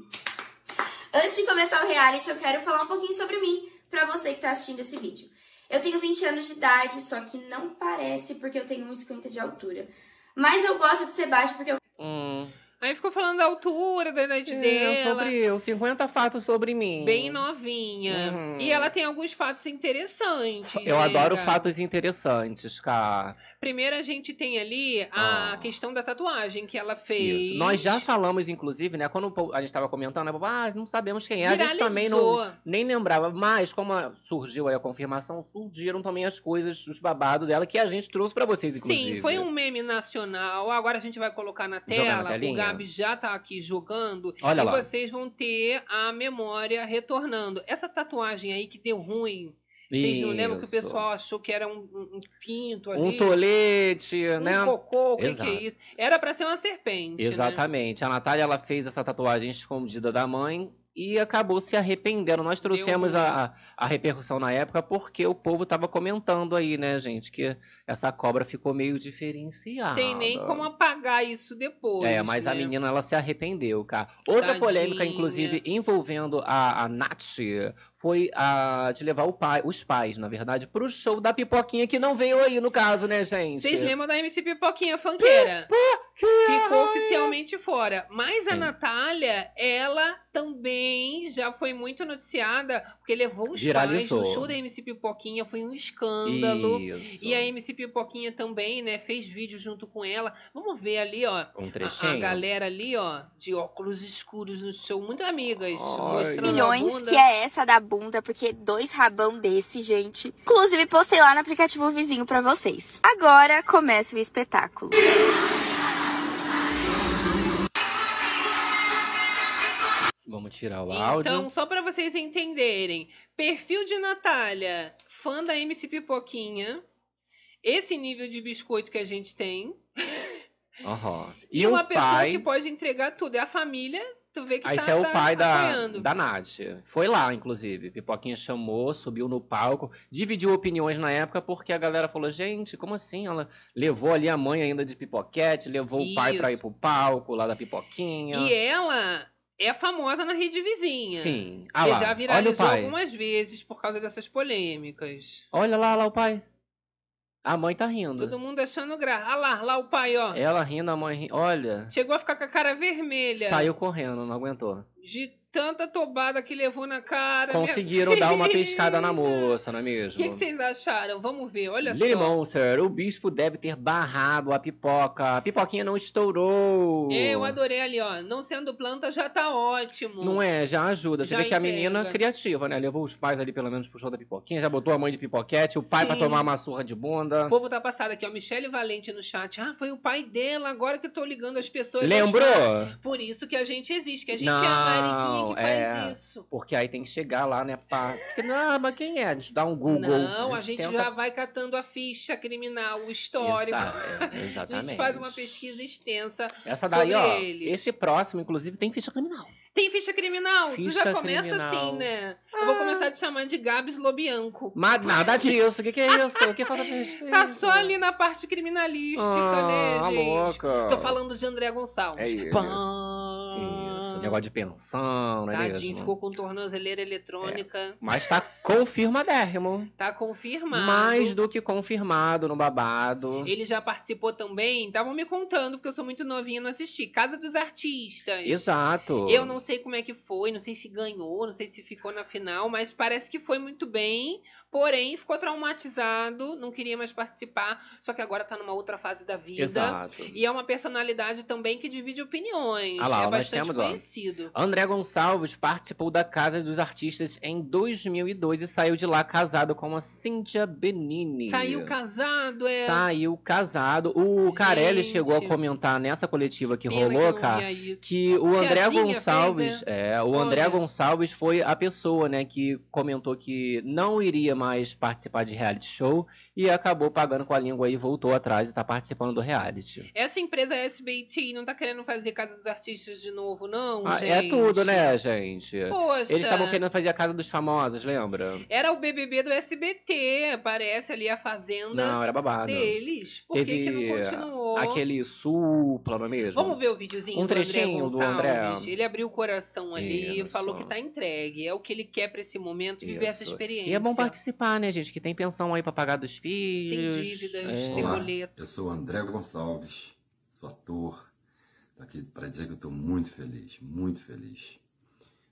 [SPEAKER 11] Antes de começar o reality, eu quero falar um pouquinho sobre mim pra você que tá assistindo esse vídeo. Eu tenho 20 anos de idade, só que um não parece porque eu tenho 1,50 de altura. Mas eu gosto de ser baixo porque eu
[SPEAKER 2] Hum,
[SPEAKER 1] Aí ficou falando da altura da
[SPEAKER 2] É,
[SPEAKER 1] idade dela.
[SPEAKER 2] sobre eu, 50 fatos sobre mim.
[SPEAKER 1] Bem novinha.
[SPEAKER 2] Uhum.
[SPEAKER 1] E ela tem alguns fatos interessantes.
[SPEAKER 2] Eu
[SPEAKER 1] né,
[SPEAKER 2] adoro
[SPEAKER 1] cara?
[SPEAKER 2] fatos interessantes, cara.
[SPEAKER 1] Primeiro a gente tem ali a questão da tatuagem que ela fez.
[SPEAKER 2] Ah. Isso. Nós já falamos, inclusive, né? Quando o povo- a gente estava comentando, né, ah, não sabemos quem é. A gente
[SPEAKER 1] Viralizou.
[SPEAKER 2] também não, nem lembrava. Mas, como a- surgiu aí a confirmação, surgiram também as coisas, os babados dela, que a gente trouxe pra vocês, inclusive.
[SPEAKER 1] Sim, foi um meme nacional. Agora a gente vai colocar na
[SPEAKER 2] Jogar na
[SPEAKER 1] tela. o
[SPEAKER 2] telinha?
[SPEAKER 1] Gabi já tá aqui jogando.
[SPEAKER 2] Olha
[SPEAKER 1] e
[SPEAKER 2] lá.
[SPEAKER 1] vocês vão ter a memória retornando. Essa tatuagem aí que deu ruim. Vocês não lembram que o
[SPEAKER 2] Isso.
[SPEAKER 1] pessoal achou que era um, um- um pinto ali?
[SPEAKER 2] Um tolete,
[SPEAKER 1] um
[SPEAKER 2] né?
[SPEAKER 1] cocô, o que, que
[SPEAKER 2] Exato.
[SPEAKER 1] é isso? Era pra ser uma serpente, né?
[SPEAKER 2] Exatamente. A Natália ela fez essa tatuagem escondida da mãe e acabou se arrependendo. Nós
[SPEAKER 1] um-
[SPEAKER 2] trouxemos a, a- a repercussão na época porque o povo tava comentando aí, né, gente, que essa cobra ficou meio diferenciada.
[SPEAKER 1] Tem nem como apagar isso depois.
[SPEAKER 2] Ah, É, mas a
[SPEAKER 1] né?
[SPEAKER 2] menina ela se arrependeu, cara. Outra
[SPEAKER 1] Tadinha.
[SPEAKER 2] polêmica, inclusive, envolvendo a, a Nath foi a de levar o pai, os pais, na verdade, pro show da pipoquinha que não veio aí, no caso, né, gente?
[SPEAKER 1] Vocês lembram da MC Pipoquinha Fanqueira? Ficou oficialmente fora. Mas a Natália, ela também já foi muito noticiada, porque levou os
[SPEAKER 2] Viralizou.
[SPEAKER 1] pais no show da MC Pipoquinha, foi um escândalo.
[SPEAKER 2] Isso.
[SPEAKER 1] E a MC Pipoquinha também, né, fez vídeo junto com ela. Vamos ver ali, ó.
[SPEAKER 2] Um
[SPEAKER 1] a-
[SPEAKER 2] trechinho.
[SPEAKER 1] A, galera ali, ó, de óculos escuros no show, muito amigas, mostrando a
[SPEAKER 11] milhões,
[SPEAKER 1] bunda.
[SPEAKER 11] que é essa da bunda, porque dois rabão desse, gente. Inclusive, postei lá no aplicativo vizinho pra vocês. Agora começa o espetáculo.
[SPEAKER 2] Vamos tirar o
[SPEAKER 1] Então,
[SPEAKER 2] áudio.
[SPEAKER 1] só pra vocês entenderem, perfil de Natália, fã da MC Pipoquinha, esse nível de biscoito que a gente tem,
[SPEAKER 2] Aham.
[SPEAKER 1] e,
[SPEAKER 2] o
[SPEAKER 1] uma pessoa
[SPEAKER 2] um pai,
[SPEAKER 1] que pode entregar tudo, é a família, tu vê que
[SPEAKER 2] Aí
[SPEAKER 1] tá,
[SPEAKER 2] esse é o
[SPEAKER 1] tá
[SPEAKER 2] pai da,
[SPEAKER 1] apoiando.
[SPEAKER 2] da Nath. Foi lá, inclusive. Pipoquinha chamou, subiu no palco, dividiu opiniões na época, porque a galera falou: gente, como assim? Ela levou ali a mãe ainda de pipoquete, levou o pai pra
[SPEAKER 1] Isso.
[SPEAKER 2] ir pro palco lá da pipoquinha.
[SPEAKER 1] E ela é famosa na rede vizinha.
[SPEAKER 2] Sim. Ah
[SPEAKER 1] Ela
[SPEAKER 2] lá,
[SPEAKER 1] já
[SPEAKER 2] olha o
[SPEAKER 1] viralizou
[SPEAKER 2] pai.
[SPEAKER 1] algumas vezes por causa dessas polêmicas.
[SPEAKER 2] Olha lá, lá o pai. A mãe tá rindo.
[SPEAKER 1] Todo mundo achando graça. Ah lá, lá o pai, ó.
[SPEAKER 2] Ela rindo, a mãe rindo. Olha,
[SPEAKER 1] Chegou a ficar com a cara vermelha.
[SPEAKER 2] saiu correndo, não aguentou.
[SPEAKER 1] De tanta tobada que levou na cara. minha
[SPEAKER 2] Conseguiram dar uma
[SPEAKER 1] filha.
[SPEAKER 2] pescada na moça, não é
[SPEAKER 1] O
[SPEAKER 2] mesmo?
[SPEAKER 1] que, que vocês acharam? Vamos ver, olha
[SPEAKER 2] Lily
[SPEAKER 1] só.
[SPEAKER 2] Monster, o bispo deve ter barrado a pipoca. A pipoquinha não estourou.
[SPEAKER 1] Eu adorei ali, ó. Não sendo planta já tá ótimo.
[SPEAKER 2] Não é, já ajuda. Você
[SPEAKER 1] Já
[SPEAKER 2] vê que a menina
[SPEAKER 1] entrega.
[SPEAKER 2] é criativa, né? Levou os pais ali, pelo menos, pro show da pipoquinha, já botou a mãe de pipoquete, o pai pra
[SPEAKER 1] Sim.
[SPEAKER 2] tomar uma surra de bunda.
[SPEAKER 1] O povo tá passado aqui, ó. Michele Valente no chat. Ah, foi o pai dela, agora que eu tô ligando as pessoas. ao
[SPEAKER 2] Lembrou?
[SPEAKER 1] chat. Por isso que a gente existe, que a gente é a Mariquinha que faz
[SPEAKER 2] é,
[SPEAKER 1] isso.
[SPEAKER 2] Porque aí tem que chegar lá, né? Pra... Porque, não, mas quem é? A gente dá um Google.
[SPEAKER 1] Não, a gente
[SPEAKER 2] tenta-
[SPEAKER 1] já é vai catando a ficha criminal, o histórico.
[SPEAKER 2] Exa- é,
[SPEAKER 1] A gente
[SPEAKER 2] Exatamente.
[SPEAKER 1] faz uma pesquisa extensa
[SPEAKER 2] Essa
[SPEAKER 1] sobre
[SPEAKER 2] daí, ó.
[SPEAKER 1] ele.
[SPEAKER 2] Esse próximo, inclusive, tem ficha criminal.
[SPEAKER 1] Tem ficha criminal? tu já
[SPEAKER 2] Ficha
[SPEAKER 1] começa assim,
[SPEAKER 2] criminal. Ah.
[SPEAKER 1] né? Eu vou começar a te chamar de Gabs Lobianco.
[SPEAKER 2] Mas nada disso. O que, que é isso? Que falta de respeito.
[SPEAKER 1] Tá só ali na parte criminalística,
[SPEAKER 2] Ah,
[SPEAKER 1] né, gente?
[SPEAKER 2] louca.
[SPEAKER 1] Tô falando de André Gonçalves. Ah,
[SPEAKER 2] É isso. Isso, negócio de pensão, né?
[SPEAKER 1] Tadinho,
[SPEAKER 2] mesmo?
[SPEAKER 1] ficou com tornozeleira eletrônica.
[SPEAKER 2] Mas tá confirmadérrimo.
[SPEAKER 1] Tá confirmado.
[SPEAKER 2] É. Mais do que confirmado no babado.
[SPEAKER 1] Ele já participou também, estavam me contando, porque eu sou muito novinha e não assisti. Casa dos Artistas.
[SPEAKER 2] Exato.
[SPEAKER 1] Eu não sei como é que foi, não sei se ganhou, não sei se ficou na final, mas parece que foi muito bem. Porém, ficou traumatizado, não queria mais participar, só que agora tá numa outra fase da vida.
[SPEAKER 2] Exato.
[SPEAKER 1] E é uma personalidade também que divide opiniões.
[SPEAKER 2] Ah lá,
[SPEAKER 1] é
[SPEAKER 2] ó, nós
[SPEAKER 1] bastante
[SPEAKER 2] temos, ó.
[SPEAKER 1] conhecido.
[SPEAKER 2] André Gonçalves participou da Casa dos Artistas em 2002 e saiu de lá casado com a Cíntia Benini.
[SPEAKER 1] Saiu casado, é.
[SPEAKER 2] Saiu casado. O Carelli
[SPEAKER 1] Gente.
[SPEAKER 2] chegou a comentar nessa coletiva que
[SPEAKER 1] Pena que
[SPEAKER 2] rolou,
[SPEAKER 1] eu não
[SPEAKER 2] cara,
[SPEAKER 1] via isso.
[SPEAKER 2] que o André
[SPEAKER 1] Tiazinha fez,
[SPEAKER 2] Gonçalves, é, o
[SPEAKER 1] Olha.
[SPEAKER 2] André Gonçalves foi a pessoa, né, que comentou que não iria mais participar de reality show e acabou pagando com a língua e voltou atrás e tá participando do reality.
[SPEAKER 1] Essa empresa SBT não tá querendo fazer Casa dos Artistas de novo, não,
[SPEAKER 2] Ah,
[SPEAKER 1] gente.
[SPEAKER 2] é tudo, né, gente?
[SPEAKER 1] Poxa.
[SPEAKER 2] Eles estavam querendo fazer a casa dos famosos, lembra?
[SPEAKER 1] Era o BBB do SBT, parece ali a fazenda
[SPEAKER 2] Não, era babado.
[SPEAKER 1] deles. Por que
[SPEAKER 2] Teve
[SPEAKER 1] que não continuou?
[SPEAKER 2] aquele supla, não é mesmo?
[SPEAKER 1] Vamos ver o videozinho
[SPEAKER 2] Um
[SPEAKER 1] do André
[SPEAKER 2] trechinho
[SPEAKER 1] Gonçalves.
[SPEAKER 2] do André.
[SPEAKER 1] Ele abriu o coração ali,
[SPEAKER 2] Isso.
[SPEAKER 1] falou que tá entregue. É o que ele quer pra esse momento, viver essa
[SPEAKER 2] Isso.
[SPEAKER 1] experiência.
[SPEAKER 2] E é bom participar, né, gente? Que tem pensão aí pra pagar dos filhos.
[SPEAKER 1] dívidas, tem
[SPEAKER 2] É.
[SPEAKER 1] boleto.
[SPEAKER 12] Eu sou o André Gonçalves, sou ator, aqui para dizer que eu estou muito feliz, muito feliz.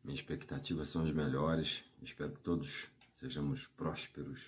[SPEAKER 12] Minhas expectativas são as melhores. Espero que todos sejamos prósperos.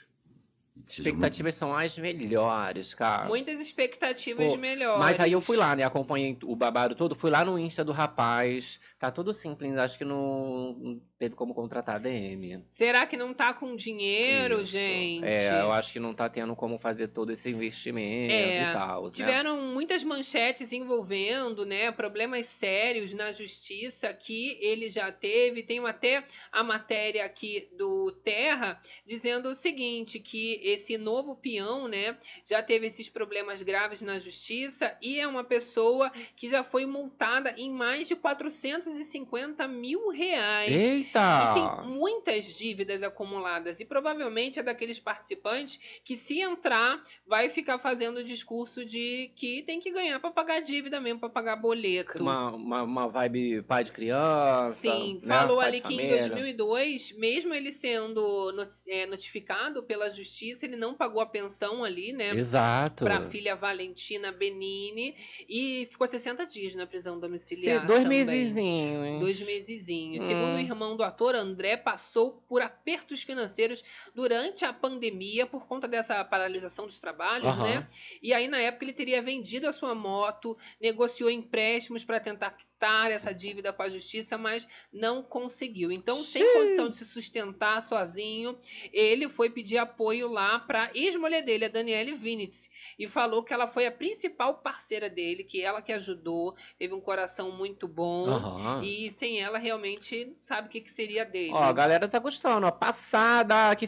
[SPEAKER 12] e que sejam muito
[SPEAKER 2] Expectativas são as melhores, cara.
[SPEAKER 1] Muitas expectativas
[SPEAKER 2] Pô,
[SPEAKER 1] melhores.
[SPEAKER 2] Mas aí eu fui lá, né? Acompanhei o babado todo. Fui lá no Insta do rapaz. Tá tudo simples. Acho que não não teve como contratar DM.
[SPEAKER 1] Será que não tá com dinheiro, gente?
[SPEAKER 2] É, eu acho que não tá tendo como fazer todo esse investimento
[SPEAKER 1] É,
[SPEAKER 2] e tal. né?
[SPEAKER 1] Tiveram muitas manchetes envolvendo, né, problemas sérios na justiça que ele já teve. Tenho até a matéria aqui do Terra dizendo o seguinte, que esse novo peão, né, já teve esses problemas graves na justiça e é uma pessoa que já foi multada em mais de 450 mil reais.
[SPEAKER 2] Eita!
[SPEAKER 1] E É, tem muitas dívidas acumuladas e provavelmente é daqueles participantes que se entrar vai ficar fazendo o discurso de que tem que ganhar para pagar dívida mesmo, para pagar boleto.
[SPEAKER 2] Uma, uma, uma vibe pai de criança.
[SPEAKER 1] Sim,
[SPEAKER 2] né?
[SPEAKER 1] falou
[SPEAKER 2] Pai de
[SPEAKER 1] ali que em
[SPEAKER 2] família.
[SPEAKER 1] 2002, mesmo ele sendo noti- é, notificado pela justiça, ele não pagou a pensão ali, né?
[SPEAKER 2] Exato.
[SPEAKER 1] Para a filha Valentina Benini e ficou 60 dias na prisão
[SPEAKER 2] Sim,
[SPEAKER 1] domiciliar.
[SPEAKER 2] dois
[SPEAKER 1] também.
[SPEAKER 2] mesezinhos, hein?
[SPEAKER 1] Dois mesezinhos.
[SPEAKER 2] Uhum. Hum.
[SPEAKER 1] Segundo o irmão do ator, André passou por apertos financeiros durante a pandemia por conta dessa paralisação dos trabalhos,
[SPEAKER 2] Aham.
[SPEAKER 1] né? E aí, na época, ele teria vendido a sua moto, negociou empréstimos para tentar quitar essa dívida com a justiça, mas não conseguiu. Então, sem condição de se sustentar sozinho, ele foi pedir apoio lá para ex-mulher dele, a Daniele Vinitz, e falou que ela foi a principal parceira dele, que ela que ajudou, teve um coração muito bom.
[SPEAKER 2] Aham.
[SPEAKER 1] E sem ela, realmente, não sabe o que, que seria dele.
[SPEAKER 2] Ah. Ó, a galera tá gostando, ó. Passada, que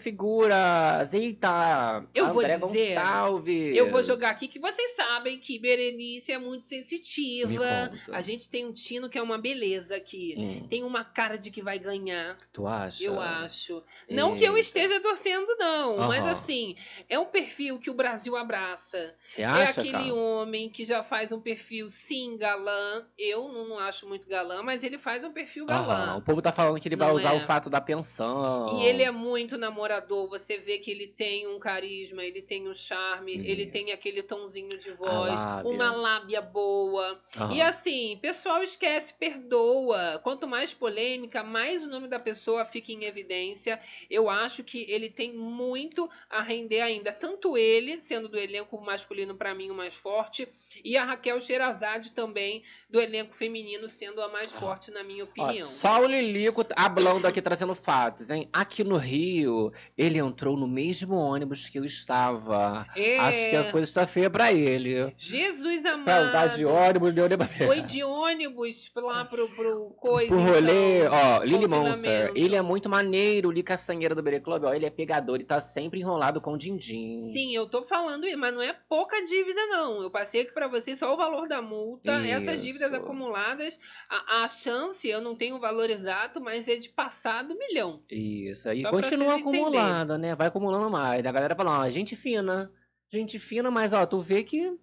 [SPEAKER 2] figuras. Eita!
[SPEAKER 1] Eu vou
[SPEAKER 2] André
[SPEAKER 1] dizer,
[SPEAKER 2] Gonçalves.
[SPEAKER 1] Eu vou jogar aqui que vocês sabem que Berenice é muito
[SPEAKER 2] Me
[SPEAKER 1] sensitiva.
[SPEAKER 2] conta.
[SPEAKER 1] A gente tem um Tino que é uma beleza aqui.
[SPEAKER 2] Hum.
[SPEAKER 1] Tem uma cara de que vai ganhar.
[SPEAKER 2] Tu acha?
[SPEAKER 1] Eu acho. Não que eu
[SPEAKER 2] Eita.
[SPEAKER 1] esteja torcendo, não. Mas
[SPEAKER 2] Aham.
[SPEAKER 1] assim, é um perfil que o Brasil abraça.
[SPEAKER 2] Você
[SPEAKER 1] é
[SPEAKER 2] acha,
[SPEAKER 1] aquele
[SPEAKER 2] cara?
[SPEAKER 1] homem que já faz um perfil, sim, galã. Eu não acho muito galã, mas ele faz um perfil
[SPEAKER 2] Aham,
[SPEAKER 1] galã.
[SPEAKER 2] O povo tá falando que ele vai
[SPEAKER 1] Não
[SPEAKER 2] usar
[SPEAKER 1] é.
[SPEAKER 2] o fato da pensão.
[SPEAKER 1] E ele é muito namorador, você vê que ele tem um carisma, ele tem um charme, ele tem aquele tomzinho de voz,
[SPEAKER 2] lábia.
[SPEAKER 1] uma lábia boa.
[SPEAKER 2] Aham.
[SPEAKER 1] E assim, pessoal esquece, perdoa. Quanto mais polêmica, mais o nome da pessoa fica em evidência. Eu acho que ele tem muito a render ainda, tanto ele, sendo do elenco masculino pra mim o mais forte, e a Raquel Sherazade também do elenco feminino sendo a mais forte na minha
[SPEAKER 2] Ó,
[SPEAKER 1] opinião.
[SPEAKER 2] só o Lilico tá hablando aqui, trazendo fatos, hein? Aqui no Rio, ele entrou no mesmo ônibus que eu estava.
[SPEAKER 1] É.
[SPEAKER 2] Acho que a coisa está feia pra ele.
[SPEAKER 1] Jesus
[SPEAKER 2] Pra andar
[SPEAKER 1] amado.
[SPEAKER 2] de ônibus, de ônibus.
[SPEAKER 1] Foi de ônibus lá pro, pro coisa.
[SPEAKER 2] É. Pro rolê,
[SPEAKER 1] então.
[SPEAKER 2] ó, Lily Monster,
[SPEAKER 1] confinamento.
[SPEAKER 2] ele é muito maneiro, Lili Castanheira do Bere Club, ó, ele é pegador e tá sempre enrolado com o din-din.
[SPEAKER 1] Sim, eu tô falando isso, mas não é pouca dívida, não. Eu passei aqui pra vocês só o valor da multa, essas dívidas
[SPEAKER 2] Isso.
[SPEAKER 1] acumuladas. A, a chance, eu não tenho o valor exato, mas é de passar do milhão.
[SPEAKER 2] Isso, aí
[SPEAKER 1] Só pra
[SPEAKER 2] continua
[SPEAKER 1] vocês entenderem.
[SPEAKER 2] acumulada, né, vai acumulando mais. A galera fala, ó, gente fina, gente fina, mas ó, tu vê que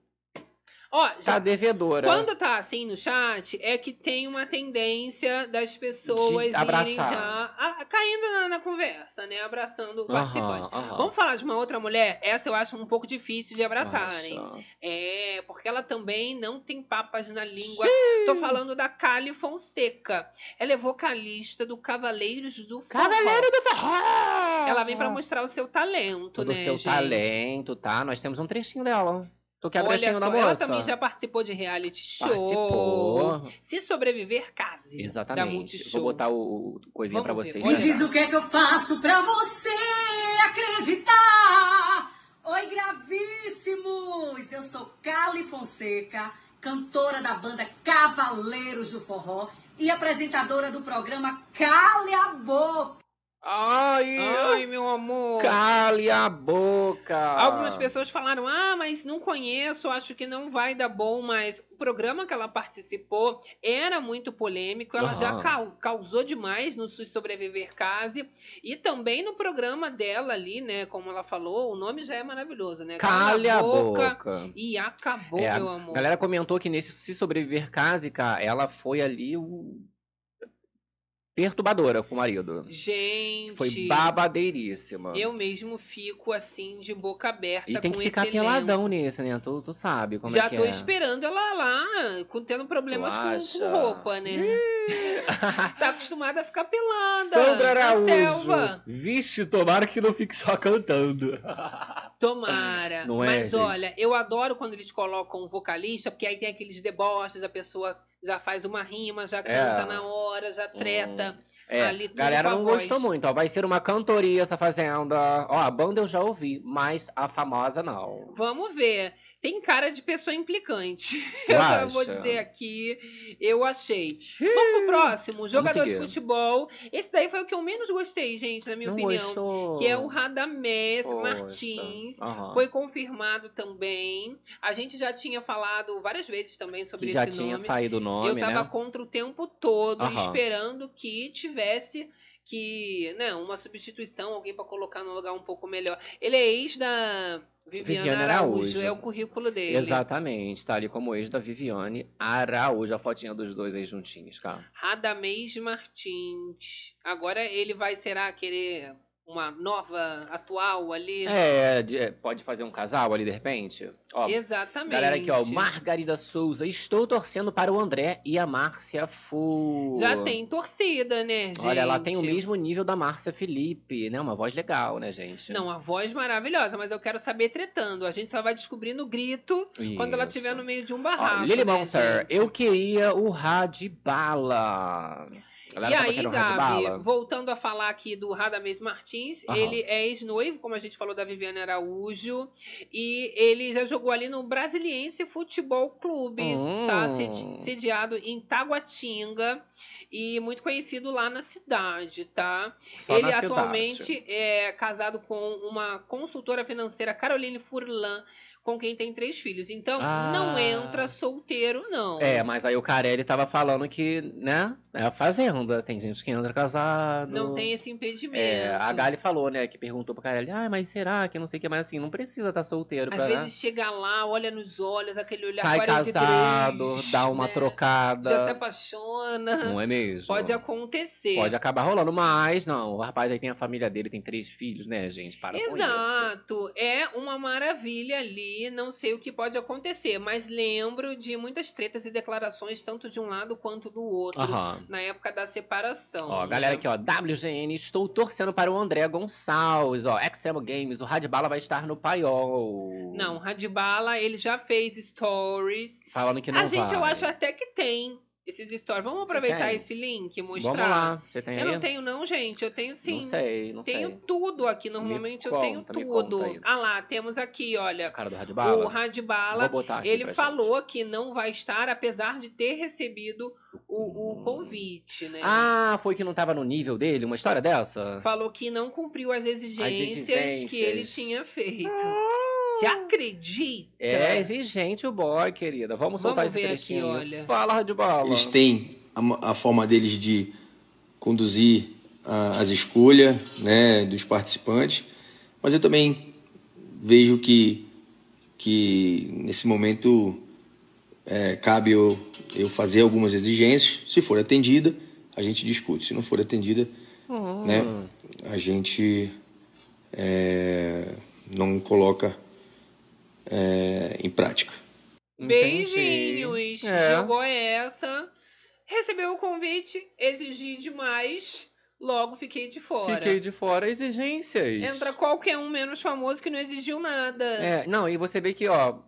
[SPEAKER 1] Ó,
[SPEAKER 2] tá
[SPEAKER 1] já,
[SPEAKER 2] devedora.
[SPEAKER 1] quando tá assim no chat, é que tem uma tendência das pessoas irem
[SPEAKER 2] abraçar.
[SPEAKER 1] já a- caindo na, na conversa, né? Abraçando o
[SPEAKER 2] Aham,
[SPEAKER 1] participante.
[SPEAKER 2] aham.
[SPEAKER 1] Vamos falar de uma outra mulher? Essa eu acho um pouco difícil de abraçar, hein?
[SPEAKER 2] Nossa.
[SPEAKER 1] É, porque ela também não tem papas na língua. Tô falando da Cali Fonseca. Ela é vocalista do Cavaleiros do Forró.
[SPEAKER 2] Cavaleiro do Ferrão!
[SPEAKER 1] Ela vem pra mostrar o seu talento,
[SPEAKER 2] Todo o
[SPEAKER 1] né,
[SPEAKER 2] seu
[SPEAKER 1] gente?
[SPEAKER 2] talento, tá? Nós temos um trechinho dela. Tu quer
[SPEAKER 1] Olha
[SPEAKER 2] trechinho
[SPEAKER 1] só,
[SPEAKER 2] da moça?
[SPEAKER 1] ela também já participou de reality show.
[SPEAKER 2] Participou.
[SPEAKER 1] Se sobreviver, case. Da
[SPEAKER 2] Exatamente.
[SPEAKER 1] Multishow.
[SPEAKER 2] Vou botar o, o coisinha
[SPEAKER 1] Vamos
[SPEAKER 2] pra
[SPEAKER 1] ver,
[SPEAKER 2] vocês.
[SPEAKER 1] olha
[SPEAKER 2] já,
[SPEAKER 1] lá.
[SPEAKER 2] já.
[SPEAKER 6] Diz o que é que eu faço pra você acreditar. Oi, gravíssimos! Eu sou Carly Fonseca, cantora da banda Cavaleiros do Forró e apresentadora do programa Cale a Boca.
[SPEAKER 2] Ai,
[SPEAKER 1] Ai, meu amor.
[SPEAKER 2] cale a boca!
[SPEAKER 1] Algumas pessoas falaram: ah, mas não conheço, acho que não vai dar bom, mas o programa que ela participou era muito polêmico, ela já
[SPEAKER 2] Aham.
[SPEAKER 1] cau- causou demais no Su- Sobreviver Case e também no programa dela ali, né? Como ela falou, o nome já é maravilhoso, né?
[SPEAKER 2] Cale a boca.
[SPEAKER 1] E acabou,
[SPEAKER 2] É,
[SPEAKER 1] meu
[SPEAKER 2] a
[SPEAKER 1] amor.
[SPEAKER 2] galera comentou que nesse Se Sobreviver Case, cara, ela foi ali o. perturbadora com o marido.
[SPEAKER 1] Gente.
[SPEAKER 2] Foi babadeiríssima.
[SPEAKER 1] Eu mesmo fico assim, de boca aberta
[SPEAKER 2] E tem
[SPEAKER 1] com
[SPEAKER 2] que ficar
[SPEAKER 1] esse elenco.
[SPEAKER 2] peladão nesse, né? Tu, tu sabe como
[SPEAKER 1] Já
[SPEAKER 2] é que
[SPEAKER 1] tô
[SPEAKER 2] é.
[SPEAKER 1] esperando ela lá, com- tendo problemas
[SPEAKER 2] Tu
[SPEAKER 1] com,
[SPEAKER 2] acha?
[SPEAKER 1] com roupa, né? tá acostumada a ficar pelada.
[SPEAKER 2] Sandra
[SPEAKER 1] na
[SPEAKER 2] Araújo.
[SPEAKER 1] selva.
[SPEAKER 2] Vixe, tomara que não fique só cantando.
[SPEAKER 1] Tomara.
[SPEAKER 2] Não é,
[SPEAKER 1] Mas
[SPEAKER 2] gente?
[SPEAKER 1] olha, eu adoro quando eles colocam um vocalista, porque aí tem aqueles deboches, a pessoa já faz uma rima, já canta na hora,
[SPEAKER 2] Hum.
[SPEAKER 1] já treta.
[SPEAKER 2] É,
[SPEAKER 1] ali tudo
[SPEAKER 2] galera
[SPEAKER 1] com a
[SPEAKER 2] não
[SPEAKER 1] voz.
[SPEAKER 2] gostou muito, ó. Vai ser uma cantoria essa fazenda. Ó, a banda eu já ouvi, mas a famosa não.
[SPEAKER 1] Vamos ver. Tem cara de pessoa implicante.
[SPEAKER 2] Tu
[SPEAKER 1] Eu já
[SPEAKER 2] acha? Hum.
[SPEAKER 1] vou dizer aqui, eu achei. Vamos pro próximo, jogador de
[SPEAKER 2] seguir.
[SPEAKER 1] futebol. Esse daí foi o que eu menos gostei, gente, na minha
[SPEAKER 2] Não
[SPEAKER 1] opinião.
[SPEAKER 2] gostou?
[SPEAKER 1] Que é o Radamés
[SPEAKER 2] Poxa,
[SPEAKER 1] Martins.
[SPEAKER 2] aham.
[SPEAKER 1] Foi confirmado também. A gente já tinha falado várias vezes também sobre
[SPEAKER 2] Que já
[SPEAKER 1] esse
[SPEAKER 2] tinha
[SPEAKER 1] nome.
[SPEAKER 2] saído o nome,
[SPEAKER 1] Eu tava
[SPEAKER 2] né?
[SPEAKER 1] contra o tempo todo,
[SPEAKER 2] Aham.
[SPEAKER 1] esperando que tivesse que, né, uma substituição, alguém pra colocar num lugar um pouco melhor. Ele é ex da Viviana,
[SPEAKER 2] Viviana
[SPEAKER 1] Araújo,
[SPEAKER 2] Araújo.
[SPEAKER 1] é o currículo dele.
[SPEAKER 2] Exatamente, tá ali como ex da Viviane Araújo, a fotinha dos dois aí juntinhos, cara.
[SPEAKER 1] Radamés Martins. Agora ele vai, será, querer uma nova atual ali?
[SPEAKER 2] É, de- é, pode fazer um casal ali de repente? Ó,
[SPEAKER 1] Exatamente.
[SPEAKER 2] Galera aqui, ó, Margarida Souza, estou torcendo para o André e a Márcia Fu.
[SPEAKER 1] Já tem torcida, né, gente?
[SPEAKER 2] Olha, ela tem um o mesmo nível da Márcia Felipe, né? Uma voz legal, né, gente?
[SPEAKER 1] Não, a voz maravilhosa, mas eu quero saber tretando. A gente só vai descobrir no grito quando ela
[SPEAKER 2] Isso.
[SPEAKER 1] estiver no meio de um
[SPEAKER 2] Ó,
[SPEAKER 1] barraco.
[SPEAKER 2] Lily
[SPEAKER 1] né,
[SPEAKER 2] Monster,
[SPEAKER 1] gente?
[SPEAKER 2] eu queria o Radibala. Galera, tá um
[SPEAKER 1] e
[SPEAKER 2] tava
[SPEAKER 1] aí,
[SPEAKER 2] querendo o
[SPEAKER 1] Gabi,
[SPEAKER 2] Radibala?
[SPEAKER 1] voltando a falar aqui do Radamés Martins,
[SPEAKER 2] Aham.
[SPEAKER 1] ele é ex-noivo, como a gente falou, da Viviane Araújo, e ele já jogou ali no Brasiliense Futebol Clube,
[SPEAKER 2] Hum.
[SPEAKER 1] tá? Sedi- Sediado em Taguatinga e muito conhecido lá na cidade, tá?
[SPEAKER 2] Só
[SPEAKER 1] ele
[SPEAKER 2] na cidade.
[SPEAKER 1] atualmente é casado com uma consultora financeira, Caroline Furlan, com quem tem três filhos. Então, não
[SPEAKER 2] Ah.
[SPEAKER 1] entra solteiro, não.
[SPEAKER 2] É, mas aí o Carelli tava falando que, né? É a fazenda. Tem gente que entra casado.
[SPEAKER 1] Não tem esse impedimento.
[SPEAKER 2] É, a Gali falou, né? Que perguntou pro Carelli, ah, mas será que não sei o que, mas assim, não precisa estar solteiro
[SPEAKER 1] Às
[SPEAKER 2] pra. né,
[SPEAKER 1] vezes chega lá, olha nos olhos, aquele olhar
[SPEAKER 2] Sai
[SPEAKER 1] 43,
[SPEAKER 2] casado, dá uma
[SPEAKER 1] né?
[SPEAKER 2] trocada.
[SPEAKER 1] Já se apaixona.
[SPEAKER 2] Não é mesmo?
[SPEAKER 1] Pode acontecer.
[SPEAKER 2] Pode acabar rolando, mas não. O rapaz aí tem a família dele, tem três filhos, né, gente? Para com isso.
[SPEAKER 1] Exato, é uma maravilha ali, não sei o que pode acontecer, mas lembro de muitas tretas e declarações, tanto de um lado quanto do outro,
[SPEAKER 2] Aham.
[SPEAKER 1] na época da separação.
[SPEAKER 2] Ó,
[SPEAKER 1] né?
[SPEAKER 2] galera aqui, ó, WGN, estou torcendo para o André Gonçalves, ó, Extremo Games, o Radbala vai estar no paiol.
[SPEAKER 1] Não, Radibala, ele já fez stories.
[SPEAKER 2] Falando que não
[SPEAKER 1] a gente, eu
[SPEAKER 2] vai.
[SPEAKER 1] acho até que tem esses stories. Vamos aproveitar
[SPEAKER 2] tem?
[SPEAKER 1] esse link e mostrar?
[SPEAKER 2] Vamos lá, você tem
[SPEAKER 1] Eu
[SPEAKER 2] aí?
[SPEAKER 1] não tenho, não, gente. Eu tenho sim.
[SPEAKER 2] Não sei, não
[SPEAKER 1] tenho
[SPEAKER 2] sei.
[SPEAKER 1] tudo aqui. Normalmente eu tenho
[SPEAKER 2] conta, me conta
[SPEAKER 1] tudo.
[SPEAKER 2] isso.
[SPEAKER 1] Ah lá, temos aqui, olha.
[SPEAKER 2] O cara do Radbala?
[SPEAKER 1] O Radbala.
[SPEAKER 2] Vou botar aqui
[SPEAKER 1] ele
[SPEAKER 2] pra
[SPEAKER 1] falou que não vai estar, apesar de ter recebido o, o convite, né?
[SPEAKER 2] Hum. Ah, foi que não tava no nível dele, uma história dessa?
[SPEAKER 1] Falou que não cumpriu as exigências,
[SPEAKER 2] exigências. Ah.
[SPEAKER 1] que ele tinha feito. Se acredita?
[SPEAKER 2] É exigente o boy, querida. Vamos soltar
[SPEAKER 1] Então. Vamos
[SPEAKER 2] esse
[SPEAKER 1] ver aqui,
[SPEAKER 2] trechinho.
[SPEAKER 1] olha.
[SPEAKER 2] Fala, Radbala.
[SPEAKER 13] Eles têm a, ma- a forma deles de conduzir a- as escolhas né, dos participantes, mas eu também vejo que, que nesse momento é, cabe eu, eu fazer algumas exigências. Se for atendida, a gente discute. Se não for atendida, né, a gente é, não coloca é, em prática.
[SPEAKER 1] Beijinhos.
[SPEAKER 13] É.
[SPEAKER 1] Jogou essa. Recebeu o convite, exigi demais, logo fiquei de fora.
[SPEAKER 2] Fiquei de fora exigências.
[SPEAKER 1] Entra qualquer um menos famoso que não exigiu nada.
[SPEAKER 2] É, não, e você vê que, ó,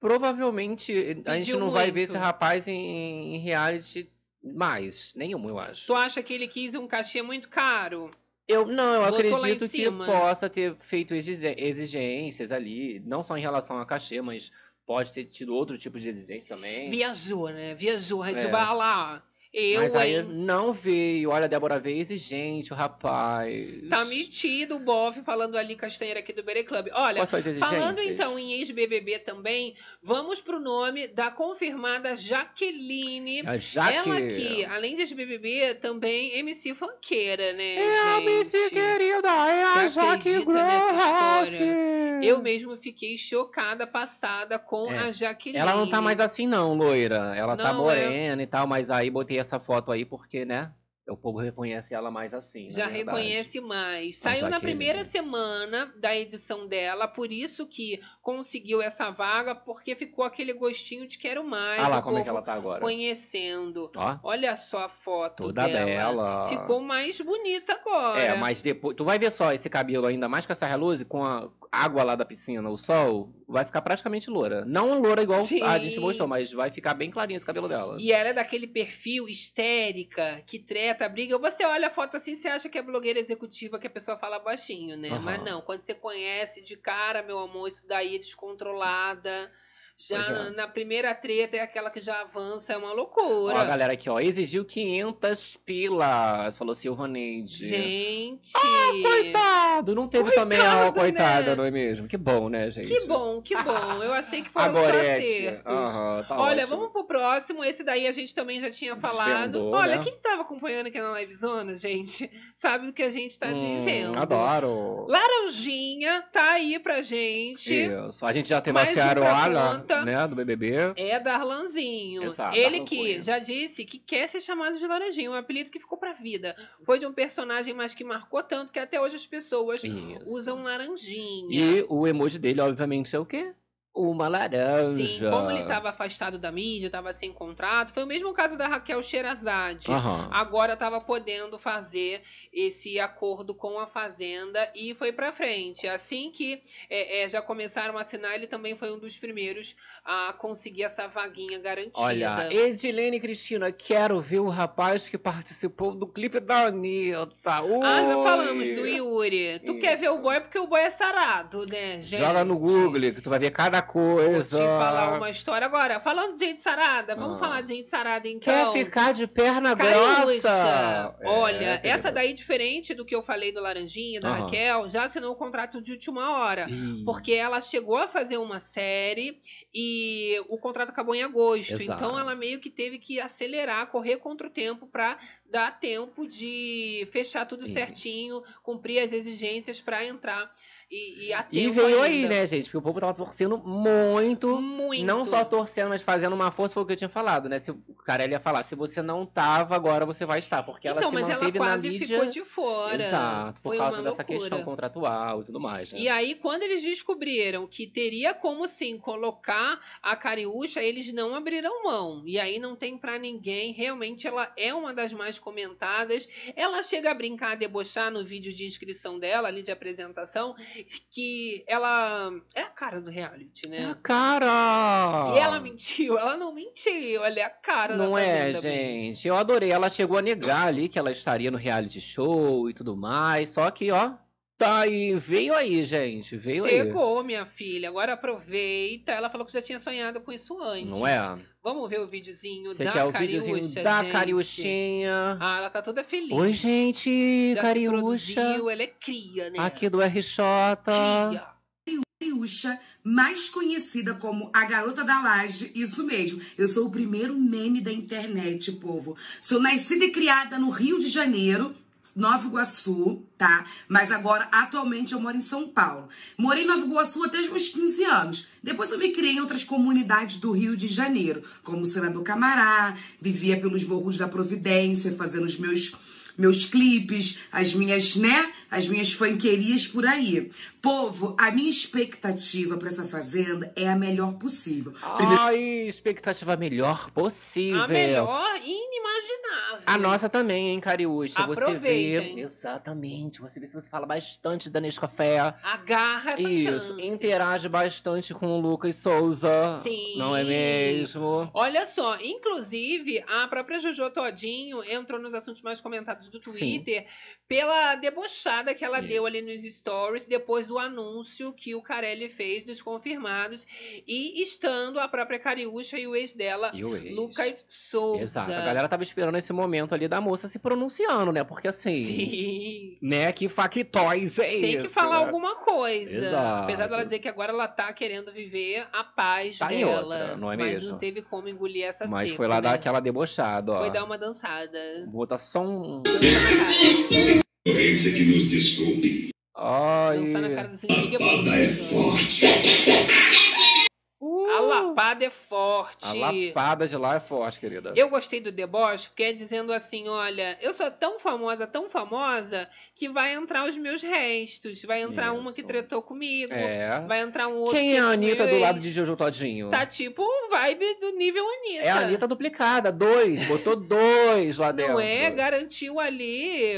[SPEAKER 2] provavelmente a gente
[SPEAKER 1] Pediu
[SPEAKER 2] não vai
[SPEAKER 1] muito.
[SPEAKER 2] ver esse rapaz em, em reality mais. Nenhum, eu acho.
[SPEAKER 1] Tu acha que ele quis um cachê muito caro?
[SPEAKER 2] Eu não, eu
[SPEAKER 1] Botou lá em
[SPEAKER 2] acredito que
[SPEAKER 1] cima.
[SPEAKER 2] possa ter feito exige- exigências ali, não só em relação a cachê, mas pode ter tido outro tipo de exigência também.
[SPEAKER 1] Viajou, né? Viajou, Red
[SPEAKER 2] É.
[SPEAKER 1] Bala. Eu,
[SPEAKER 2] mas aí
[SPEAKER 1] hein?
[SPEAKER 2] não veio. Olha, a Débora veio exigente, o rapaz.
[SPEAKER 1] Tá metido o bofe falando ali castanheira aqui do Bere Club. Olha,
[SPEAKER 2] Quais são as exigências?
[SPEAKER 1] falando então em ex-BBB também, vamos pro nome da confirmada Jaqueline.
[SPEAKER 2] A Jaque.
[SPEAKER 1] Ela que, além de ex-BBB, também MC funkeira, né,
[SPEAKER 2] É, a
[SPEAKER 1] gente?
[SPEAKER 2] MC querida, é a
[SPEAKER 1] Você
[SPEAKER 2] Jaque
[SPEAKER 1] acredita nessa
[SPEAKER 2] Grohowski.
[SPEAKER 1] história? Eu mesmo fiquei chocada, passada com
[SPEAKER 2] É.
[SPEAKER 1] a Jaqueline.
[SPEAKER 2] Ela não tá mais assim, não, loira. Ela tá
[SPEAKER 1] Não, é.
[SPEAKER 2] morena e tal, mas aí botei essa foto aí porque, né? o povo reconhece ela mais assim. na
[SPEAKER 1] Já
[SPEAKER 2] verdade.
[SPEAKER 1] reconhece mais. Saiu na
[SPEAKER 2] Jaqueline.
[SPEAKER 1] primeira semana da edição dela, por isso que conseguiu essa vaga, porque ficou aquele gostinho de quero mais.
[SPEAKER 2] Ah lá,
[SPEAKER 1] o
[SPEAKER 2] como é que
[SPEAKER 1] povo
[SPEAKER 2] ela tá agora.
[SPEAKER 1] Conhecendo.
[SPEAKER 2] Ó.
[SPEAKER 1] Olha só a foto
[SPEAKER 2] Toda
[SPEAKER 1] dela.
[SPEAKER 2] bela.
[SPEAKER 1] Ficou mais bonita agora.
[SPEAKER 2] Ah. É, mas depois. Tu vai ver só esse cabelo ainda mais com essa reluz, com a água lá da piscina, o sol, vai ficar praticamente loura. Não loura igual
[SPEAKER 1] Sim.
[SPEAKER 2] a gente mostrou, mas vai ficar bem clarinho esse cabelo dela.
[SPEAKER 1] E ela é daquele perfil histérica, que treta, briga. Você olha a foto assim, você acha que é blogueira executiva, que a pessoa fala baixinho, né?
[SPEAKER 2] Aham.
[SPEAKER 1] Mas não, quando você conhece de cara, meu amor, isso daí é descontrolada. Já
[SPEAKER 2] Pois é.
[SPEAKER 1] na primeira treta é aquela que já avança, é uma
[SPEAKER 2] Ó,
[SPEAKER 1] loucura.
[SPEAKER 2] a galera aqui, ó, exigiu 500 pilas, falou Silvaneide.
[SPEAKER 1] Gente!
[SPEAKER 2] Ah, Coitado, não teve também a
[SPEAKER 1] Coitado,
[SPEAKER 2] ó, coitada,
[SPEAKER 1] né?
[SPEAKER 2] não é mesmo? Que bom, né, gente?
[SPEAKER 1] Que bom, que bom. Eu achei que foram
[SPEAKER 2] Agora
[SPEAKER 1] só
[SPEAKER 2] é
[SPEAKER 1] acertos.
[SPEAKER 2] Aham, tá
[SPEAKER 1] Olha,
[SPEAKER 2] ótimo.
[SPEAKER 1] vamos pro próximo. Esse daí a gente também já tinha falado.
[SPEAKER 2] Desvendou,
[SPEAKER 1] Olha,
[SPEAKER 2] né?
[SPEAKER 1] quem tava acompanhando aqui na livezona, gente, sabe do que a gente tá
[SPEAKER 2] Hum,
[SPEAKER 1] dizendo.
[SPEAKER 2] Adoro.
[SPEAKER 1] Laranjinha tá aí pra gente.
[SPEAKER 2] Isso. A gente já teve
[SPEAKER 1] Mais
[SPEAKER 2] a
[SPEAKER 1] um
[SPEAKER 2] Ciara
[SPEAKER 1] pra
[SPEAKER 2] Ala,
[SPEAKER 1] conta.
[SPEAKER 2] né, do BBB.
[SPEAKER 1] É Darlanzinho.
[SPEAKER 2] Exato,
[SPEAKER 1] Ele
[SPEAKER 2] Darlan
[SPEAKER 1] que
[SPEAKER 2] Cunha.
[SPEAKER 1] já disse que quer ser chamado de Laranjinha, um apelido que ficou pra vida. Foi de um personagem, mas que marcou tanto que até hoje as pessoas
[SPEAKER 2] Isso.
[SPEAKER 1] usam Laranjinha.
[SPEAKER 2] E o emoji dele, obviamente, é o quê? Uma laranja.
[SPEAKER 1] Sim, como ele tá- estava afastado da mídia, estava sem contrato, foi o mesmo caso da Raquel Sherazade.
[SPEAKER 2] Aham.
[SPEAKER 1] Agora estava podendo fazer esse acordo com a Fazenda e foi para frente. Assim que é, é, já começaram a assinar, ele também foi um dos primeiros a conseguir essa vaguinha garantida. né?
[SPEAKER 2] Olha, Edilene Cristina, quero ver o rapaz que participou do clipe da Anitta.
[SPEAKER 1] Ah, já
[SPEAKER 2] Oi.
[SPEAKER 1] falamos do Yuri. Tu quer ver o boy porque o boy é sarado, né, gente?
[SPEAKER 2] Joga no Google, que tu vai ver cada coisa.
[SPEAKER 1] Vou te falar uma história agora. Falando de gente sarada, vamos
[SPEAKER 2] Ah.
[SPEAKER 1] falar de gente sarada
[SPEAKER 2] Quer
[SPEAKER 1] então.
[SPEAKER 2] ficar de perna
[SPEAKER 1] Cariúcha.
[SPEAKER 2] grossa?
[SPEAKER 1] Olha,
[SPEAKER 2] É,
[SPEAKER 1] essa daí, diferente do que eu falei do Laranjinha, da
[SPEAKER 2] Aham.
[SPEAKER 1] Raquel, já assinou o contrato de última hora.
[SPEAKER 2] Ih.
[SPEAKER 1] Porque ela chegou a fazer uma série e o contrato acabou em agosto.
[SPEAKER 2] Exato.
[SPEAKER 1] Então ela meio que teve que acelerar, correr contra o tempo pra dar tempo de fechar tudo
[SPEAKER 2] Sim.
[SPEAKER 1] certinho, cumprir as exigências pra entrar. E, e a
[SPEAKER 2] E
[SPEAKER 1] tempo
[SPEAKER 2] veio aí,
[SPEAKER 1] ainda.
[SPEAKER 2] né, gente? Porque o povo tava torcendo muito.
[SPEAKER 1] Muito.
[SPEAKER 2] Não só torcendo, mas fazendo uma força, foi o que eu tinha falado, né? Se o Carelli ia falar, se você não tava, agora você vai estar. Porque ela
[SPEAKER 1] então,
[SPEAKER 2] se
[SPEAKER 1] mas ela
[SPEAKER 2] manteve
[SPEAKER 1] quase
[SPEAKER 2] na mídia.
[SPEAKER 1] ficou de fora.
[SPEAKER 2] Exato, por
[SPEAKER 1] Foi
[SPEAKER 2] causa
[SPEAKER 1] uma
[SPEAKER 2] dessa
[SPEAKER 1] loucura.
[SPEAKER 2] questão contratual e tudo mais. Né?
[SPEAKER 1] E aí, quando eles descobriram que teria como sim colocar a Cariúcha, eles não abriram mão. E aí não tem pra ninguém. Realmente, ela é uma das mais comentadas. Ela chega a brincar, a debochar no vídeo de inscrição dela, ali de apresentação, que ela é a cara do reality, né?
[SPEAKER 2] Cara!
[SPEAKER 1] E ela é mentiu, ela não mentiu, ela é a cara da
[SPEAKER 2] Ah. Não é,
[SPEAKER 1] Fazenda mesmo.
[SPEAKER 2] gente. Eu adorei. Ela chegou a negar ali que ela estaria no reality show e tudo mais. Só que, ó, tá aí. Veio aí, gente. Veio aí.
[SPEAKER 1] Chegou, minha filha. Agora aproveita. Ela falou que já tinha sonhado com isso antes.
[SPEAKER 2] Não é?
[SPEAKER 1] Vamos ver o videozinho
[SPEAKER 2] Você
[SPEAKER 1] da
[SPEAKER 2] quer o
[SPEAKER 1] Cariúcha,
[SPEAKER 2] videozinho da
[SPEAKER 1] gente.
[SPEAKER 2] Cariúchinha?
[SPEAKER 1] Ah, ela tá toda feliz.
[SPEAKER 2] Oi, gente.
[SPEAKER 1] Já se
[SPEAKER 2] Cariúcha.
[SPEAKER 1] produziu, ela é cria, né?
[SPEAKER 2] Aqui do RJ.
[SPEAKER 14] Cariúcha, mais conhecida como a garota da laje, isso mesmo. Eu sou o primeiro meme da internet, povo. Sou nascida e criada no Rio de Janeiro, Nova Iguaçu, tá? Mas agora, atualmente, eu moro em São Paulo. Morei em Nova Iguaçu até os meus 15 anos. Depois eu me criei em outras comunidades do Rio de Janeiro, como Senador Camará, vivia pelos morros da Providência, fazendo os meus meus clipes, as minhas, né? As minhas funkerias por aí. Povo, a minha expectativa pra essa fazenda é a melhor possível.
[SPEAKER 2] Ai, expectativa melhor possível.
[SPEAKER 1] A melhor inimaginável.
[SPEAKER 2] A nossa também, hein, Cariúcha? Você vê.
[SPEAKER 1] Aproveitem.
[SPEAKER 2] Exatamente. Você vê se você fala bastante da Nescafé.
[SPEAKER 1] Agarra essa
[SPEAKER 2] Isso.
[SPEAKER 1] chance.
[SPEAKER 2] Interage bastante com o Lucas Souza.
[SPEAKER 1] Sim.
[SPEAKER 2] Não é mesmo?
[SPEAKER 1] Olha só, inclusive a própria Jojo Todinho entrou nos assuntos mais comentados do Twitter pela debochada que ela deu ali nos stories depois do anúncio que o Carelli fez dos confirmados e estando a própria Cariúcha e o ex dela,
[SPEAKER 2] E o ex.
[SPEAKER 1] Lucas Souza.
[SPEAKER 2] Exato. A galera tava esperando esse momento ali da moça se pronunciando, né? Porque assim.
[SPEAKER 1] Sim.
[SPEAKER 2] Né? Que factóis é
[SPEAKER 1] Tem
[SPEAKER 2] isso?
[SPEAKER 1] que falar
[SPEAKER 2] né?
[SPEAKER 1] alguma coisa.
[SPEAKER 2] Exato.
[SPEAKER 1] Apesar dela dizer que agora ela tá querendo viver a paz
[SPEAKER 2] Tá em
[SPEAKER 1] dela.
[SPEAKER 2] outra, não é
[SPEAKER 1] mas
[SPEAKER 2] mesmo?
[SPEAKER 1] não teve como engolir essa
[SPEAKER 2] Mas
[SPEAKER 1] seco,
[SPEAKER 2] foi lá
[SPEAKER 1] né?
[SPEAKER 2] dar aquela debochada, ó.
[SPEAKER 1] Foi dar uma dançada.
[SPEAKER 2] Vou botar só um.
[SPEAKER 15] Esse que nos desculpe.
[SPEAKER 2] Ai.
[SPEAKER 1] né?
[SPEAKER 2] Uh!
[SPEAKER 1] Dançar na cara desse inimigo é bom. A lapada lapada é forte.
[SPEAKER 2] A lapada de lá é forte, querida.
[SPEAKER 1] Eu gostei do deboche porque é dizendo assim: olha, eu sou tão famosa, tão famosa, que vai entrar os meus restos. Vai entrar uma que tretou comigo.
[SPEAKER 2] É.
[SPEAKER 1] Vai entrar um outro.
[SPEAKER 2] Quem
[SPEAKER 1] que
[SPEAKER 2] é a
[SPEAKER 1] meu
[SPEAKER 2] Anitta do
[SPEAKER 1] ex.
[SPEAKER 2] lado de Jojo Todinho?
[SPEAKER 1] Tá tipo um vibe do nível Anitta.
[SPEAKER 2] É a Anitta duplicada, dois. Botou dois lá dentro.
[SPEAKER 1] Não é? Garantiu ali.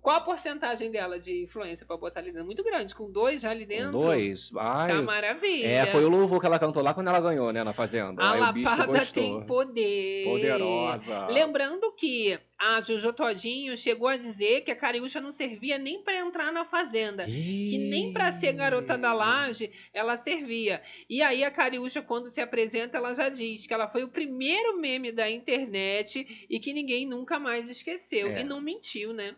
[SPEAKER 1] Qual a porcentagem dela de influência pra botar ali dentro? Muito grande, com dois já ali dentro.
[SPEAKER 2] Dois. Ai.
[SPEAKER 1] Tá maravilha.
[SPEAKER 2] É, foi o louvor que ela cantou lá quando ela ganhou, né, na Fazenda.
[SPEAKER 1] A
[SPEAKER 2] Aí o bicho
[SPEAKER 1] lapada
[SPEAKER 2] gostou.
[SPEAKER 1] tem poder.
[SPEAKER 2] Poderosa.
[SPEAKER 1] Lembrando que a Jojo Todinho chegou a dizer que a Cariúcha não servia nem pra entrar na fazenda. Que nem pra ser garota da laje ela servia. E aí a Cariúcha, quando se apresenta, ela já diz que ela foi o primeiro meme da internet e que ninguém nunca mais esqueceu.
[SPEAKER 2] É.
[SPEAKER 1] E não mentiu, né?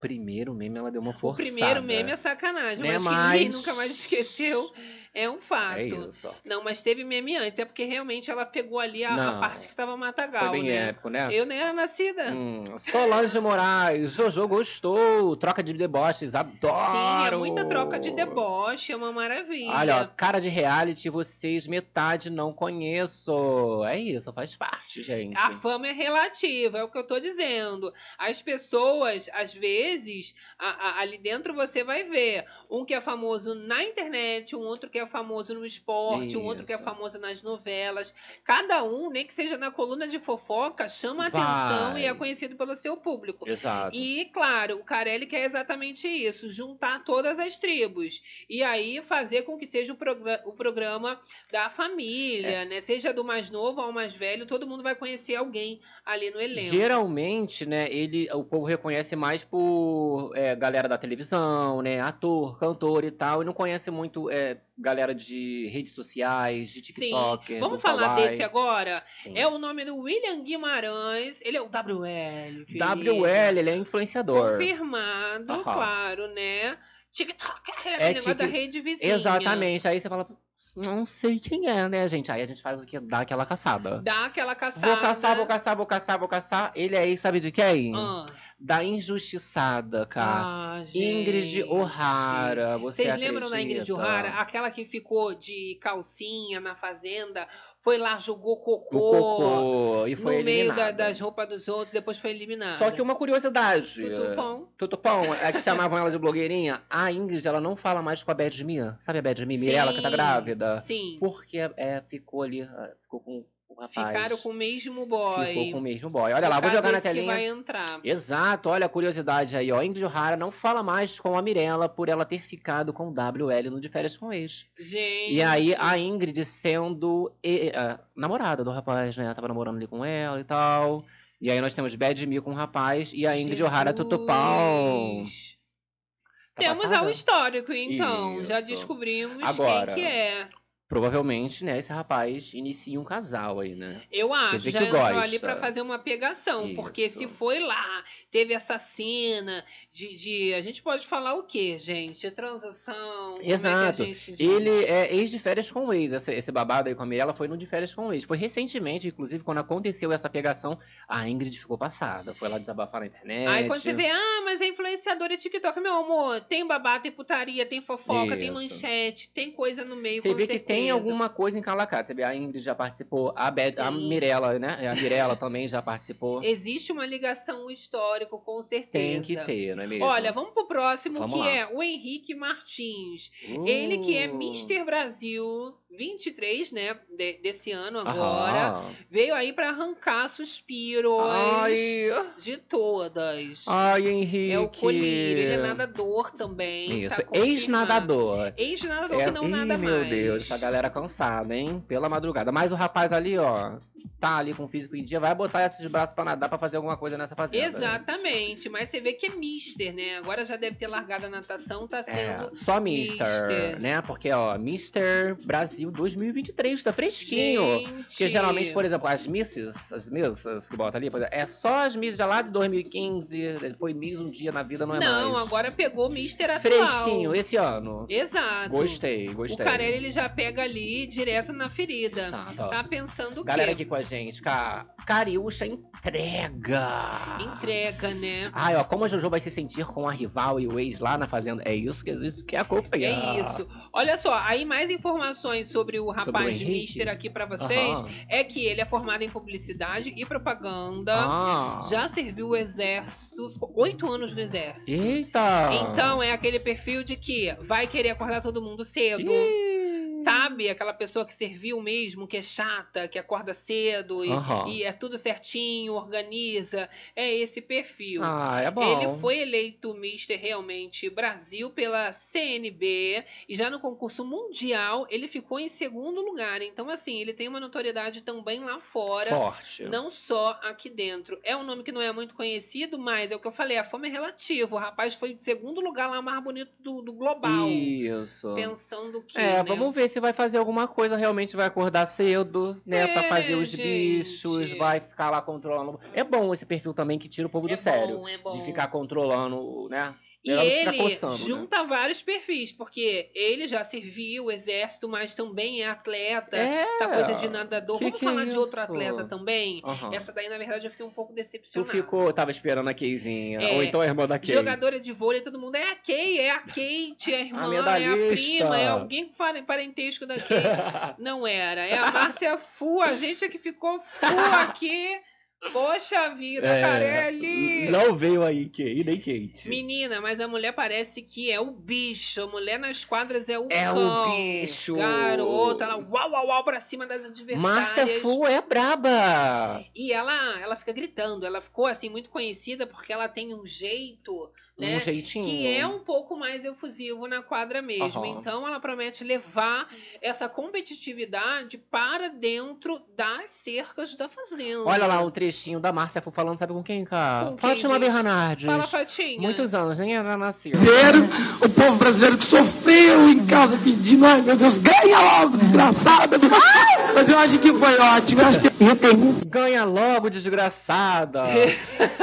[SPEAKER 2] Primeiro meme, ela deu uma
[SPEAKER 1] O
[SPEAKER 2] forçada.
[SPEAKER 1] primeiro meme é sacanagem,
[SPEAKER 2] Né,
[SPEAKER 1] mas, que ninguém
[SPEAKER 2] mas-
[SPEAKER 1] nunca mais esqueceu é um fato.
[SPEAKER 2] É isso.
[SPEAKER 1] Não, mas teve meme antes. É porque realmente ela pegou ali a, a
[SPEAKER 2] Não.
[SPEAKER 1] parte que estava Matagal,
[SPEAKER 2] Foi bem
[SPEAKER 1] né?
[SPEAKER 2] épico, né?
[SPEAKER 1] Eu nem era nascida.
[SPEAKER 2] Hum, Solange Moraes, Jojo gostou, troca de deboches, adoro.
[SPEAKER 1] Sim, é muita troca de deboche, é uma maravilha.
[SPEAKER 2] Olha, ó, cara de reality, vocês metade não conheço. É isso, faz parte, gente.
[SPEAKER 1] A fama é relativa, é o que eu tô dizendo. As pessoas, às vezes, a- a- ali dentro você vai ver um que é famoso na internet, um outro que é famoso no esporte, um outro que é
[SPEAKER 2] Isso.
[SPEAKER 1] famoso nas novelas. Cada um, nem que seja na coluna de fofoca, chama
[SPEAKER 2] Vai.
[SPEAKER 1] atenção e é conhecido pelo seu público.
[SPEAKER 2] Exato.
[SPEAKER 1] E, claro, o Carelli quer exatamente isso: juntar todas as tribos. E aí fazer com que seja o, progra- o programa
[SPEAKER 2] É.
[SPEAKER 1] da família, né? Seja do mais novo ao mais velho, todo mundo vai conhecer alguém ali no elenco.
[SPEAKER 2] Geralmente, né, ele, o povo reconhece mais por é, galera da televisão, né, ator, cantor e tal, e não conhece muito é, galera de redes sociais, de
[SPEAKER 1] Sim.
[SPEAKER 2] TikTok.
[SPEAKER 1] Vamos
[SPEAKER 2] do
[SPEAKER 1] falar
[SPEAKER 2] Kawaii.
[SPEAKER 1] desse agora?
[SPEAKER 2] Sim.
[SPEAKER 1] É o nome do William Guimarães. Ele é o WL. querida.
[SPEAKER 2] WL, ele é influenciador.
[SPEAKER 1] Confirmado,
[SPEAKER 2] Aham.
[SPEAKER 1] claro, né? TikTok, aquele
[SPEAKER 2] É
[SPEAKER 1] negócio da
[SPEAKER 2] tique-
[SPEAKER 1] rede vizinha.
[SPEAKER 2] Exatamente. Aí você fala, não sei quem é, né, gente? Aí a gente faz o que? Dá aquela caçada.
[SPEAKER 1] Dá aquela caçada.
[SPEAKER 2] Vou caçar, vou caçar, vou caçar, vou caçar. Ele aí sabe de quem?
[SPEAKER 1] Ah.
[SPEAKER 2] Da injustiçada, cara.
[SPEAKER 1] Ah,
[SPEAKER 2] Tá. Ingrid O'Hara. Você
[SPEAKER 1] Vocês lembram da Ingrid
[SPEAKER 2] acredita?
[SPEAKER 1] O'Hara? Aquela que ficou de calcinha na fazenda, foi lá, jogou cocô,
[SPEAKER 2] O cocô. E foi
[SPEAKER 1] no meio
[SPEAKER 2] eliminada.
[SPEAKER 1] da- das roupas dos outros, depois foi eliminada.
[SPEAKER 2] Só que uma curiosidade.
[SPEAKER 1] Tutupom.
[SPEAKER 2] Tutupom, é que chamavam ela de blogueirinha. A Ingrid, ela não fala mais com a Bad Mia. Sabe a Bad Mia,
[SPEAKER 1] Sim,
[SPEAKER 2] Mirella, que tá grávida?
[SPEAKER 1] sim.
[SPEAKER 2] Porque é, ficou ali, é, ficou com o rapaz.
[SPEAKER 1] Ficaram com o mesmo boy.
[SPEAKER 2] Ficou com o mesmo boy. Olha lá,
[SPEAKER 1] No
[SPEAKER 2] vou
[SPEAKER 1] caso,
[SPEAKER 2] jogar na
[SPEAKER 1] esse que
[SPEAKER 2] telinha.
[SPEAKER 1] vai entrar.
[SPEAKER 2] Exato, olha a curiosidade aí, ó. Ingrid O'Hara não fala mais com a Mirella por ela ter ficado com o WL no De Férias com Ex.
[SPEAKER 1] Gente.
[SPEAKER 2] E aí a Ingrid sendo eh, eh, namorada do rapaz, né? Tava namorando ali com ela e tal. E aí nós temos Bad Me com o rapaz e a Ingrid O'Hara tutupão. Tá
[SPEAKER 1] Temos já
[SPEAKER 2] passada?
[SPEAKER 1] o histórico, então. Já
[SPEAKER 2] Isso.
[SPEAKER 1] descobrimos
[SPEAKER 2] Agora.
[SPEAKER 1] quem que é.
[SPEAKER 2] Provavelmente, né, esse rapaz inicia um casal aí, né?
[SPEAKER 1] Eu
[SPEAKER 2] Quer
[SPEAKER 1] acho,
[SPEAKER 2] dizer
[SPEAKER 1] já
[SPEAKER 2] que
[SPEAKER 1] entrou
[SPEAKER 2] gosta.
[SPEAKER 1] ali pra fazer uma pegação, porque se foi lá, teve essa cena de, de- a gente pode falar o quê, gente? Transação, como é que
[SPEAKER 2] Exato.
[SPEAKER 1] a gente diz?
[SPEAKER 2] Ele é ex de férias com o ex. Esse, esse babado aí com a Mirella foi no de férias com o ex. Foi recentemente, inclusive, quando aconteceu essa pegação, a Ingrid ficou passada. Foi lá desabafar na internet.
[SPEAKER 1] Aí quando você vê, ah, mas é influenciador e TikTok, meu amor, tem babá, tem putaria, tem fofoca, tem
[SPEAKER 2] Isso.
[SPEAKER 1] manchete, tem coisa no meio,
[SPEAKER 2] Você
[SPEAKER 1] com
[SPEAKER 2] vê que
[SPEAKER 1] certeza.
[SPEAKER 2] tem alguma coisa encalacada. Você vê, a Ingrid já participou, a, Beth, a
[SPEAKER 1] Sim.
[SPEAKER 2] Mirella, né? A Mirella também já participou.
[SPEAKER 1] Existe uma ligação histórico, com
[SPEAKER 2] Tem
[SPEAKER 1] certeza.
[SPEAKER 2] que ter, não é mesmo?
[SPEAKER 1] Olha, vamos pro próximo,
[SPEAKER 2] Vamos
[SPEAKER 1] que
[SPEAKER 2] lá.
[SPEAKER 1] é o Henrique Martins. Ele que é
[SPEAKER 2] Uh.
[SPEAKER 1] Mr. Brasil 23, né, de- desse ano agora.
[SPEAKER 2] Aham.
[SPEAKER 1] Veio aí pra arrancar suspiros
[SPEAKER 2] Ai.
[SPEAKER 1] de todas.
[SPEAKER 2] Ai, Henrique.
[SPEAKER 1] É o colírio, ele é nadador também.
[SPEAKER 2] Isso,
[SPEAKER 1] tá confirmado.
[SPEAKER 2] ex-nadador.
[SPEAKER 1] Ex-nadador
[SPEAKER 2] É,
[SPEAKER 1] que não
[SPEAKER 2] ih,
[SPEAKER 1] nada
[SPEAKER 2] meu
[SPEAKER 1] mais.
[SPEAKER 2] Deus, tá essa galera cansada, hein? Pela madrugada. Mas o rapaz ali, ó, tá ali com o físico em dia, vai botar esses braços pra nadar pra fazer alguma coisa nessa fazenda.
[SPEAKER 1] Exatamente, mas você vê que é mister, né? Agora já deve ter largado a natação, tá
[SPEAKER 2] É,
[SPEAKER 1] sendo
[SPEAKER 2] só Mister, né? Porque, ó, Mister Brasil 2023 tá fresquinho.
[SPEAKER 1] Gente.
[SPEAKER 2] Porque geralmente, por exemplo, as Misses, as Misses que bota ali, por exemplo, é só as Misses já lá de 2015. Foi Miss um dia na vida, não é
[SPEAKER 1] Não,
[SPEAKER 2] mais.
[SPEAKER 1] agora pegou o Mister atual.
[SPEAKER 2] Fresquinho, esse ano.
[SPEAKER 1] Exato.
[SPEAKER 2] Gostei,
[SPEAKER 1] O
[SPEAKER 2] gostei.
[SPEAKER 1] Carelli ele já pega chega ali direto na ferida.
[SPEAKER 2] Exato, ó.
[SPEAKER 1] Tá pensando o quê?
[SPEAKER 2] Galera aqui com a gente, cara. Cariúcha entrega.
[SPEAKER 1] Entrega, né?
[SPEAKER 2] Ai, ó, como a Jojo vai se sentir com a rival e o ex lá na fazenda? É isso que a gente quer acompanhar.
[SPEAKER 1] É isso. Olha só, aí mais informações sobre o rapaz
[SPEAKER 2] Henrique?
[SPEAKER 1] Mister aqui pra vocês
[SPEAKER 2] Aham.
[SPEAKER 1] é que ele é formado em publicidade e propaganda,
[SPEAKER 2] Ah.
[SPEAKER 1] já serviu o exército, ficou oito anos no exército.
[SPEAKER 2] Eita!
[SPEAKER 1] Então é aquele perfil de que vai querer acordar todo mundo cedo. Sabe? Aquela pessoa que serviu mesmo, que é chata, que acorda cedo e,
[SPEAKER 2] Aham.
[SPEAKER 1] e é tudo certinho, organiza. É esse perfil.
[SPEAKER 2] Ah, é bom.
[SPEAKER 1] Ele foi eleito Mister Realmente Brasil pela CNB e já no concurso mundial ele ficou em segundo lugar. Então, assim, ele tem uma notoriedade também lá fora.
[SPEAKER 2] Forte.
[SPEAKER 1] Não só aqui dentro. É um nome que não é muito conhecido, mas é o que eu falei, a fama é relativa. O rapaz foi em segundo lugar lá, mais bonito do, do global.
[SPEAKER 2] Isso.
[SPEAKER 1] Pensando que.
[SPEAKER 2] É,
[SPEAKER 1] né?
[SPEAKER 2] vamos ver se vai fazer alguma coisa, realmente vai acordar cedo, né? pra
[SPEAKER 1] É,
[SPEAKER 2] fazer os
[SPEAKER 1] gente.
[SPEAKER 2] bichos, vai ficar lá controlando. É bom esse perfil também que tira o povo do sério.
[SPEAKER 1] bom, é bom.
[SPEAKER 2] De ficar controlando, né?
[SPEAKER 1] E
[SPEAKER 2] Ela fica
[SPEAKER 1] ele
[SPEAKER 2] coçando, né?
[SPEAKER 1] junta vários perfis, porque ele já serviu o exército, mas também é atleta.
[SPEAKER 2] É.
[SPEAKER 1] Essa coisa de nadador.
[SPEAKER 2] Que
[SPEAKER 1] Vamos
[SPEAKER 2] que é
[SPEAKER 1] falar de outro
[SPEAKER 2] isso?
[SPEAKER 1] atleta também?
[SPEAKER 2] Aham.
[SPEAKER 1] Essa daí, na verdade, eu fiquei um pouco
[SPEAKER 2] Tu
[SPEAKER 1] decepcionada.
[SPEAKER 2] ficou, tava esperando a Keizinha.
[SPEAKER 1] É,
[SPEAKER 2] Ou então a irmã da Kei.
[SPEAKER 1] Jogadora de vôlei, todo mundo é a Kay, é a Kate, é a irmã, é a
[SPEAKER 2] medalhista.
[SPEAKER 1] prima, é alguém fare- parentesco da Kay. Não era, é a Márcia Fu, a gente é que ficou Fu aqui. Poxa vida,
[SPEAKER 2] É,
[SPEAKER 1] Carelli!
[SPEAKER 2] Não veio aí, Kei, nem Kate.
[SPEAKER 1] Menina, mas a mulher parece que é o bicho. A mulher nas quadras é o
[SPEAKER 2] É o
[SPEAKER 1] cão.
[SPEAKER 2] bicho.
[SPEAKER 1] Garota, ela uau, uau, uau pra cima das adversárias. É,
[SPEAKER 2] Márcia Fu é braba.
[SPEAKER 1] E ela, ela fica gritando. Ela ficou, assim, muito conhecida porque ela tem um jeito, né?
[SPEAKER 2] Um jeitinho.
[SPEAKER 1] Que é um pouco mais efusivo na quadra mesmo.
[SPEAKER 2] Aham.
[SPEAKER 1] Então, ela promete levar essa competitividade para dentro das cercas da fazenda.
[SPEAKER 2] Olha lá um trechinho da Márcia Fu falando, sabe com quem, cara?
[SPEAKER 1] Com quem,
[SPEAKER 2] Fátima
[SPEAKER 1] gente?
[SPEAKER 2] Bernardes.
[SPEAKER 1] Fala, né? Fatinha.
[SPEAKER 2] Muitos anos, nem era nascida.
[SPEAKER 15] O povo brasileiro que sofreu em casa pedindo, ai meu Deus, ganha logo, desgraçada. Mas eu acho que foi ótimo. Eu acho que eu tenho um
[SPEAKER 2] Ganha logo, desgraçada.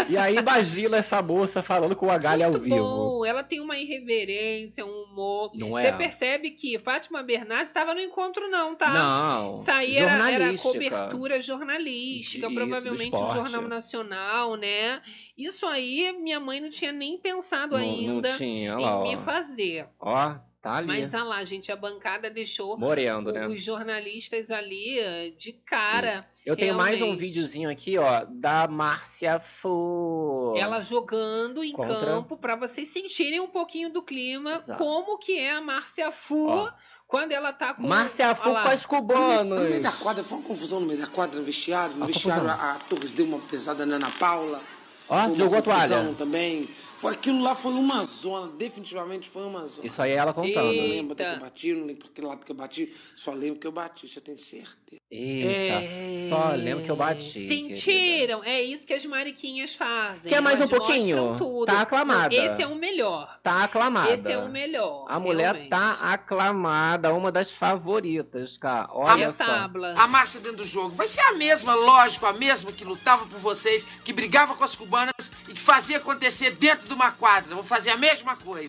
[SPEAKER 2] e aí imagina essa moça falando com a galha ao vivo.
[SPEAKER 1] bom, ela tem uma irreverência, um humor.
[SPEAKER 2] Não é?
[SPEAKER 1] Você percebe que Fátima Bernardes estava no encontro, não, tá?
[SPEAKER 2] Não,
[SPEAKER 1] Isso aí era, era
[SPEAKER 2] jornalística.
[SPEAKER 1] cobertura jornalística,
[SPEAKER 2] Isso, do
[SPEAKER 1] provavelmente um
[SPEAKER 2] esporte.
[SPEAKER 1] jornal nacional, né? Isso aí minha mãe não tinha nem pensado
[SPEAKER 2] Não- não
[SPEAKER 1] ainda
[SPEAKER 2] tinha,
[SPEAKER 1] em
[SPEAKER 2] olha lá,
[SPEAKER 1] me
[SPEAKER 2] ó.
[SPEAKER 1] fazer.
[SPEAKER 2] Ó, tá ali.
[SPEAKER 1] Mas olha lá, gente, a bancada deixou
[SPEAKER 2] Morendo, né?
[SPEAKER 1] os jornalistas ali eh, de cara.
[SPEAKER 2] Eu tenho mais um
[SPEAKER 1] Realmente.
[SPEAKER 2] videozinho aqui, ó, da Márcia Fu.
[SPEAKER 1] Ela jogando em
[SPEAKER 2] Contra-
[SPEAKER 1] campo pra vocês sentirem um pouquinho do clima,
[SPEAKER 2] Exato.
[SPEAKER 1] como que é a Márcia Fu quando ela tá com
[SPEAKER 2] Márcia Fu
[SPEAKER 1] Olha lá.
[SPEAKER 2] com as cubanos.
[SPEAKER 15] No meio da quadra, foi uma confusão no meio da quadra, no vestiário. No
[SPEAKER 2] A
[SPEAKER 15] vestiário,
[SPEAKER 2] confusão.
[SPEAKER 15] a, a Torres deu uma pesada na Ana Paula.
[SPEAKER 2] Ó,
[SPEAKER 15] foi uma
[SPEAKER 2] Ah, jogou a
[SPEAKER 15] confusão
[SPEAKER 2] toalha.
[SPEAKER 15] também. Foi, aquilo lá foi uma zona, definitivamente foi uma zona.
[SPEAKER 2] Isso aí é ela contando.
[SPEAKER 15] Eu não lembro até que eu bati, não lembro pra que lado que eu bati, só lembro que eu bati, isso eu tenho certeza.
[SPEAKER 2] Eita, só
[SPEAKER 1] É,
[SPEAKER 2] lembro que eu bati. querida.
[SPEAKER 1] Sentiram? É isso que as mariquinhas fazem.
[SPEAKER 2] Quer mais
[SPEAKER 1] Elas
[SPEAKER 2] um pouquinho?
[SPEAKER 1] mostram Tudo.
[SPEAKER 2] Tá aclamada.
[SPEAKER 1] Não, esse é o melhor.
[SPEAKER 2] Tá aclamada.
[SPEAKER 1] Esse é o melhor.
[SPEAKER 2] A mulher
[SPEAKER 1] realmente. Ah,
[SPEAKER 2] tá aclamada, uma das favoritas, cara.
[SPEAKER 15] A
[SPEAKER 2] Olha só.
[SPEAKER 1] tá.
[SPEAKER 15] A Márcia dentro do jogo vai ser a mesma, lógico, a mesma que lutava por vocês, que brigava com as cubanas e que fazia acontecer dentro de uma quadra. Vou fazer a mesma coisa.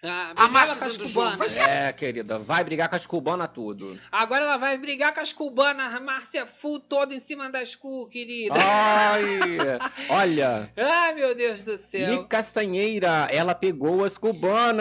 [SPEAKER 1] Ah,
[SPEAKER 15] A
[SPEAKER 1] brigava
[SPEAKER 15] Márcia
[SPEAKER 1] com as
[SPEAKER 15] dentro do jogo vai
[SPEAKER 1] cubanas.
[SPEAKER 15] ser
[SPEAKER 2] É, querida, vai brigar com as cubanas tudo.
[SPEAKER 1] Agora ela vai brigar com as cubanas, a Márcia Fu toda em cima das cu, querida.
[SPEAKER 2] Ai, olha.
[SPEAKER 1] Ai, meu Deus do céu.
[SPEAKER 2] E Castanheira, ela pegou as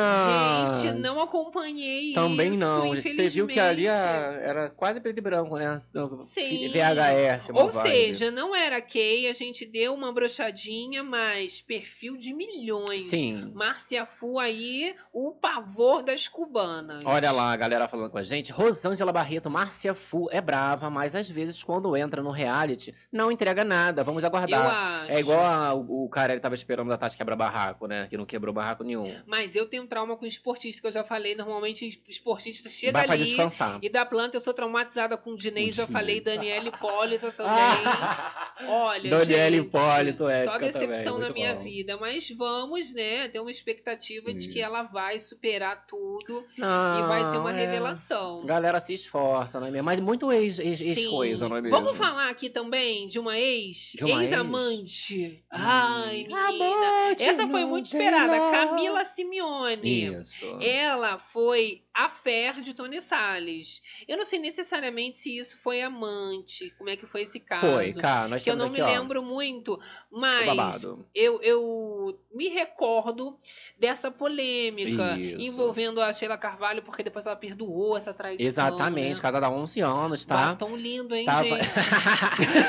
[SPEAKER 2] cubanas.
[SPEAKER 1] Gente, não acompanhei
[SPEAKER 2] Também
[SPEAKER 1] isso,
[SPEAKER 2] não. Você
[SPEAKER 1] infelizmente.
[SPEAKER 2] viu que ali ah, era quase preto e branco, né?
[SPEAKER 1] Sim.
[SPEAKER 2] VHS. uma
[SPEAKER 1] Ou
[SPEAKER 2] vibe.
[SPEAKER 1] seja, não era Kay, a gente deu uma brochadinha, mas perfil de milhões.
[SPEAKER 2] Sim.
[SPEAKER 1] Márcia Fu aí, o pavor das cubanas.
[SPEAKER 2] Olha lá a galera falando com a gente. Rosângela Barreto, Márcia Fu é brava, mas às vezes quando entra no reality, não entrega nada. Vamos aguardar.
[SPEAKER 1] Eu acho.
[SPEAKER 2] É igual a- o, o cara que tava esperando da Tati quebrar barraco, né? Que não quebrou barraco nenhum.
[SPEAKER 1] Mas eu tenho trauma com esportista, que eu já falei. Normalmente, esportista chega
[SPEAKER 2] Vai pra
[SPEAKER 1] ali
[SPEAKER 2] descansar.
[SPEAKER 1] e da planta eu sou traumatizada com o Dinei, já falei, Daniela Hipólita também. Olha,
[SPEAKER 2] Daniela
[SPEAKER 1] gente,
[SPEAKER 2] Hipólito,
[SPEAKER 1] só
[SPEAKER 2] épica também,
[SPEAKER 1] decepção na
[SPEAKER 2] muito
[SPEAKER 1] minha
[SPEAKER 2] bom.
[SPEAKER 1] vida. Mas vamos, né, ter uma expectativa de que ela vai vai superar tudo
[SPEAKER 2] Não,
[SPEAKER 1] e vai ser uma
[SPEAKER 2] é.
[SPEAKER 1] revelação.
[SPEAKER 2] Galera se esforça, não é mesmo? Mas muito ex- ex- ex-coisa, não é mesmo?
[SPEAKER 1] Vamos falar aqui também de uma ex?
[SPEAKER 2] De uma ex? Hum.
[SPEAKER 1] Ex-amante. Ai, menina.
[SPEAKER 2] Amante,
[SPEAKER 1] Essa foi
[SPEAKER 2] não
[SPEAKER 1] muito
[SPEAKER 2] tem
[SPEAKER 1] esperada.
[SPEAKER 2] lá.
[SPEAKER 1] Camila Simeone.
[SPEAKER 2] Isso.
[SPEAKER 1] É, Ela foi a fer de Tony Salles. Eu não sei necessariamente se isso foi amante, como é que foi esse caso.
[SPEAKER 2] Foi, cá, nós
[SPEAKER 1] que eu
[SPEAKER 2] temos
[SPEAKER 1] não me
[SPEAKER 2] aqui, ó,
[SPEAKER 1] lembro muito,
[SPEAKER 2] o
[SPEAKER 1] mas
[SPEAKER 2] babado.
[SPEAKER 1] eu, eu me recordo dessa polêmica
[SPEAKER 2] Isso.
[SPEAKER 1] envolvendo a Sheila Carvalho, porque depois ela perdoou essa traição.
[SPEAKER 2] Exatamente,
[SPEAKER 1] né?
[SPEAKER 2] casada há 11 anos, tá?
[SPEAKER 1] Tá tão lindo, hein,
[SPEAKER 2] Tava-
[SPEAKER 1] gente?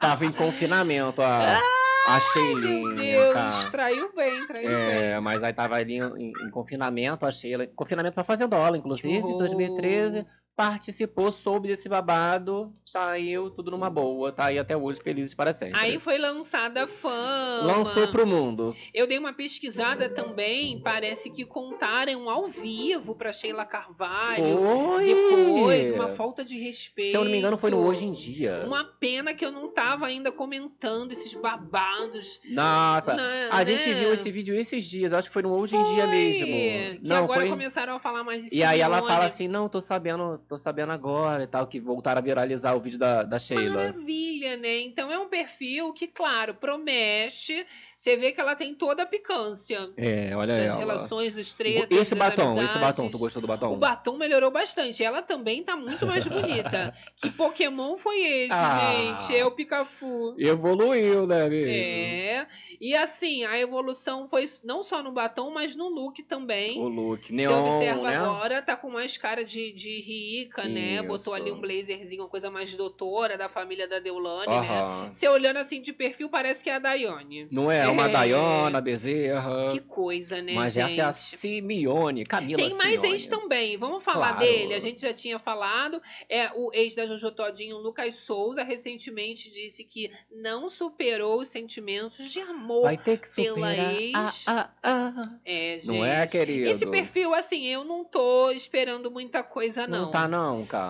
[SPEAKER 2] Tava em confinamento a, a Sheilinha,
[SPEAKER 1] Meu Deus, tá
[SPEAKER 2] cara.
[SPEAKER 1] traiu bem, traiu bem.
[SPEAKER 2] tá? É, mas aí tava ali em, em confinamento, a Sheila. Confinamento pra fazendola, inclusive, em 2013. Participou, soube desse babado, saiu tudo numa boa, tá aí até hoje, felizes para sempre.
[SPEAKER 1] Aí foi lançada a fama.
[SPEAKER 2] Lançou pro mundo.
[SPEAKER 1] Eu dei uma pesquisada também, parece que contaram ao vivo pra Sheila Carvalho.
[SPEAKER 2] Foi!
[SPEAKER 1] Depois, uma falta de respeito.
[SPEAKER 2] Se eu não me engano, foi no Hoje em Dia.
[SPEAKER 1] Uma pena que eu não tava ainda comentando esses babados.
[SPEAKER 2] Nossa,
[SPEAKER 1] Né,
[SPEAKER 2] Tá. a gente
[SPEAKER 1] né?
[SPEAKER 2] viu esse vídeo esses dias, acho que foi no Hoje em Dia
[SPEAKER 1] Que
[SPEAKER 2] mesmo. Não,
[SPEAKER 1] agora
[SPEAKER 2] foi...
[SPEAKER 1] começaram a falar mais de
[SPEAKER 2] E aí ela
[SPEAKER 1] Simone.
[SPEAKER 2] fala assim, não, tô sabendo, tô sabendo agora e tal, que voltaram a viralizar o vídeo da, da Sheila.
[SPEAKER 1] maravilha, né? Então é um perfil que, claro, promete. Você vê que ela tem toda a picância.
[SPEAKER 2] É, olha
[SPEAKER 1] das
[SPEAKER 2] ela.
[SPEAKER 1] relações, dos tretas,
[SPEAKER 2] esse
[SPEAKER 1] das
[SPEAKER 2] batom, esse
[SPEAKER 1] amizades.
[SPEAKER 2] batom, tu gostou do batom?
[SPEAKER 1] O batom melhorou bastante. Ela também tá muito mais bonita. que Pokémon foi esse,
[SPEAKER 2] Ah.
[SPEAKER 1] gente? É o Pikachu.
[SPEAKER 2] Evoluiu, né, mesmo?
[SPEAKER 1] É. E assim, a evolução foi não só no batom, mas no look também.
[SPEAKER 2] O look
[SPEAKER 1] Você
[SPEAKER 2] neon,
[SPEAKER 1] observa
[SPEAKER 2] né?
[SPEAKER 1] agora, tá com mais cara de, de rica, né? Botou ali um blazerzinho, uma coisa mais doutora da família da Deulane, né?
[SPEAKER 2] Aham.
[SPEAKER 1] Você olhando assim de perfil, parece que é a Daiane.
[SPEAKER 2] Não é? Uma Dayana, Bezerra.
[SPEAKER 1] Que coisa, né,
[SPEAKER 2] Ah, Mas
[SPEAKER 1] gente?
[SPEAKER 2] essa é a Simeone, Camila
[SPEAKER 1] Tem mais
[SPEAKER 2] Simeone.
[SPEAKER 1] ex também, vamos falar
[SPEAKER 2] Claro.
[SPEAKER 1] dele, a gente já tinha falado, é o ex da Jojo Todinho, Lucas Souza, recentemente disse que não superou os sentimentos de amor
[SPEAKER 2] Vai ter que
[SPEAKER 1] pela
[SPEAKER 2] superar.
[SPEAKER 1] ex.
[SPEAKER 2] Ah, ah, ah.
[SPEAKER 1] É, gente.
[SPEAKER 2] Não é, querido?
[SPEAKER 1] Esse perfil, assim, eu não tô esperando muita coisa, não.
[SPEAKER 2] Não tá não, cara.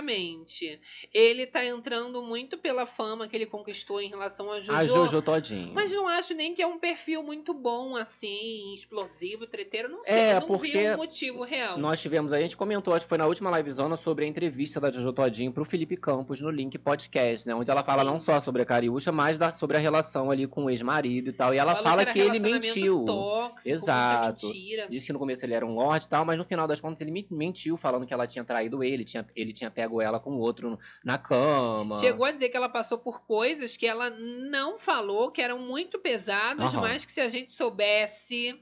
[SPEAKER 1] Sinceramente. Ele tá entrando muito pela fama que ele conquistou em relação a Jojo.
[SPEAKER 2] A Jojo todinho.
[SPEAKER 1] Mas não acho nem que é um perfil muito bom, assim, explosivo, treteiro. Não sei,
[SPEAKER 2] É,
[SPEAKER 1] eu não vi
[SPEAKER 2] porque
[SPEAKER 1] um motivo real.
[SPEAKER 2] Nós tivemos, a gente comentou, acho que foi na última livezona, sobre a entrevista da Jojo Todinho pro Felipe Campos no Link Podcast, né? Onde ela fala não só sobre a Cariúcha, mas da- sobre a relação ali com o ex-marido e tal. E ela
[SPEAKER 1] Falou
[SPEAKER 2] fala
[SPEAKER 1] que era
[SPEAKER 2] que, ele
[SPEAKER 1] relacionamento
[SPEAKER 2] mentiu.
[SPEAKER 1] tóxico,
[SPEAKER 2] Exato.
[SPEAKER 1] muita mentira.
[SPEAKER 2] Diz que no começo ele era um lorde e tal, mas no final das contas ele men- mentiu, falando que ela tinha traído ele, tinha, ele tinha pego ela com o outro na cama.
[SPEAKER 1] Chegou a dizer que ela passou por coisas que ela não falou, que eram muito pesadas,
[SPEAKER 2] Aham.
[SPEAKER 1] mas que se a gente soubesse,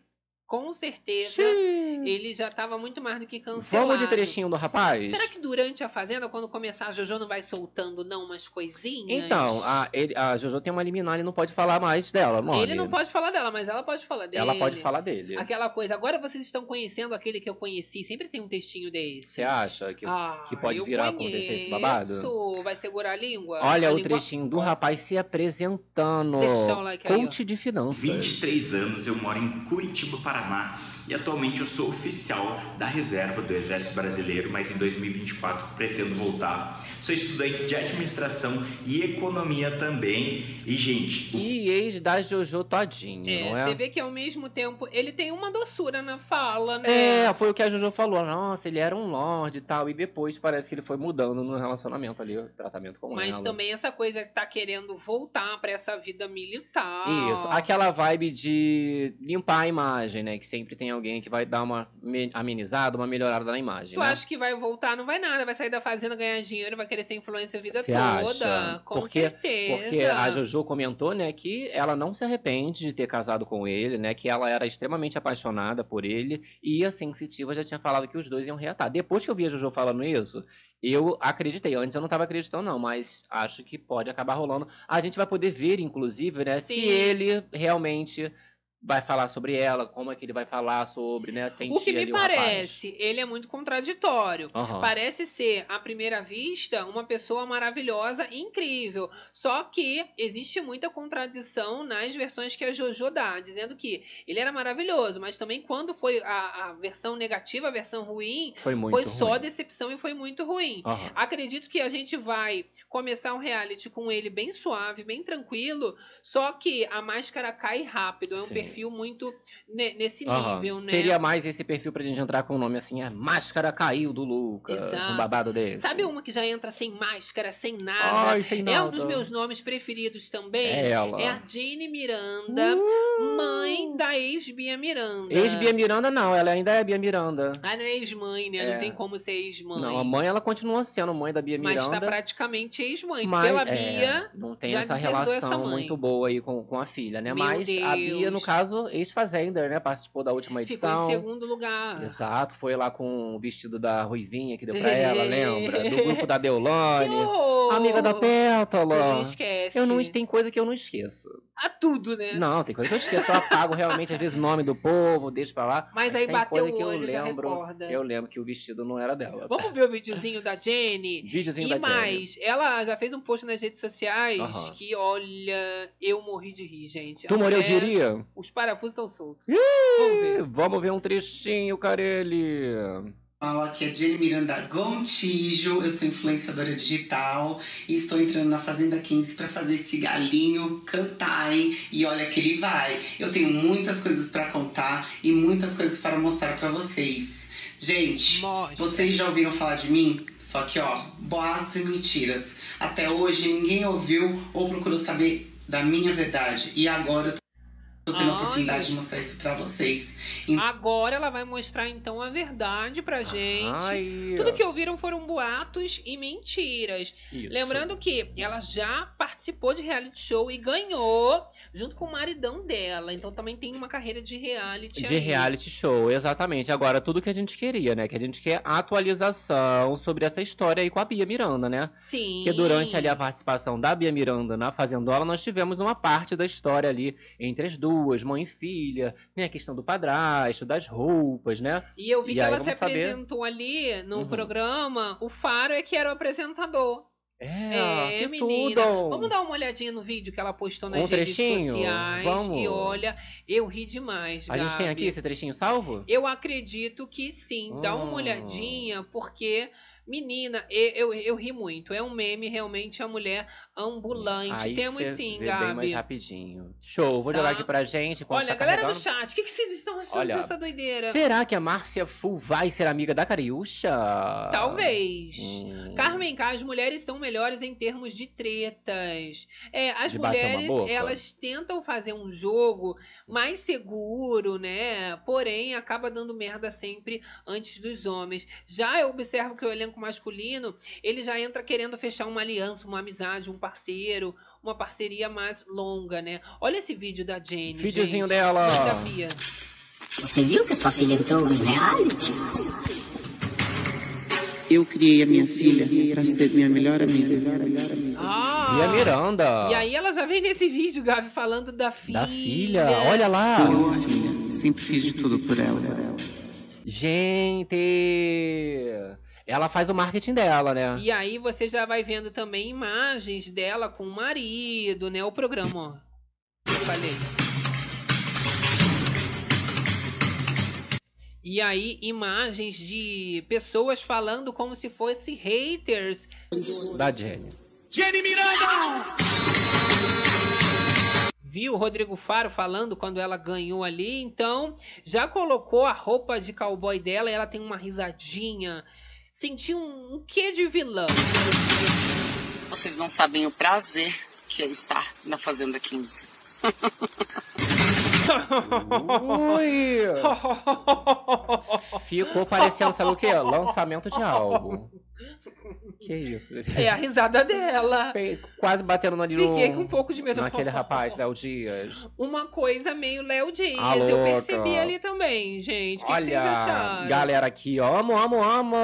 [SPEAKER 1] com certeza, ele já estava muito mais do que né? cancelado.
[SPEAKER 2] Vamos de trechinho do rapaz?
[SPEAKER 1] Será que durante a Fazenda, quando começar a Jojo, não vai soltando, não, umas coisinhas?
[SPEAKER 2] Então, a, ele- a Jojo tem uma liminar, ele não pode falar mais dela, não
[SPEAKER 1] Ele não pode falar dela, mas ela pode falar dele.
[SPEAKER 2] Ela pode falar dele.
[SPEAKER 1] Aquela coisa, agora vocês estão conhecendo aquele que eu conheci. Sempre tem um textinho desse.
[SPEAKER 2] Você acha que,
[SPEAKER 1] Ah,
[SPEAKER 2] que pode virar a acontecer esse babado?
[SPEAKER 1] Isso, vai segurar a língua?
[SPEAKER 2] Olha
[SPEAKER 1] a
[SPEAKER 2] o
[SPEAKER 1] língua-
[SPEAKER 2] trechinho do rapaz se apresentando.
[SPEAKER 1] Deixa o like aí, ó.
[SPEAKER 2] Coach de finanças.
[SPEAKER 16] 23 anos eu moro em Curitiba, Paraná e atualmente eu sou oficial da reserva do Exército Brasileiro, mas em 2024 pretendo voltar. Sou estudante de administração e economia também. E, gente, o
[SPEAKER 2] E ex da Jojo Todinho,
[SPEAKER 1] É,
[SPEAKER 2] não
[SPEAKER 1] você
[SPEAKER 2] é?
[SPEAKER 1] vê que ao mesmo tempo ele tem uma doçura na fala, né?
[SPEAKER 2] É, foi o que a Jojo falou. Nossa, ele era um lorde e tal. E depois parece que ele foi mudando no relacionamento ali, o tratamento com
[SPEAKER 1] Mas
[SPEAKER 2] ela.
[SPEAKER 1] também essa coisa que tá querendo voltar pra essa vida militar.
[SPEAKER 2] Isso, aquela vibe de limpar a imagem, né? Que sempre tem alguém que vai dar uma me- amenizada, uma melhorada na imagem,
[SPEAKER 1] Tu
[SPEAKER 2] né?
[SPEAKER 1] acha que vai voltar? Não vai nada. Vai sair da fazenda, ganhar dinheiro, vai querer ser influencer a vida
[SPEAKER 2] Você
[SPEAKER 1] toda.
[SPEAKER 2] acha?
[SPEAKER 1] Com
[SPEAKER 2] porque,
[SPEAKER 1] certeza.
[SPEAKER 2] Porque a Jojo comentou, né, que ela não se arrepende de ter casado com ele, né, que ela era extremamente apaixonada por ele e a Sensitiva já tinha falado que os dois iam reatar. Depois que eu vi a Jojo falando isso, eu acreditei. Antes eu não tava acreditando, não, mas acho que pode acabar rolando. A gente vai poder ver, inclusive, né,
[SPEAKER 1] Sim.
[SPEAKER 2] se ele realmente vai falar sobre ela, como é que ele vai falar sobre, né, sentir
[SPEAKER 1] O que me
[SPEAKER 2] ali o rapaz.
[SPEAKER 1] parece, ele é muito contraditório.
[SPEAKER 2] Aham.
[SPEAKER 1] Parece ser, à primeira vista, uma pessoa maravilhosa, incrível. Só que existe muita contradição nas versões que a Jojo dá, dizendo que ele era maravilhoso, mas também quando foi a, a versão negativa, a versão ruim,
[SPEAKER 2] Foi muito
[SPEAKER 1] foi só
[SPEAKER 2] ruim.
[SPEAKER 1] decepção e foi muito ruim.
[SPEAKER 2] Aham.
[SPEAKER 1] Acredito que a gente vai começar um reality com ele bem suave, bem tranquilo, só que a máscara cai rápido. É um
[SPEAKER 2] Sim.
[SPEAKER 1] perfil perfil muito ne- nesse
[SPEAKER 2] Aham.
[SPEAKER 1] nível, né?
[SPEAKER 2] Seria mais esse perfil pra gente entrar com o nome assim, a máscara caiu do Lucas,
[SPEAKER 1] Exato.
[SPEAKER 2] um babado desse.
[SPEAKER 1] Sabe uma que já entra sem máscara, sem nada?
[SPEAKER 2] Ai, sem
[SPEAKER 1] É um
[SPEAKER 2] nada.
[SPEAKER 1] dos meus nomes preferidos também.
[SPEAKER 2] É ela. Uh!
[SPEAKER 1] É a Jane Miranda, mãe da ex-Bia Miranda.
[SPEAKER 2] Ex-Bia Miranda não, ela ainda é Bia Miranda.
[SPEAKER 1] Ah, não é ex-mãe, né? Não
[SPEAKER 2] É.
[SPEAKER 1] tem como ser ex-mãe.
[SPEAKER 2] Não, a mãe ela continua sendo mãe da Bia
[SPEAKER 1] Mas
[SPEAKER 2] Miranda.
[SPEAKER 1] tá praticamente ex-mãe.
[SPEAKER 2] mas,
[SPEAKER 1] Pela
[SPEAKER 2] é,
[SPEAKER 1] Bia,
[SPEAKER 2] não tem
[SPEAKER 1] já
[SPEAKER 2] essa
[SPEAKER 1] deserdou
[SPEAKER 2] relação
[SPEAKER 1] essa mãe.
[SPEAKER 2] muito boa aí com, com a filha, né?
[SPEAKER 1] Meu
[SPEAKER 2] mas a Bia, no
[SPEAKER 1] Deus.
[SPEAKER 2] caso, ex-fazender, né? Participou da última
[SPEAKER 1] ficou
[SPEAKER 2] edição.
[SPEAKER 1] em segundo lugar.
[SPEAKER 2] Exato, foi lá com o vestido da Ruivinha que deu pra ela, lembra? Do grupo da Deolane.
[SPEAKER 1] horror!
[SPEAKER 2] Amiga da Pétala.
[SPEAKER 1] Tu não esquece.
[SPEAKER 2] Eu não, tem coisa que eu não esqueço.
[SPEAKER 1] Ah, tudo, né?
[SPEAKER 2] Não, tem coisa que eu esqueço. Eu apago realmente, às vezes, o nome do povo, deixo pra lá.
[SPEAKER 1] Mas aí
[SPEAKER 2] tem
[SPEAKER 1] bateu
[SPEAKER 2] coisa
[SPEAKER 1] o
[SPEAKER 2] que eu
[SPEAKER 1] olho, já
[SPEAKER 2] lembro.
[SPEAKER 1] recorda.
[SPEAKER 2] Eu lembro que o vestido não era dela.
[SPEAKER 1] Vamos ver o videozinho da Jenny?
[SPEAKER 2] Videozinho
[SPEAKER 1] e
[SPEAKER 2] da Jenny.
[SPEAKER 1] mais, ela já fez um post nas redes sociais
[SPEAKER 2] Aham.
[SPEAKER 1] que, olha, eu morri de rir, gente.
[SPEAKER 2] Tu
[SPEAKER 1] A
[SPEAKER 2] morreu
[SPEAKER 1] mulher-
[SPEAKER 2] de rir?
[SPEAKER 1] Os parafusos estão soltos.
[SPEAKER 2] Vamos ver. Vamos ver um trechinho, Carelli.
[SPEAKER 17] Pessoal, aqui é Jenny Miranda Gontijo, eu sou influenciadora digital e estou entrando na Fazenda 15 para fazer esse galinho cantar, hein? E olha que ele vai. Eu tenho muitas coisas para contar e muitas coisas para mostrar para vocês. Gente, vocês já ouviram falar de mim? Só que, ó, boatos e mentiras. Até hoje ninguém ouviu ou procurou saber da minha verdade. E agora eu tô tendo a oportunidade de mostrar isso para vocês.
[SPEAKER 1] Agora ela vai mostrar então a verdade pra gente.
[SPEAKER 17] Ai.
[SPEAKER 1] Tudo que ouviram foram boatos e mentiras.
[SPEAKER 17] Isso.
[SPEAKER 1] Lembrando que ela já participou de reality show e ganhou junto com o maridão dela. Então também tem uma carreira de reality
[SPEAKER 2] De
[SPEAKER 1] aí.
[SPEAKER 2] reality show, exatamente. Agora, tudo que a gente queria, né? Que a gente quer atualização sobre essa história aí com a Bia Miranda, né?
[SPEAKER 1] Sim.
[SPEAKER 2] Que durante ali a participação da Bia Miranda na Fazendola, nós tivemos uma parte da história ali entre as duas, mãe e filha, né? A questão do padrasto, das roupas, né?
[SPEAKER 1] E eu vi que
[SPEAKER 2] aí
[SPEAKER 1] ela se
[SPEAKER 2] vamos saber-
[SPEAKER 1] apresentou ali no
[SPEAKER 2] Uhum.
[SPEAKER 1] programa. O Faro é que era o apresentador.
[SPEAKER 2] É, que
[SPEAKER 1] menina.
[SPEAKER 2] tudo.
[SPEAKER 1] Vamos dar uma olhadinha no vídeo que ela postou nas
[SPEAKER 2] Um
[SPEAKER 1] redes
[SPEAKER 2] trechinho?
[SPEAKER 1] sociais.
[SPEAKER 2] Vamos.
[SPEAKER 1] E olha, eu ri demais,
[SPEAKER 2] A gente tem
[SPEAKER 1] um Gabi.
[SPEAKER 2] aqui esse trechinho salvo?
[SPEAKER 1] Eu acredito que sim. Dá uma
[SPEAKER 2] Hum.
[SPEAKER 1] olhadinha, porque, menina, eu, eu, eu ri muito. É um meme, realmente, a mulher ambulante.
[SPEAKER 2] Aí
[SPEAKER 1] Temos
[SPEAKER 2] cê
[SPEAKER 1] sim,
[SPEAKER 2] vê bem mais
[SPEAKER 1] Gabi.
[SPEAKER 2] rapidinho. Show, vou
[SPEAKER 1] Tá.
[SPEAKER 2] jogar aqui pra gente. enquanto
[SPEAKER 1] Olha,
[SPEAKER 2] tá
[SPEAKER 1] galera do
[SPEAKER 2] carregando.
[SPEAKER 1] chat, o que, que vocês estão achando
[SPEAKER 2] Olha,
[SPEAKER 1] dessa doideira?
[SPEAKER 2] Será que a Márcia Full vai ser amiga da Cariúcha?
[SPEAKER 1] Talvez.
[SPEAKER 2] Hum.
[SPEAKER 1] Carmen K, as mulheres são melhores em termos de tretas. É, as
[SPEAKER 2] De bater uma
[SPEAKER 1] mulheres,
[SPEAKER 2] boca.
[SPEAKER 1] elas tentam fazer um jogo mais seguro, né? Porém, acaba dando merda sempre antes dos homens. Já eu observo que o elenco masculino, ele já entra querendo fechar uma aliança, uma amizade, um parceiro, uma parceria mais longa, né? Olha esse vídeo da Jenny,
[SPEAKER 2] Videozinho
[SPEAKER 1] gente.
[SPEAKER 2] dela.
[SPEAKER 1] Mãe da Bia.
[SPEAKER 18] Você viu que sua filha entrou no reality?
[SPEAKER 17] Eu criei a minha filha para ser minha melhor amiga.
[SPEAKER 1] Ah!
[SPEAKER 2] E a Miranda?
[SPEAKER 1] E aí ela já vem nesse vídeo, Gabi, falando da filha.
[SPEAKER 2] Da filha, olha lá.
[SPEAKER 17] Sempre fiz de tudo por ela.
[SPEAKER 2] Gente! Ela faz o marketing dela, né?
[SPEAKER 1] E aí você já vai vendo também imagens dela com o marido, né? O programa, ó. Eu falei. E aí, imagens de pessoas falando como se fossem haters.
[SPEAKER 2] Da Jenny.
[SPEAKER 1] Jenny Miranda! Viu o Rodrigo Faro falando quando ela ganhou ali? Então, já colocou a roupa de cowboy dela e ela tem uma risadinha. Sentiu um, um quê de vilão?
[SPEAKER 19] Vocês não sabem o prazer que é estar na Fazenda 15.
[SPEAKER 2] Ui! Ficou parecendo, sabe o quê? Lançamento de álbum. Que isso?
[SPEAKER 1] É a risada dela.
[SPEAKER 2] Quase batendo ali no...
[SPEAKER 1] Fiquei com um pouco de medo.
[SPEAKER 2] Naquele é rapaz, né? Léo Dias.
[SPEAKER 1] Uma coisa meio Léo Dias.
[SPEAKER 2] Ah,
[SPEAKER 1] eu
[SPEAKER 2] louca.
[SPEAKER 1] percebi ali também, gente. O que, que vocês
[SPEAKER 2] Olha,
[SPEAKER 1] acharam?
[SPEAKER 2] galera aqui, ó. Amo, amo, amo.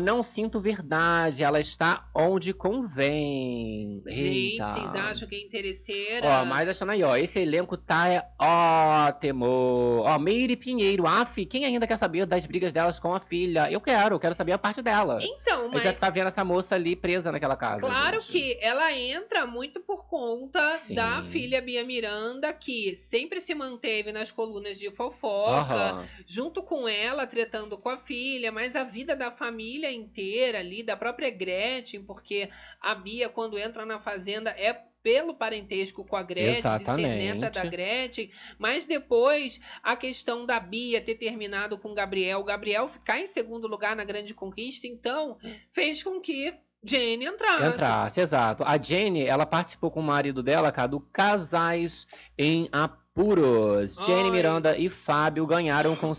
[SPEAKER 2] Não sinto verdade. Ela está onde convém.
[SPEAKER 1] Gente,
[SPEAKER 2] Eita.
[SPEAKER 1] vocês acham que é interesseira?
[SPEAKER 2] Ó, mas achando aí, ó, esse elenco tá é ótimo. Ó, Meire Pinheiro, af, quem ainda quer saber das brigas delas com a filha? Eu quero, eu quero saber a parte dela.
[SPEAKER 1] Então,
[SPEAKER 2] A gente já
[SPEAKER 1] mas
[SPEAKER 2] tá vendo essa moça ali presa naquela casa.
[SPEAKER 1] Claro
[SPEAKER 2] gente.
[SPEAKER 1] que ela entra muito por conta
[SPEAKER 2] Sim.
[SPEAKER 1] da filha Bia Miranda, que sempre se manteve nas colunas de fofoca,
[SPEAKER 2] Aham.
[SPEAKER 1] junto com ela, tretando com a filha, mas a vida da família inteira ali, da própria Gretchen, porque a Bia, quando entra na fazenda, é pelo parentesco com a Gretchen, de ser
[SPEAKER 2] Exatamente.
[SPEAKER 1] neta da Gretchen, mas depois a questão da Bia ter terminado com o Gabriel, o Gabriel ficar em segundo lugar na grande conquista, então fez com que Jane entrasse.
[SPEAKER 2] Entrasse, exato. A Jenny, ela participou com o marido dela, Cadu, Casais em Apuros. Jenny Miranda e Fábio ganharam com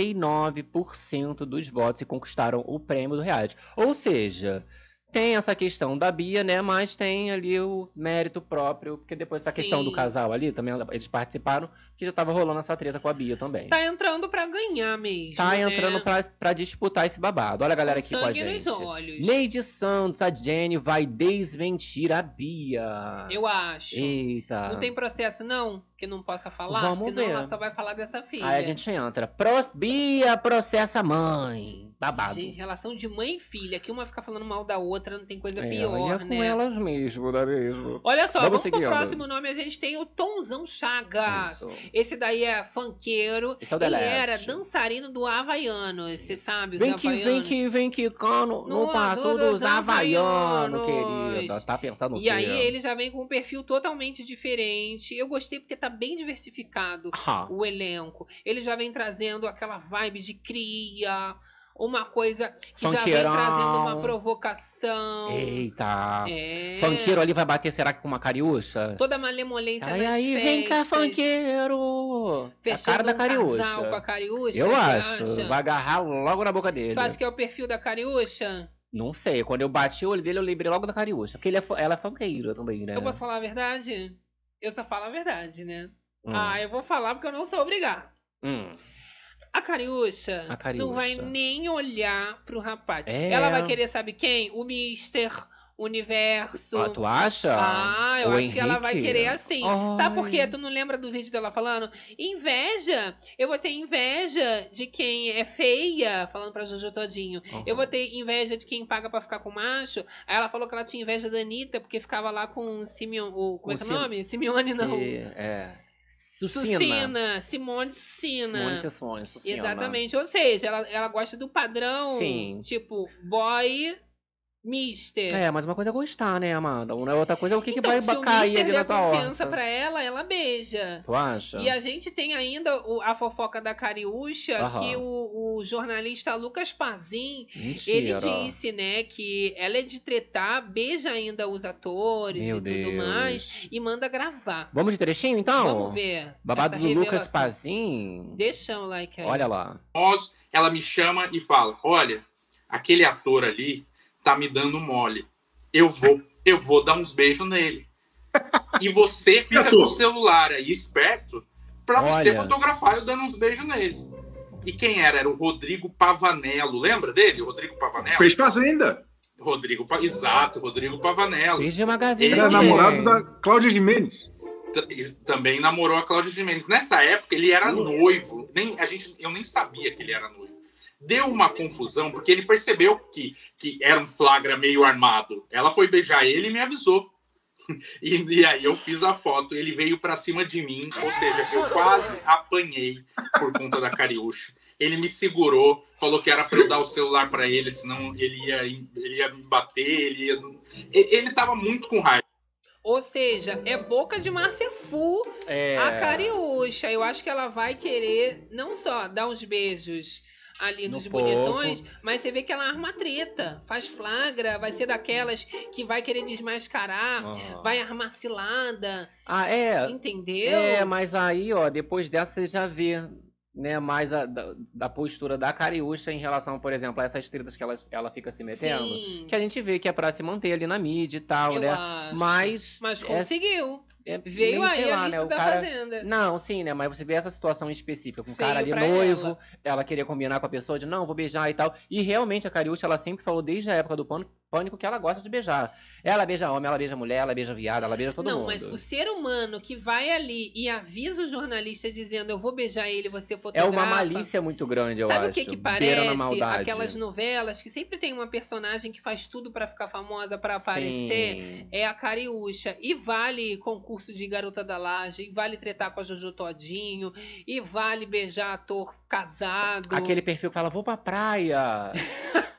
[SPEAKER 2] 51,39% dos votos e conquistaram o prêmio do reality. Ou seja, tem essa questão da Bia, né? Mas tem ali o mérito próprio, porque depois essa questão do
[SPEAKER 1] Sim.
[SPEAKER 2] casal ali, também eles participaram, que já tava rolando essa treta com a Bia também.
[SPEAKER 1] Tá entrando pra ganhar mesmo.
[SPEAKER 2] Tá
[SPEAKER 1] né?
[SPEAKER 2] entrando pra, pra disputar esse babado. Olha a galera aqui com a
[SPEAKER 1] sangue
[SPEAKER 2] gente.
[SPEAKER 1] nos olhos.
[SPEAKER 2] Neide Santos, a Jenny vai desmentir a Bia.
[SPEAKER 1] Eu acho.
[SPEAKER 2] Eita.
[SPEAKER 1] Não tem processo, não? Que não possa falar?
[SPEAKER 2] Vamos
[SPEAKER 1] Senão
[SPEAKER 2] ver.
[SPEAKER 1] ela só vai falar dessa filha.
[SPEAKER 2] Aí a gente entra. Pro... Bia processa a mãe. é Babado.
[SPEAKER 1] Gente, relação de mãe e filha, que uma fica falando mal da outra, não tem coisa
[SPEAKER 2] É, e é
[SPEAKER 1] pior,
[SPEAKER 2] com
[SPEAKER 1] né?
[SPEAKER 2] elas mesmo, não é mesmo?
[SPEAKER 1] Olha só, vamos, pro
[SPEAKER 2] seguindo.
[SPEAKER 1] próximo nome. A gente tem o Tonzão Chagas. Esse daí é funkeiro.
[SPEAKER 2] Esse é o The
[SPEAKER 1] Ele
[SPEAKER 2] Last.
[SPEAKER 1] era dançarino do Havaianos. Você sabe, os
[SPEAKER 2] Vem que,
[SPEAKER 1] Havaianos.
[SPEAKER 2] vem que, vem que, cano, no,
[SPEAKER 1] No
[SPEAKER 2] pato
[SPEAKER 1] dos
[SPEAKER 2] dos Havaianos,
[SPEAKER 1] Havaianos.
[SPEAKER 2] querida. Tá pensando o
[SPEAKER 1] E
[SPEAKER 2] quê?
[SPEAKER 1] aí ele já vem com um perfil totalmente diferente. Eu gostei porque tá bem diversificado
[SPEAKER 2] Ah.
[SPEAKER 1] o elenco. Ele já vem trazendo aquela vibe de cria, uma coisa que já vem
[SPEAKER 2] Funkeirão.
[SPEAKER 1] trazendo uma provocação.
[SPEAKER 2] Eita.
[SPEAKER 1] É.
[SPEAKER 2] Funkeiro ali vai bater, será que com uma cariúcha?
[SPEAKER 1] Toda a malemolência
[SPEAKER 2] Ai,
[SPEAKER 1] das
[SPEAKER 2] aí,
[SPEAKER 1] festas.
[SPEAKER 2] vem cá, funkeiro! É a
[SPEAKER 1] Fechando
[SPEAKER 2] cara da
[SPEAKER 1] um
[SPEAKER 2] cariúcha.
[SPEAKER 1] casal com a cariúcha.
[SPEAKER 2] Eu
[SPEAKER 1] você
[SPEAKER 2] acho.
[SPEAKER 1] acha?
[SPEAKER 2] Vai agarrar logo na boca dele.
[SPEAKER 1] Tu acha que é o perfil da cariúcha?
[SPEAKER 2] Não sei. Quando eu bati o olho dele, eu lembrei logo da cariúcha. Porque ele é fu- ela é funkeira também, né?
[SPEAKER 1] Eu posso falar a verdade? Eu só falo a verdade, né?
[SPEAKER 2] Hum.
[SPEAKER 1] Ah, eu vou falar porque eu não sou obrigada.
[SPEAKER 2] Hum.
[SPEAKER 1] A Cariúcha,
[SPEAKER 2] A Cariúcha.
[SPEAKER 1] não vai nem olhar pro rapaz.
[SPEAKER 2] É.
[SPEAKER 1] Ela vai querer, sabe quem? O Mister Universo.
[SPEAKER 2] Ah, tu acha?
[SPEAKER 1] Ah, eu
[SPEAKER 2] Tá. O
[SPEAKER 1] acho que ela
[SPEAKER 2] Henrique?
[SPEAKER 1] vai querer assim.
[SPEAKER 2] Ai.
[SPEAKER 1] Sabe por quê? Tu não lembra do vídeo dela falando? Inveja! Eu vou ter inveja de quem é feia, falando pra Jojo Todinho.
[SPEAKER 2] Uhum.
[SPEAKER 1] Eu vou ter inveja de quem paga pra ficar com macho. Aí ela falou que ela tinha inveja da Anitta, porque ficava lá com o Simeon. o- como é que é o
[SPEAKER 2] Sim-
[SPEAKER 1] nome? Simeone, não.
[SPEAKER 2] Que- É. Sucina.
[SPEAKER 1] Sucina, Simone Sucina.
[SPEAKER 2] Simone Sessone, Sucina.
[SPEAKER 1] Exatamente, ou seja, ela, ela gosta do padrão,
[SPEAKER 2] Sim.
[SPEAKER 1] tipo, boy, mister.
[SPEAKER 2] É, mas uma coisa é gostar, né, Amanda? Uma outra coisa é o que,
[SPEAKER 1] Então,
[SPEAKER 2] que
[SPEAKER 1] se
[SPEAKER 2] vai
[SPEAKER 1] o
[SPEAKER 2] cair
[SPEAKER 1] mister
[SPEAKER 2] ali
[SPEAKER 1] der
[SPEAKER 2] na tua
[SPEAKER 1] confiança
[SPEAKER 2] horta.
[SPEAKER 1] pra ela, ela beija.
[SPEAKER 2] Tu acha?
[SPEAKER 1] E a gente tem ainda o- a fofoca da Cariúcha,
[SPEAKER 2] Aham.
[SPEAKER 1] que o, o jornalista Lucas Pazin,
[SPEAKER 2] Mentira.
[SPEAKER 1] ele disse, né, que ela é de tretar, beija ainda os atores
[SPEAKER 2] Meu
[SPEAKER 1] e tudo
[SPEAKER 2] Deus.
[SPEAKER 1] mais, e manda gravar.
[SPEAKER 2] Vamos de trechinho, então?
[SPEAKER 1] Vamos ver
[SPEAKER 2] Babado
[SPEAKER 1] essa
[SPEAKER 2] do Lucas
[SPEAKER 1] revelação.
[SPEAKER 2] Pazin.
[SPEAKER 1] Deixa o like aí.
[SPEAKER 2] Olha lá.
[SPEAKER 20] nós, ela me chama e fala: "Olha, aquele ator ali tá me dando mole. Eu vou, eu vou dar uns beijos nele." E você fica com o celular aí esperto pra você
[SPEAKER 2] Olha.
[SPEAKER 20] fotografar eu dando uns beijos nele. E quem era? Era o Rodrigo Pavanello. Lembra dele? O Rodrigo Pavanello.
[SPEAKER 21] Fez fazenda.
[SPEAKER 20] Rodrigo, Pa- exato, Rodrigo Pavanello.
[SPEAKER 2] Fez de magazine.
[SPEAKER 20] Ele-
[SPEAKER 1] é.
[SPEAKER 20] é
[SPEAKER 21] Era namorado da Cláudia Jimenez.
[SPEAKER 20] T- e também namorou a Cláudia Jimenez. Nessa época, ele era noivo. Nem, a gente, eu nem sabia que ele era noivo. Deu uma confusão, porque ele percebeu que, que era um flagra meio armado. Ela foi beijar ele e me avisou. E, e aí eu fiz a foto, ele veio pra cima de mim, ou seja, eu quase apanhei por conta da cariúcha. Ele me segurou, falou que era pra eu dar o celular pra ele, senão ele ia, ele ia me bater, ele ia... e- Ele tava muito com raiva.
[SPEAKER 1] Ou seja, é boca de Márcia Fu
[SPEAKER 20] É.
[SPEAKER 1] a Cariúcha. Eu acho que ela vai querer não só dar uns beijos ali
[SPEAKER 2] No
[SPEAKER 1] nos
[SPEAKER 2] povo.
[SPEAKER 1] bonitões, mas você vê que ela é arma treta, faz flagra, vai ser daquelas que vai querer desmascarar,
[SPEAKER 2] Ah.
[SPEAKER 1] vai armar cilada,
[SPEAKER 2] Ah, é.
[SPEAKER 1] entendeu?
[SPEAKER 2] É, mas aí, ó, depois dessa você já vê, né, mais a, da, da postura da Cariúcha em relação, por exemplo, a essas tretas que ela, ela fica se metendo.
[SPEAKER 1] Sim.
[SPEAKER 2] Que a gente vê que é pra se manter ali na mídia e tal,
[SPEAKER 1] Eu
[SPEAKER 2] né?
[SPEAKER 1] acho.
[SPEAKER 2] Mas.
[SPEAKER 1] Mas
[SPEAKER 2] é-
[SPEAKER 1] conseguiu.
[SPEAKER 2] é
[SPEAKER 1] Veio
[SPEAKER 2] meio,
[SPEAKER 1] aí
[SPEAKER 2] sei
[SPEAKER 1] a
[SPEAKER 2] lá,
[SPEAKER 1] lista
[SPEAKER 2] né, o
[SPEAKER 1] da
[SPEAKER 2] cara-
[SPEAKER 1] Fazenda.
[SPEAKER 2] Não, sim, né? Mas você vê essa situação específica, com o cara ali
[SPEAKER 1] pra
[SPEAKER 2] noivo, ela. queria combinar com a pessoa de não, vou beijar e tal. E realmente a Cariúcha, ela sempre falou desde a época do pânico, pânico que ela gosta de beijar. Ela beija homem, ela beija mulher, ela beija viado, ela beija todo
[SPEAKER 1] não,
[SPEAKER 2] mundo.
[SPEAKER 1] mas o ser humano que vai ali e avisa o jornalista dizendo eu vou beijar ele, você
[SPEAKER 2] É
[SPEAKER 1] fotografa.
[SPEAKER 2] uma malícia muito grande, eu
[SPEAKER 1] Sabe
[SPEAKER 2] acho.
[SPEAKER 1] o que que
[SPEAKER 2] Beira na
[SPEAKER 1] parece?
[SPEAKER 2] maldade. né?
[SPEAKER 1] Aquelas novelas que sempre tem uma personagem que faz tudo pra ficar famosa, pra aparecer. É a Cariúcha. E vale concurso de Garota da Laje, e vale tretar com a Jojo Todinho, e vale beijar ator casado.
[SPEAKER 2] Aquele perfil que fala, vou pra praia.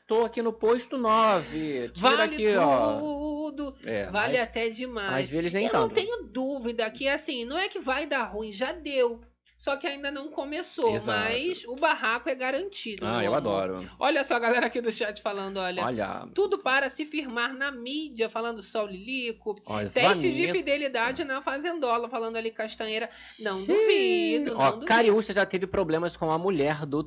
[SPEAKER 2] Estou aqui no posto 9. Tira
[SPEAKER 1] Vale
[SPEAKER 2] aqui, ó.
[SPEAKER 1] tudo,
[SPEAKER 2] É,
[SPEAKER 1] vale
[SPEAKER 2] mas-
[SPEAKER 1] até demais.
[SPEAKER 2] às vezes nem
[SPEAKER 1] Eu não
[SPEAKER 2] tanto.
[SPEAKER 1] tenho dúvida que, assim, não é que vai dar ruim, já deu. Só que ainda não começou,
[SPEAKER 2] Exato.
[SPEAKER 1] mas o barraco é garantido.
[SPEAKER 2] Ah,
[SPEAKER 1] meu
[SPEAKER 2] eu
[SPEAKER 1] amor.
[SPEAKER 2] adoro.
[SPEAKER 1] Olha só a galera aqui do chat falando, olha.
[SPEAKER 2] Olha.
[SPEAKER 1] Tudo para se firmar na mídia, falando Sol Lilico.
[SPEAKER 2] Olha,
[SPEAKER 1] Teste de
[SPEAKER 2] Vanessa.
[SPEAKER 1] fidelidade na Fazendola, falando ali Castanheira. Não duvido, não
[SPEAKER 2] Ó,
[SPEAKER 1] duvido.
[SPEAKER 2] Cariúcha já teve problemas com a mulher do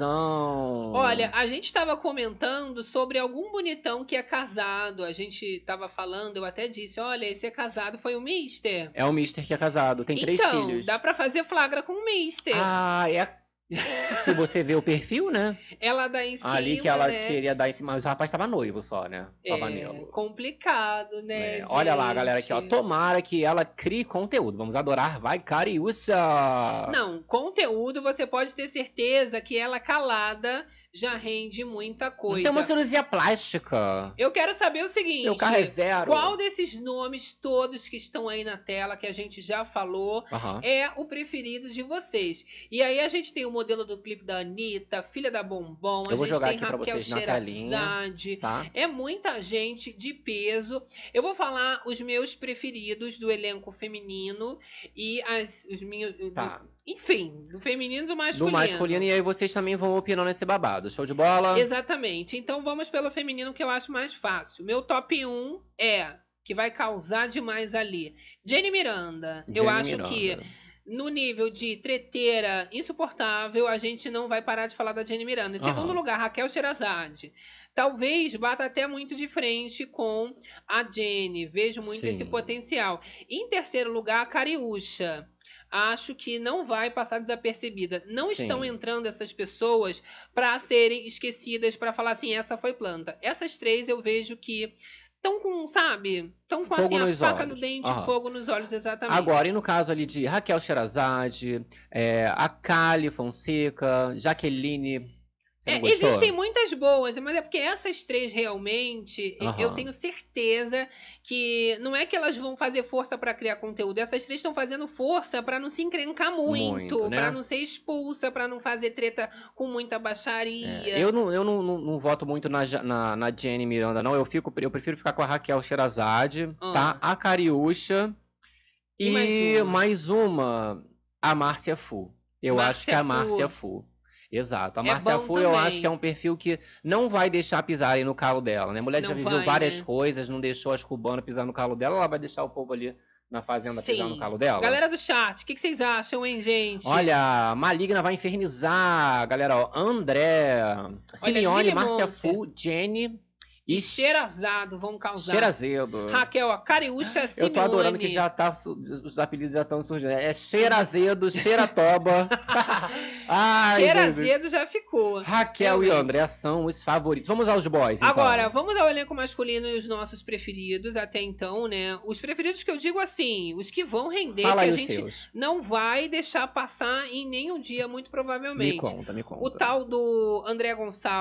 [SPEAKER 2] Tonzão.
[SPEAKER 1] Olha, a gente estava comentando sobre algum bonitão que é casado. A gente estava falando, eu até disse, olha, esse é casado foi o Mister.
[SPEAKER 2] É o Mister que é casado, tem três
[SPEAKER 1] então,
[SPEAKER 2] filhos.
[SPEAKER 1] dá pra fazer flagra com o Mister.
[SPEAKER 2] Ah, é. Se você vê o perfil, né?
[SPEAKER 1] Ela dá em cima,
[SPEAKER 2] Ali que ela
[SPEAKER 1] né?
[SPEAKER 2] queria dar em cima. Mas o rapaz tava noivo só, né? Tava
[SPEAKER 1] É,
[SPEAKER 2] noivo.
[SPEAKER 1] complicado, né?
[SPEAKER 2] É, Olha lá, galera, aqui, ó.
[SPEAKER 1] gente?
[SPEAKER 2] Tomara que ela crie conteúdo. Vamos adorar. Vai, Cariúcha!
[SPEAKER 1] Não, conteúdo você pode ter certeza que ela calada
[SPEAKER 2] Uhum.
[SPEAKER 1] já rende muita coisa.
[SPEAKER 2] Tem uma cirurgia plástica.
[SPEAKER 1] Eu quero saber o seguinte:
[SPEAKER 2] Meu carro é zero.
[SPEAKER 1] qual desses nomes todos que estão aí na tela, que a gente já falou,
[SPEAKER 2] Aham.
[SPEAKER 1] é o preferido de vocês? E aí a gente tem o modelo do clipe da Anitta, Filha da Bombom, a
[SPEAKER 2] Eu vou
[SPEAKER 1] gente
[SPEAKER 2] jogar
[SPEAKER 1] tem
[SPEAKER 2] aqui pra
[SPEAKER 1] Raquel
[SPEAKER 2] vocês na telinha.
[SPEAKER 1] Sherazade.
[SPEAKER 2] Tá?
[SPEAKER 1] É muita gente de peso. Eu vou falar os meus preferidos do elenco feminino e as, os meus.
[SPEAKER 2] Tá.
[SPEAKER 1] Enfim, do feminino e do
[SPEAKER 2] Do masculino, e aí vocês também vão opinar nesse babado. Show de bola?
[SPEAKER 1] Exatamente. Então vamos pelo feminino que eu acho mais fácil. Meu top 1 é que vai causar demais ali. Jenny Miranda. eu
[SPEAKER 2] Jenny
[SPEAKER 1] acho
[SPEAKER 2] Miranda.
[SPEAKER 1] que no nível de treteira insuportável, a gente não vai parar de falar da Jenny Miranda. Em
[SPEAKER 2] Aham.
[SPEAKER 1] segundo lugar, Raquel Sherazade. Talvez bata até muito de frente com a Jenny. Vejo muito
[SPEAKER 2] Sim.
[SPEAKER 1] esse potencial. Em terceiro lugar, a Cariúcha. Acho que não vai passar desapercebida. Não
[SPEAKER 2] Sim.
[SPEAKER 1] estão entrando essas pessoas para serem esquecidas, para falar assim, essa foi planta. Essas três eu vejo que estão com, sabe? Estão com
[SPEAKER 2] Fogo
[SPEAKER 1] assim, a
[SPEAKER 2] nos
[SPEAKER 1] faca
[SPEAKER 2] olhos.
[SPEAKER 1] no dente,
[SPEAKER 2] Aham.
[SPEAKER 1] fogo nos olhos, exatamente.
[SPEAKER 2] Agora, e no caso ali de Raquel Sherazade, é, a Kali Fonseca, Jaqueline. Você
[SPEAKER 1] É,
[SPEAKER 2] não gostou?
[SPEAKER 1] existem muitas boas, mas é porque essas três realmente,
[SPEAKER 2] Aham.
[SPEAKER 1] eu tenho certeza que não é que elas vão fazer força pra criar conteúdo, essas três estão fazendo força pra não se encrencar muito,
[SPEAKER 2] Muito,
[SPEAKER 1] pra
[SPEAKER 2] né?
[SPEAKER 1] não ser expulsa, pra não fazer treta com muita baixaria.
[SPEAKER 2] É, Eu não, eu não, não- não voto muito na, Ja- na, na Jenny Miranda, não. Eu, fico, eu prefiro ficar com a Raquel Sherazade, tá? A Cariúcha.
[SPEAKER 1] Ah. E
[SPEAKER 2] E,
[SPEAKER 1] mais uma.
[SPEAKER 2] mais uma, a Márcia Fu. Eu acho que é
[SPEAKER 1] Márcia
[SPEAKER 2] a Márcia
[SPEAKER 1] Fu.
[SPEAKER 2] Fu. Exato. A
[SPEAKER 1] É
[SPEAKER 2] Márcia
[SPEAKER 1] bom
[SPEAKER 2] Fu, eu
[SPEAKER 1] também.
[SPEAKER 2] acho que é um perfil que não vai deixar pisarem no calo dela, né? A mulher já
[SPEAKER 1] Não
[SPEAKER 2] viveu
[SPEAKER 1] vai,
[SPEAKER 2] várias
[SPEAKER 1] né?
[SPEAKER 2] coisas, não deixou as cubanas pisar no calo dela, ela vai deixar o povo ali na fazenda pisar no calo dela.
[SPEAKER 1] Galera do chat, o que, que vocês acham, hein, gente?
[SPEAKER 2] Olha, Maligna vai infernizar, galera. Ó, André, Simeone,
[SPEAKER 1] Lili
[SPEAKER 2] Márcia
[SPEAKER 1] Monster.
[SPEAKER 2] Fu, Jenny
[SPEAKER 1] E
[SPEAKER 2] e
[SPEAKER 1] cheirazado vão causar.
[SPEAKER 2] Cheirazedo.
[SPEAKER 1] Raquel, a Cariúcha Simeone.
[SPEAKER 2] Eu tô adorando que já tá, su- os apelidos já estão surgindo. É Cheirazedo, Cheiratoba. Ai, Jesus.
[SPEAKER 1] Cheirazedo já ficou.
[SPEAKER 2] Raquel e André são os favoritos. Vamos aos boys, então.
[SPEAKER 1] Agora, vamos ao elenco masculino e os nossos preferidos até então, né? Os preferidos que eu digo assim, os que vão render,
[SPEAKER 2] Fala
[SPEAKER 1] que
[SPEAKER 2] aí
[SPEAKER 1] a
[SPEAKER 2] os
[SPEAKER 1] gente
[SPEAKER 2] seus.
[SPEAKER 1] não vai deixar passar em nenhum dia, muito provavelmente.
[SPEAKER 2] Me conta, me conta.
[SPEAKER 1] O tal do André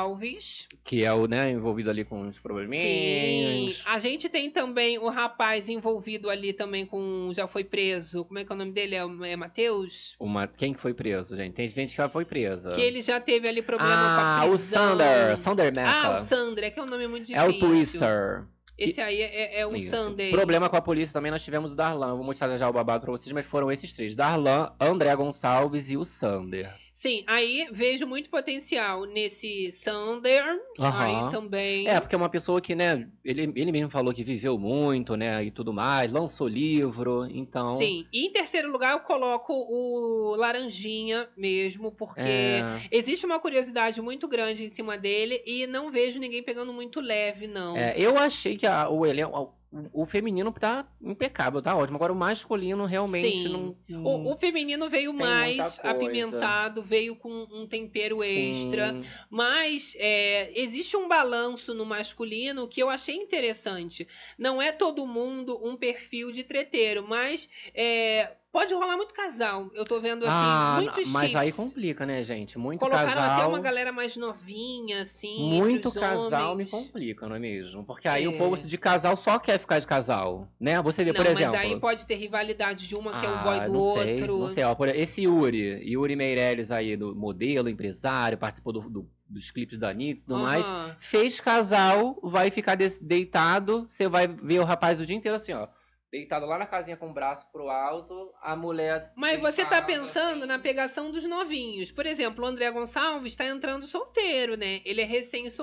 [SPEAKER 1] Gonçalves.
[SPEAKER 2] Que é o, né, envolvido ali com os probleminhas.
[SPEAKER 1] Sim. A gente tem também o rapaz envolvido ali também com. Já foi preso. Como é que é o nome dele? É, é Matheus?
[SPEAKER 2] Uma, quem que foi preso, gente? Tem gente que já foi presa.
[SPEAKER 1] Que ele já teve ali problema
[SPEAKER 2] ah,
[SPEAKER 1] com a
[SPEAKER 2] o
[SPEAKER 1] prisão.
[SPEAKER 2] Sander, Sander Mecca.
[SPEAKER 1] Ah, o Sander, é que é um nome muito
[SPEAKER 2] É
[SPEAKER 1] difícil.
[SPEAKER 2] o Twister.
[SPEAKER 1] Esse aí é, é o
[SPEAKER 2] Isso.
[SPEAKER 1] Sander.
[SPEAKER 2] Problema com a polícia também nós tivemos o Darlan. Eu Vou mostrar já o babado pra vocês, mas foram esses três: Darlan, André Gonçalves e o Sander.
[SPEAKER 1] Sim, aí vejo muito potencial nesse Sander.
[SPEAKER 2] Aham.
[SPEAKER 1] Aí também.
[SPEAKER 2] É, porque é uma pessoa que, né, ele, ele mesmo falou que viveu muito, né, e tudo mais, lançou livro, então.
[SPEAKER 1] Sim. E em terceiro lugar, eu coloco o Laranjinha mesmo, porque
[SPEAKER 2] É.
[SPEAKER 1] existe uma curiosidade muito grande em cima dele e não vejo ninguém pegando muito leve, não.
[SPEAKER 2] É, eu achei que a- o elenco. O, o feminino tá impecável, tá ótimo. Agora o masculino realmente
[SPEAKER 1] Sim.
[SPEAKER 2] não.
[SPEAKER 1] O, o feminino veio
[SPEAKER 2] muita
[SPEAKER 1] mais
[SPEAKER 2] coisa.
[SPEAKER 1] apimentado, veio com um tempero
[SPEAKER 2] Sim.
[SPEAKER 1] extra. Mas é, existe um balanço no masculino que eu achei interessante. Não é todo mundo um perfil de treteiro, mas é, Pode rolar muito casal. Eu tô vendo, assim,
[SPEAKER 2] ah,
[SPEAKER 1] muitos
[SPEAKER 2] mas
[SPEAKER 1] chips.
[SPEAKER 2] aí complica, né, gente? Muito
[SPEAKER 1] Colocaram até
[SPEAKER 2] casal.
[SPEAKER 1] uma galera mais novinha, assim. entre
[SPEAKER 2] Muito
[SPEAKER 1] os
[SPEAKER 2] casal
[SPEAKER 1] homens.
[SPEAKER 2] me complica, não é mesmo? Porque aí
[SPEAKER 1] É.
[SPEAKER 2] o povo de casal só quer ficar de casal, né? Você vê,
[SPEAKER 1] Não,
[SPEAKER 2] por exemplo.
[SPEAKER 1] mas aí pode ter rivalidade de uma que é o boy
[SPEAKER 2] Ah,
[SPEAKER 1] do
[SPEAKER 2] não
[SPEAKER 1] outro.
[SPEAKER 2] sei, não sei. Ó, por- esse Yuri, Yuri Meirelles aí, do modelo, empresário, participou do- do- dos clipes da Anitta e tudo mais.
[SPEAKER 1] Aham.
[SPEAKER 2] Fez casal, vai ficar des- deitado, você vai ver o rapaz o dia inteiro assim, ó. Deitado lá na casinha com o braço pro alto, a mulher.
[SPEAKER 1] Mas você tá
[SPEAKER 2] deitada.
[SPEAKER 1] pensando na pegação dos novinhos. Por exemplo, o André Gonçalves tá entrando solteiro, né? Ele é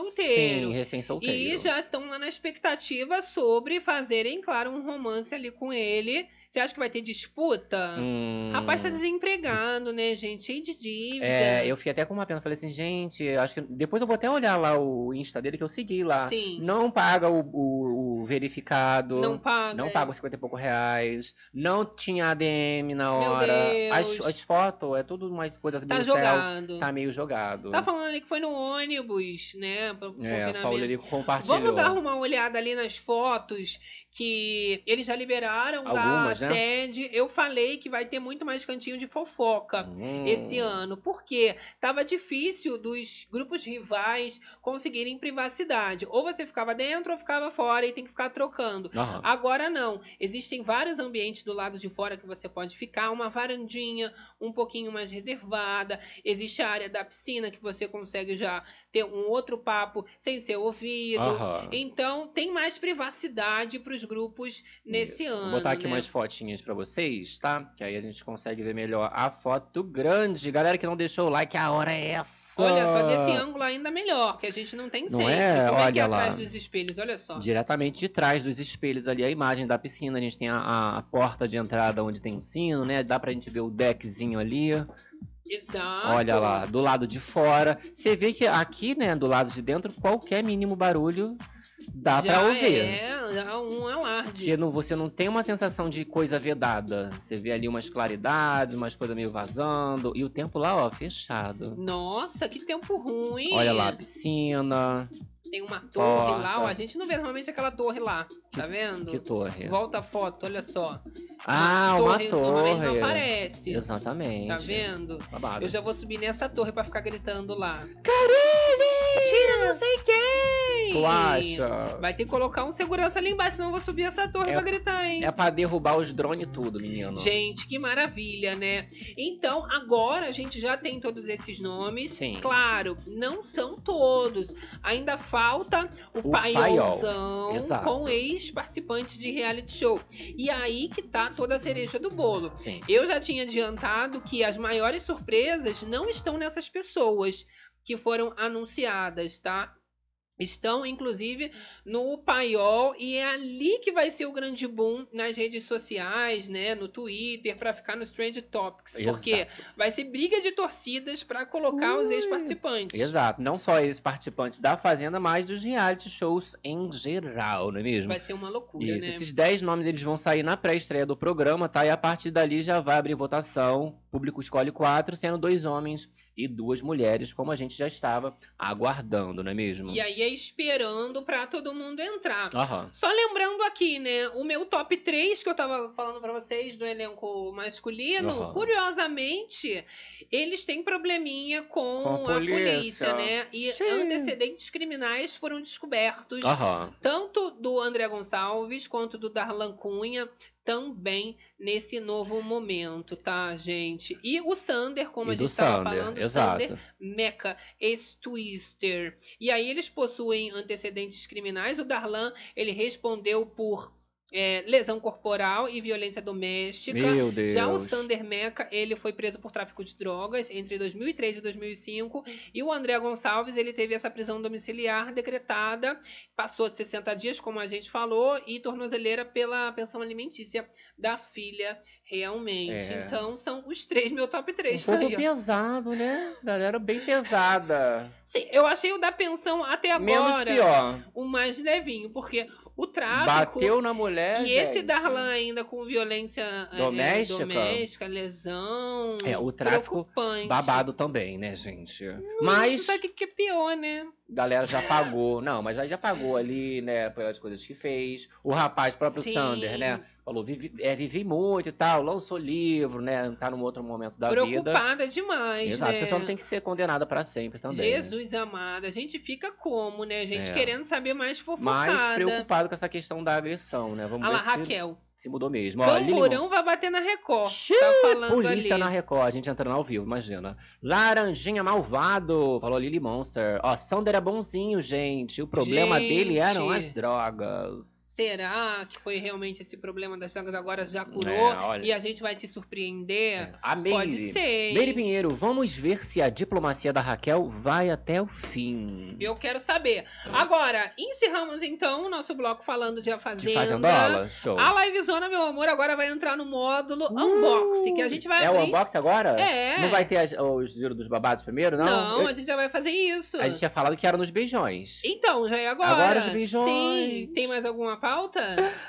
[SPEAKER 1] recém-solteiro.
[SPEAKER 2] Sim, recém-solteiro.
[SPEAKER 1] E já estão lá na expectativa sobre fazerem, claro, um romance ali com ele. Você acha que vai ter disputa?
[SPEAKER 2] Hum.
[SPEAKER 1] Rapaz tá desempregado, né, gente? Cheio de dívida.
[SPEAKER 2] É, eu fiquei até com uma pena. Falei assim, gente, eu acho que. Depois eu vou até olhar lá o Insta dele que eu segui lá.
[SPEAKER 1] Sim.
[SPEAKER 2] Não paga o, o- o verificado.
[SPEAKER 1] Não paga,
[SPEAKER 2] Não
[SPEAKER 1] é.
[SPEAKER 2] paga os 50 e pouco reais. Não tinha ADM na
[SPEAKER 1] Meu
[SPEAKER 2] hora.
[SPEAKER 1] Deus.
[SPEAKER 2] As, as fotos, é tudo umas coisas
[SPEAKER 1] Tá
[SPEAKER 2] meio céu,
[SPEAKER 1] jogado.
[SPEAKER 2] Tá meio jogado.
[SPEAKER 1] Tá falando ali que foi no ônibus, né? Pro pro
[SPEAKER 2] é, só o
[SPEAKER 1] confinamento.
[SPEAKER 2] Lerico compartilhou.
[SPEAKER 1] Vamos dar uma olhada ali nas fotos que eles já liberaram
[SPEAKER 2] Algumas,
[SPEAKER 1] da
[SPEAKER 2] né?
[SPEAKER 1] sede. Eu falei que vai ter muito mais cantinho de fofoca
[SPEAKER 2] Hum.
[SPEAKER 1] esse ano, porque tava difícil dos grupos rivais conseguirem privacidade. Ou você ficava dentro ou ficava fora e tem que ficar trocando.
[SPEAKER 2] Aham.
[SPEAKER 1] Agora não. Existem vários ambientes do lado de fora que você pode ficar, uma varandinha um pouquinho mais reservada. Existe a área da piscina que você consegue já ter um outro papo sem ser ouvido.
[SPEAKER 2] Aham.
[SPEAKER 1] Então, tem mais privacidade para os grupos nesse ano.
[SPEAKER 2] Vou botar aqui
[SPEAKER 1] né?
[SPEAKER 2] umas fotinhas pra vocês, tá? Que aí a gente consegue ver melhor a foto grande. Galera que não deixou o like, a hora é essa.
[SPEAKER 1] Olha só, desse ângulo ainda melhor, que a gente não tem
[SPEAKER 2] Ah. Não
[SPEAKER 1] sempre.
[SPEAKER 2] é?
[SPEAKER 1] Como é que é
[SPEAKER 2] Olha lá.
[SPEAKER 1] atrás dos espelhos? Olha só.
[SPEAKER 2] Diretamente de trás dos espelhos ali, a imagem da piscina. A gente tem a- a, a porta de entrada onde tem um sino, né? Dá pra gente ver o deckzinho ali.
[SPEAKER 1] Exato.
[SPEAKER 2] Olha lá, do lado de fora. Você vê que aqui, né, do lado de dentro, qualquer mínimo barulho dá
[SPEAKER 1] Já
[SPEAKER 2] pra ouvir.
[SPEAKER 1] É, já um alarde.
[SPEAKER 2] Porque não, você não tem uma sensação de coisa vedada. Você vê ali umas claridades, umas coisas meio vazando. E o tempo lá, ó, fechado.
[SPEAKER 1] Nossa, que tempo ruim.
[SPEAKER 2] Olha lá, a piscina.
[SPEAKER 1] Tem uma torre
[SPEAKER 2] Porta.
[SPEAKER 1] lá, ó. A gente não vê normalmente aquela torre lá. Tá vendo?
[SPEAKER 2] que torre? é?
[SPEAKER 1] Volta a foto, olha só.
[SPEAKER 2] Ah,
[SPEAKER 1] Uma
[SPEAKER 2] uma
[SPEAKER 1] torre
[SPEAKER 2] torre.
[SPEAKER 1] normalmente não aparece.
[SPEAKER 2] Exatamente.
[SPEAKER 1] Tá vendo?
[SPEAKER 2] Babado.
[SPEAKER 1] Eu já vou subir nessa torre pra ficar gritando lá.
[SPEAKER 2] Carilli!
[SPEAKER 1] Tira não sei quem!
[SPEAKER 2] Tu acha?
[SPEAKER 1] Vai ter que colocar um segurança ali embaixo, senão eu vou subir essa torre
[SPEAKER 2] É-
[SPEAKER 1] pra gritar, hein?
[SPEAKER 2] É pra derrubar os drones tudo, menino.
[SPEAKER 1] Gente, que maravilha, né? Então, agora a gente já tem todos esses nomes.
[SPEAKER 2] Sim.
[SPEAKER 1] Claro, não são todos. Ainda falta o,
[SPEAKER 2] O
[SPEAKER 1] paiolzão
[SPEAKER 2] paiol. Exato.
[SPEAKER 1] com ex-participantes de reality show. E aí que tá toda a cereja do bolo.
[SPEAKER 2] Sim.
[SPEAKER 1] Eu já tinha adiantado que as maiores surpresas não estão nessas pessoas que foram anunciadas, tá? Estão, inclusive, no paiol e é ali que vai ser o grande boom nas redes sociais, né? No Twitter, pra ficar nos Trend Topics. Porque vai ser briga de torcidas pra colocar os ex-participantes.
[SPEAKER 2] Exato. Não só esses participantes da Fazenda, mas dos reality shows em geral, não é mesmo?
[SPEAKER 1] Vai ser uma loucura,
[SPEAKER 2] Isso,
[SPEAKER 1] né?
[SPEAKER 2] esses 10 nomes eles vão sair na pré-estreia do programa, tá? E a partir dali já vai abrir votação. O público escolhe quatro, sendo dois homens e duas mulheres, como a gente já estava aguardando, não é mesmo?
[SPEAKER 1] E aí é esperando pra todo mundo entrar.
[SPEAKER 2] Aham.
[SPEAKER 1] Só lembrando aqui, né? O meu top 3 que eu tava falando pra vocês do elenco masculino,
[SPEAKER 2] Aham.
[SPEAKER 1] curiosamente, eles têm probleminha com,
[SPEAKER 2] Com
[SPEAKER 1] a
[SPEAKER 2] a
[SPEAKER 1] polícia,
[SPEAKER 2] polícia.
[SPEAKER 1] né? E antecedentes criminais foram descobertos.
[SPEAKER 2] Aham.
[SPEAKER 1] Tanto do André Gonçalves quanto do Darlan Cunha, também nesse novo momento, tá, gente? E o Sander,
[SPEAKER 2] E
[SPEAKER 1] como a
[SPEAKER 2] do
[SPEAKER 1] gente estava
[SPEAKER 2] Sander,
[SPEAKER 1] falando,
[SPEAKER 2] exato.
[SPEAKER 1] Sander Meca, ex-twister. E aí eles possuem antecedentes criminais. O Darlan, ele respondeu por é, lesão corporal e violência doméstica.
[SPEAKER 2] Meu Deus.
[SPEAKER 1] Já o Sander Meca, ele foi preso por tráfico de drogas entre 2003 e 2005. E o André Gonçalves, ele teve essa prisão domiciliar decretada. Passou de 60 dias, como a gente falou, e tornozeleira pela pensão alimentícia da filha, realmente.
[SPEAKER 2] É.
[SPEAKER 1] Então, são os três, meu top
[SPEAKER 2] Um
[SPEAKER 1] três.
[SPEAKER 2] pouco
[SPEAKER 1] Aí, ó.
[SPEAKER 2] pesado, né? Galera bem pesada.
[SPEAKER 1] Sim, eu achei o da pensão até agora
[SPEAKER 2] Menos pior.
[SPEAKER 1] o mais levinho, porque o tráfico.
[SPEAKER 2] Bateu na mulher.
[SPEAKER 1] E esse
[SPEAKER 2] gente.
[SPEAKER 1] Darlan ainda com violência é,
[SPEAKER 2] Doméstica?
[SPEAKER 1] doméstica lesão.
[SPEAKER 2] É, o tráfico
[SPEAKER 1] preocupante.
[SPEAKER 2] babado também, né, gente?
[SPEAKER 1] Não,
[SPEAKER 2] Mas.
[SPEAKER 1] Sabe o que que é pior, né?
[SPEAKER 2] galera já pagou. Não, mas já, já pagou ali, né, pelas coisas que fez. O rapaz, próprio
[SPEAKER 1] Sim.
[SPEAKER 2] Sander, né? Falou, vivi, é, vivi muito e tal, lançou livro, né? Tá num outro momento da vida.
[SPEAKER 1] Preocupada demais,
[SPEAKER 2] Exato,
[SPEAKER 1] né?
[SPEAKER 2] a pessoa não tem que ser condenada pra sempre também. né?
[SPEAKER 1] Jesus amado, a gente fica como, né? A gente
[SPEAKER 2] É.
[SPEAKER 1] querendo saber mais fofocada.
[SPEAKER 2] Mais preocupado com essa questão da agressão, né? Vamos
[SPEAKER 1] Olha lá,
[SPEAKER 2] ver se,
[SPEAKER 1] Raquel.
[SPEAKER 2] se mudou mesmo. Ó, Lilian,
[SPEAKER 1] Camburão vai bater na Record. tá falando
[SPEAKER 2] Polícia
[SPEAKER 1] ali.
[SPEAKER 2] na Record, a gente entrando ao vivo, imagina. Laranjinha malvado, falou Lily Monster. Ó, Sander é bonzinho, gente. O problema
[SPEAKER 1] Gente.
[SPEAKER 2] dele eram as drogas.
[SPEAKER 1] Será que foi realmente esse problema das drogas agora já curou?
[SPEAKER 2] É, olha. É.
[SPEAKER 1] e a gente vai se surpreender?
[SPEAKER 2] A Meire.
[SPEAKER 1] Pode ser.
[SPEAKER 2] Meire
[SPEAKER 1] hein?
[SPEAKER 2] Pinheiro, vamos ver se a diplomacia da Raquel vai até o fim.
[SPEAKER 1] Eu quero saber. Agora, encerramos então o nosso bloco falando de A Fazenda.
[SPEAKER 2] De Fazendola, show.
[SPEAKER 1] A livezona, meu amor, agora vai entrar no módulo unboxing, que a gente vai
[SPEAKER 2] Uh, É o
[SPEAKER 1] abrir.
[SPEAKER 2] unboxing agora?
[SPEAKER 1] É.
[SPEAKER 2] Não vai ter as- os giro dos babados primeiro, não?
[SPEAKER 1] Não,
[SPEAKER 2] Eu-
[SPEAKER 1] a gente já vai fazer isso.
[SPEAKER 2] a gente tinha falado que era nos beijões.
[SPEAKER 1] Então, já é agora.
[SPEAKER 2] Agora os beijões. Ah,
[SPEAKER 1] Sim. Tem mais alguma pauta?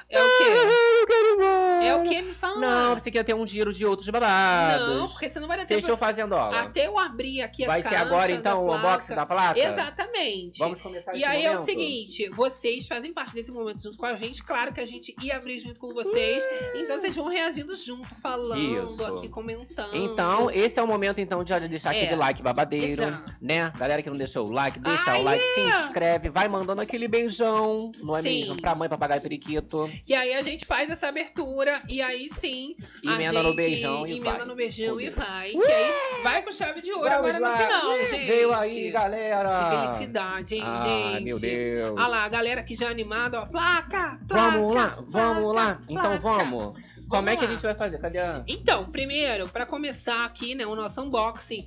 [SPEAKER 1] É o quê? É o que me fala?
[SPEAKER 2] Não, você quer ter um giro de outros babados.
[SPEAKER 1] Não, porque você não vai dar
[SPEAKER 2] Fechou
[SPEAKER 1] tempo.
[SPEAKER 2] Fazendola.
[SPEAKER 1] Até eu abrir aqui a
[SPEAKER 2] Vai ser
[SPEAKER 1] caixa
[SPEAKER 2] agora,
[SPEAKER 1] da
[SPEAKER 2] então, o
[SPEAKER 1] placa.
[SPEAKER 2] unboxing da placa?
[SPEAKER 1] Exatamente.
[SPEAKER 2] Vamos começar
[SPEAKER 1] E
[SPEAKER 2] Tá esse
[SPEAKER 1] aí é o
[SPEAKER 2] momento?
[SPEAKER 1] seguinte, vocês fazem parte desse momento junto com a gente. Claro que a gente ia abrir junto com vocês. Então vocês vão reagindo junto, falando
[SPEAKER 2] Isso.
[SPEAKER 1] aqui, comentando.
[SPEAKER 2] Então, esse é o momento, então, de deixar
[SPEAKER 1] É.
[SPEAKER 2] aquele like babadeiro,
[SPEAKER 1] Exato.
[SPEAKER 2] né? Galera que não deixou o like, deixa o like, se inscreve, vai mandando aquele beijão, não é
[SPEAKER 1] é. Sim.
[SPEAKER 2] mesmo? Pra mãe, papagaio, periquito.
[SPEAKER 1] E aí a gente faz essa abertura e aí sim a
[SPEAKER 2] Emenda no
[SPEAKER 1] Ah, gente
[SPEAKER 2] beijão e
[SPEAKER 1] emenda
[SPEAKER 2] vai.
[SPEAKER 1] no beijão e vai. Que aí vai com chave de ouro
[SPEAKER 2] Vamos
[SPEAKER 1] agora
[SPEAKER 2] lá.
[SPEAKER 1] no final,
[SPEAKER 2] Ih,
[SPEAKER 1] gente.
[SPEAKER 2] veio aí, galera.
[SPEAKER 1] Que felicidade, hein,
[SPEAKER 2] Ai,
[SPEAKER 1] gente?
[SPEAKER 2] meu Deus.
[SPEAKER 1] Olha lá, a galera que já é animada, ó. Placa!
[SPEAKER 2] Vamos
[SPEAKER 1] placa,
[SPEAKER 2] lá, vamos lá.
[SPEAKER 1] placa,
[SPEAKER 2] Então
[SPEAKER 1] placa.
[SPEAKER 2] vamos. Como é que a
[SPEAKER 1] lá.
[SPEAKER 2] gente vai fazer? Cadê a...
[SPEAKER 1] Então, primeiro, para começar aqui, né, o nosso unboxing,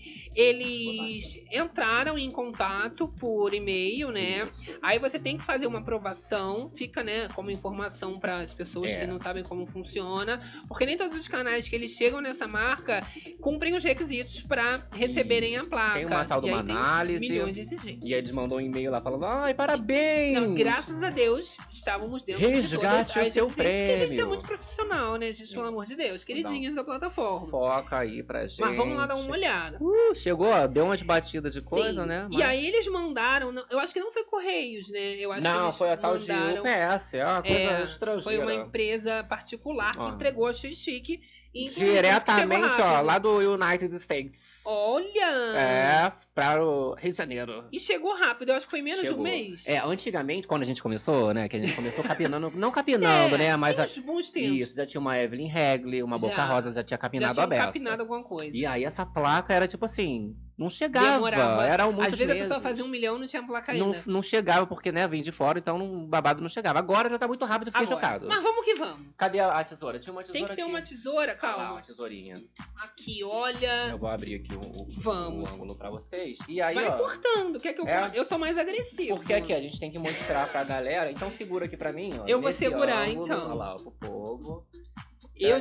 [SPEAKER 1] eles entraram em contato por e-mail, né? Aí você tem que fazer uma aprovação, fica, né, como informação para as pessoas
[SPEAKER 2] É.
[SPEAKER 1] que não sabem como funciona, porque nem todos os canais que eles chegam nessa marca cumprem os requisitos para receberem a placa.
[SPEAKER 2] Tem uma tal de
[SPEAKER 1] e
[SPEAKER 2] uma
[SPEAKER 1] aí tem
[SPEAKER 2] análise.
[SPEAKER 1] milhões de exigências.
[SPEAKER 2] E eles mandou um e-mail lá falando, ai, parabéns.
[SPEAKER 1] Não, graças a Deus, estávamos dentro de todas
[SPEAKER 2] Resgate o
[SPEAKER 1] as
[SPEAKER 2] seu
[SPEAKER 1] exigências, porque a gente é
[SPEAKER 2] prêmio.
[SPEAKER 1] muito profissional, né, gente, pelo amor de Deus, queridinhos da plataforma.
[SPEAKER 2] Foca aí pra gente.
[SPEAKER 1] Mas vamos lá dar um uma olhada.
[SPEAKER 2] Uh, chegou, ó, deu umas batidas de coisa,
[SPEAKER 1] Sim.
[SPEAKER 2] né?
[SPEAKER 1] E aí eles mandaram, não- eu acho que não foi Correios, né? Eu acho que
[SPEAKER 2] não,
[SPEAKER 1] eles
[SPEAKER 2] foi a tal de
[SPEAKER 1] mandaram,
[SPEAKER 2] UPS, é uma coisa
[SPEAKER 1] É,
[SPEAKER 2] estrangeira.
[SPEAKER 1] Foi uma empresa particular que
[SPEAKER 2] Ó.
[SPEAKER 1] entregou a X-Chique. e por isso que chegou
[SPEAKER 2] Diretamente, ó,
[SPEAKER 1] rápido.
[SPEAKER 2] lá do United States.
[SPEAKER 1] Olha!
[SPEAKER 2] É, para o Rio de Janeiro.
[SPEAKER 1] E chegou rápido, eu acho que foi menos de
[SPEAKER 2] Chegou.
[SPEAKER 1] um mês.
[SPEAKER 2] É, antigamente, quando a gente começou, né? Que a gente começou capinando, não capinando,
[SPEAKER 1] É,
[SPEAKER 2] né? Mas
[SPEAKER 1] tem
[SPEAKER 2] a-
[SPEAKER 1] uns bons tempos.
[SPEAKER 2] isso, já tinha uma Evelyn Regli, uma Boca
[SPEAKER 1] Já.
[SPEAKER 2] Rosa, já tinha
[SPEAKER 1] Já
[SPEAKER 2] capinado
[SPEAKER 1] tinham
[SPEAKER 2] a beça.
[SPEAKER 1] capinado alguma coisa.
[SPEAKER 2] E aí essa placa era tipo assim, não chegava.
[SPEAKER 1] Demorava.
[SPEAKER 2] Era um
[SPEAKER 1] Às vezes a pessoa
[SPEAKER 2] meses.
[SPEAKER 1] fazia um milhão e não tinha placa ainda.
[SPEAKER 2] não, não chegava, porque, né, vim de fora, então não- o babado não chegava. Agora já tá muito rápido, eu fiquei
[SPEAKER 1] Agora.
[SPEAKER 2] chocado.
[SPEAKER 1] Mas vamos que vamos.
[SPEAKER 2] Cadê a, a tesoura? Tinha uma tesoura
[SPEAKER 1] Tem que ter
[SPEAKER 2] aqui.
[SPEAKER 1] uma tesoura,
[SPEAKER 2] Lá,
[SPEAKER 1] calma.
[SPEAKER 2] uma tesourinha.
[SPEAKER 1] Aqui, olha.
[SPEAKER 2] Eu vou abrir aqui o, o-
[SPEAKER 1] Vamos.
[SPEAKER 2] o ângulo pra vocês. E aí,
[SPEAKER 1] Vai
[SPEAKER 2] ó...
[SPEAKER 1] cortando, quer que eu
[SPEAKER 2] É.
[SPEAKER 1] corte? Eu sou mais agressivo.
[SPEAKER 2] Porque aqui a gente tem que é mostrar pra galera. Então segura aqui pra mim, ó.
[SPEAKER 1] Eu vou
[SPEAKER 2] nesse
[SPEAKER 1] segurar,
[SPEAKER 2] ângulo.
[SPEAKER 1] então.
[SPEAKER 2] Olha lá, ó, pro povo.
[SPEAKER 1] Eu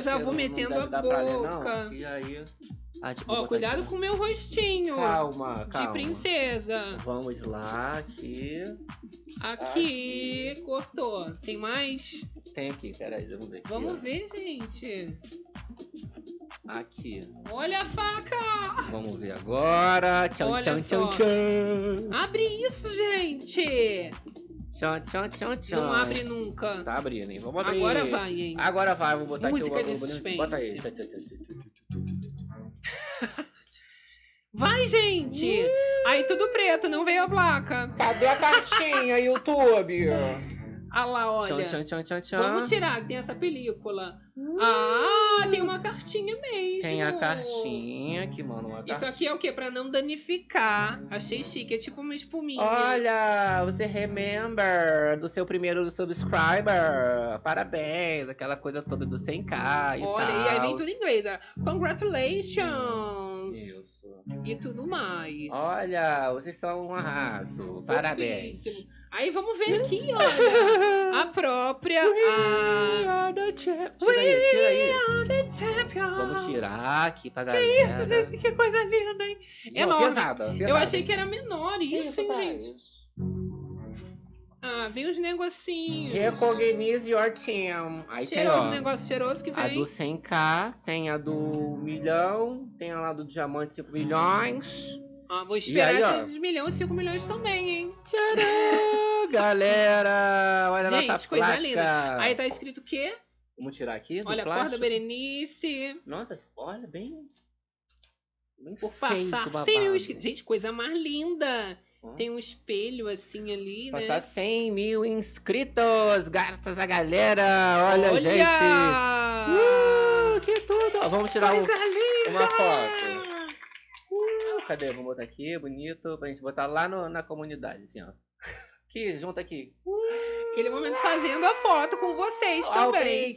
[SPEAKER 2] Será
[SPEAKER 1] já
[SPEAKER 2] que
[SPEAKER 1] vou
[SPEAKER 2] não
[SPEAKER 1] metendo
[SPEAKER 2] deve
[SPEAKER 1] a
[SPEAKER 2] dar pra ler, não?
[SPEAKER 1] boca.
[SPEAKER 2] E aí... Ah, tipo,
[SPEAKER 1] Ó,
[SPEAKER 2] botar
[SPEAKER 1] cuidado
[SPEAKER 2] aqui.
[SPEAKER 1] com o meu rostinho.
[SPEAKER 2] Calma, calma.
[SPEAKER 1] De princesa.
[SPEAKER 2] Vamos lá, aqui.
[SPEAKER 1] Aqui, cortou. Tem mais?
[SPEAKER 2] Tem aqui, peraí, vamos ver aqui.
[SPEAKER 1] Vamos
[SPEAKER 2] ó.
[SPEAKER 1] ver, gente.
[SPEAKER 2] Aqui.
[SPEAKER 1] Olha a faca!
[SPEAKER 2] Vamos ver agora. Tchau,
[SPEAKER 1] Olha
[SPEAKER 2] tchau,
[SPEAKER 1] só.
[SPEAKER 2] tchau, tchau.
[SPEAKER 1] Abre isso, gente!
[SPEAKER 2] Tchan, tchan, tchan, tchan.
[SPEAKER 1] Não abre nunca.
[SPEAKER 2] Tá abrindo, hein? Vamos abrir.
[SPEAKER 1] Agora vai, hein?
[SPEAKER 2] Agora vai, vou botar
[SPEAKER 1] Música
[SPEAKER 2] aqui
[SPEAKER 1] de
[SPEAKER 2] o vou-
[SPEAKER 1] suspense.
[SPEAKER 2] Bota aí. Tchan, tchan, tchan, tchan, tchan.
[SPEAKER 1] Vai, gente! Aí tudo preto, não veio a placa.
[SPEAKER 2] Cadê a cartinha, YouTube?
[SPEAKER 1] Ah lá, olha.
[SPEAKER 2] Tchan, tchan, tchan, tchan.
[SPEAKER 1] Vamos tirar, que tem essa película. Ah, tem uma cartinha mesmo.
[SPEAKER 2] Tem a cartinha que manda uma
[SPEAKER 1] Isso
[SPEAKER 2] cartinha.
[SPEAKER 1] aqui é o quê? Pra não danificar. Achei chique, é tipo uma espuminha.
[SPEAKER 2] Olha, você remember do seu primeiro subscriber. Parabéns, aquela coisa toda do 100k e
[SPEAKER 1] Olha,
[SPEAKER 2] tal.
[SPEAKER 1] e aí vem tudo em inglês. ó. Congratulations!
[SPEAKER 2] Isso.
[SPEAKER 1] E tudo mais.
[SPEAKER 2] Olha, vocês são um arraso. Parabéns.
[SPEAKER 1] Fofíssimo. Aí vamos ver aqui, olha. A própria. A...
[SPEAKER 2] Tira aí, tira aí.
[SPEAKER 1] are the champions.
[SPEAKER 2] Vamos tirar aqui pra
[SPEAKER 1] Ah. Que
[SPEAKER 2] galera. né?
[SPEAKER 1] isso, que coisa linda, hein?
[SPEAKER 2] Não,
[SPEAKER 1] Enorme.
[SPEAKER 2] pesada,
[SPEAKER 1] Eu
[SPEAKER 2] pesada,
[SPEAKER 1] achei
[SPEAKER 2] hein?
[SPEAKER 1] que era menor isso, hein, gente? Ah, vem os negocinhos.
[SPEAKER 2] Recognize your team. Hum. Aí tem,
[SPEAKER 1] cheiroso,
[SPEAKER 2] ó,
[SPEAKER 1] negócio cheiroso que
[SPEAKER 2] A
[SPEAKER 1] vem.
[SPEAKER 2] do 100k, tem a do milhão, tem a lá do diamante 5 milhões.
[SPEAKER 1] Ah, vou esperar
[SPEAKER 2] E aí, ó.
[SPEAKER 1] esses milhões e 5 milhões também, hein?
[SPEAKER 2] Tcharam, galera! Olha a nossa
[SPEAKER 1] Gente, coisa
[SPEAKER 2] placa.
[SPEAKER 1] linda. Aí tá escrito o quê?
[SPEAKER 2] Vamos tirar aqui do
[SPEAKER 1] Olha,
[SPEAKER 2] Ah. plástico.
[SPEAKER 1] acorda, Berenice.
[SPEAKER 2] Nossa, olha, bem. bem
[SPEAKER 1] Por
[SPEAKER 2] feito,
[SPEAKER 1] passar
[SPEAKER 2] babado.
[SPEAKER 1] sem mil inscritos. Gente, coisa mais linda.
[SPEAKER 2] Hã?
[SPEAKER 1] Tem um espelho assim ali, né?
[SPEAKER 2] Passar 100 mil inscritos, graças a galera. Olha,
[SPEAKER 1] Olha!
[SPEAKER 2] gente. Uh, que tudo. Ó, Vamos tirar um-
[SPEAKER 1] Coisa linda!
[SPEAKER 2] uma foto. Uh, cadê? Vamos botar aqui, bonito, pra gente botar lá no- na comunidade, assim, ó. Aqui, junta aqui.
[SPEAKER 1] Aquele momento fazendo a foto com vocês
[SPEAKER 2] Ó, o
[SPEAKER 1] também.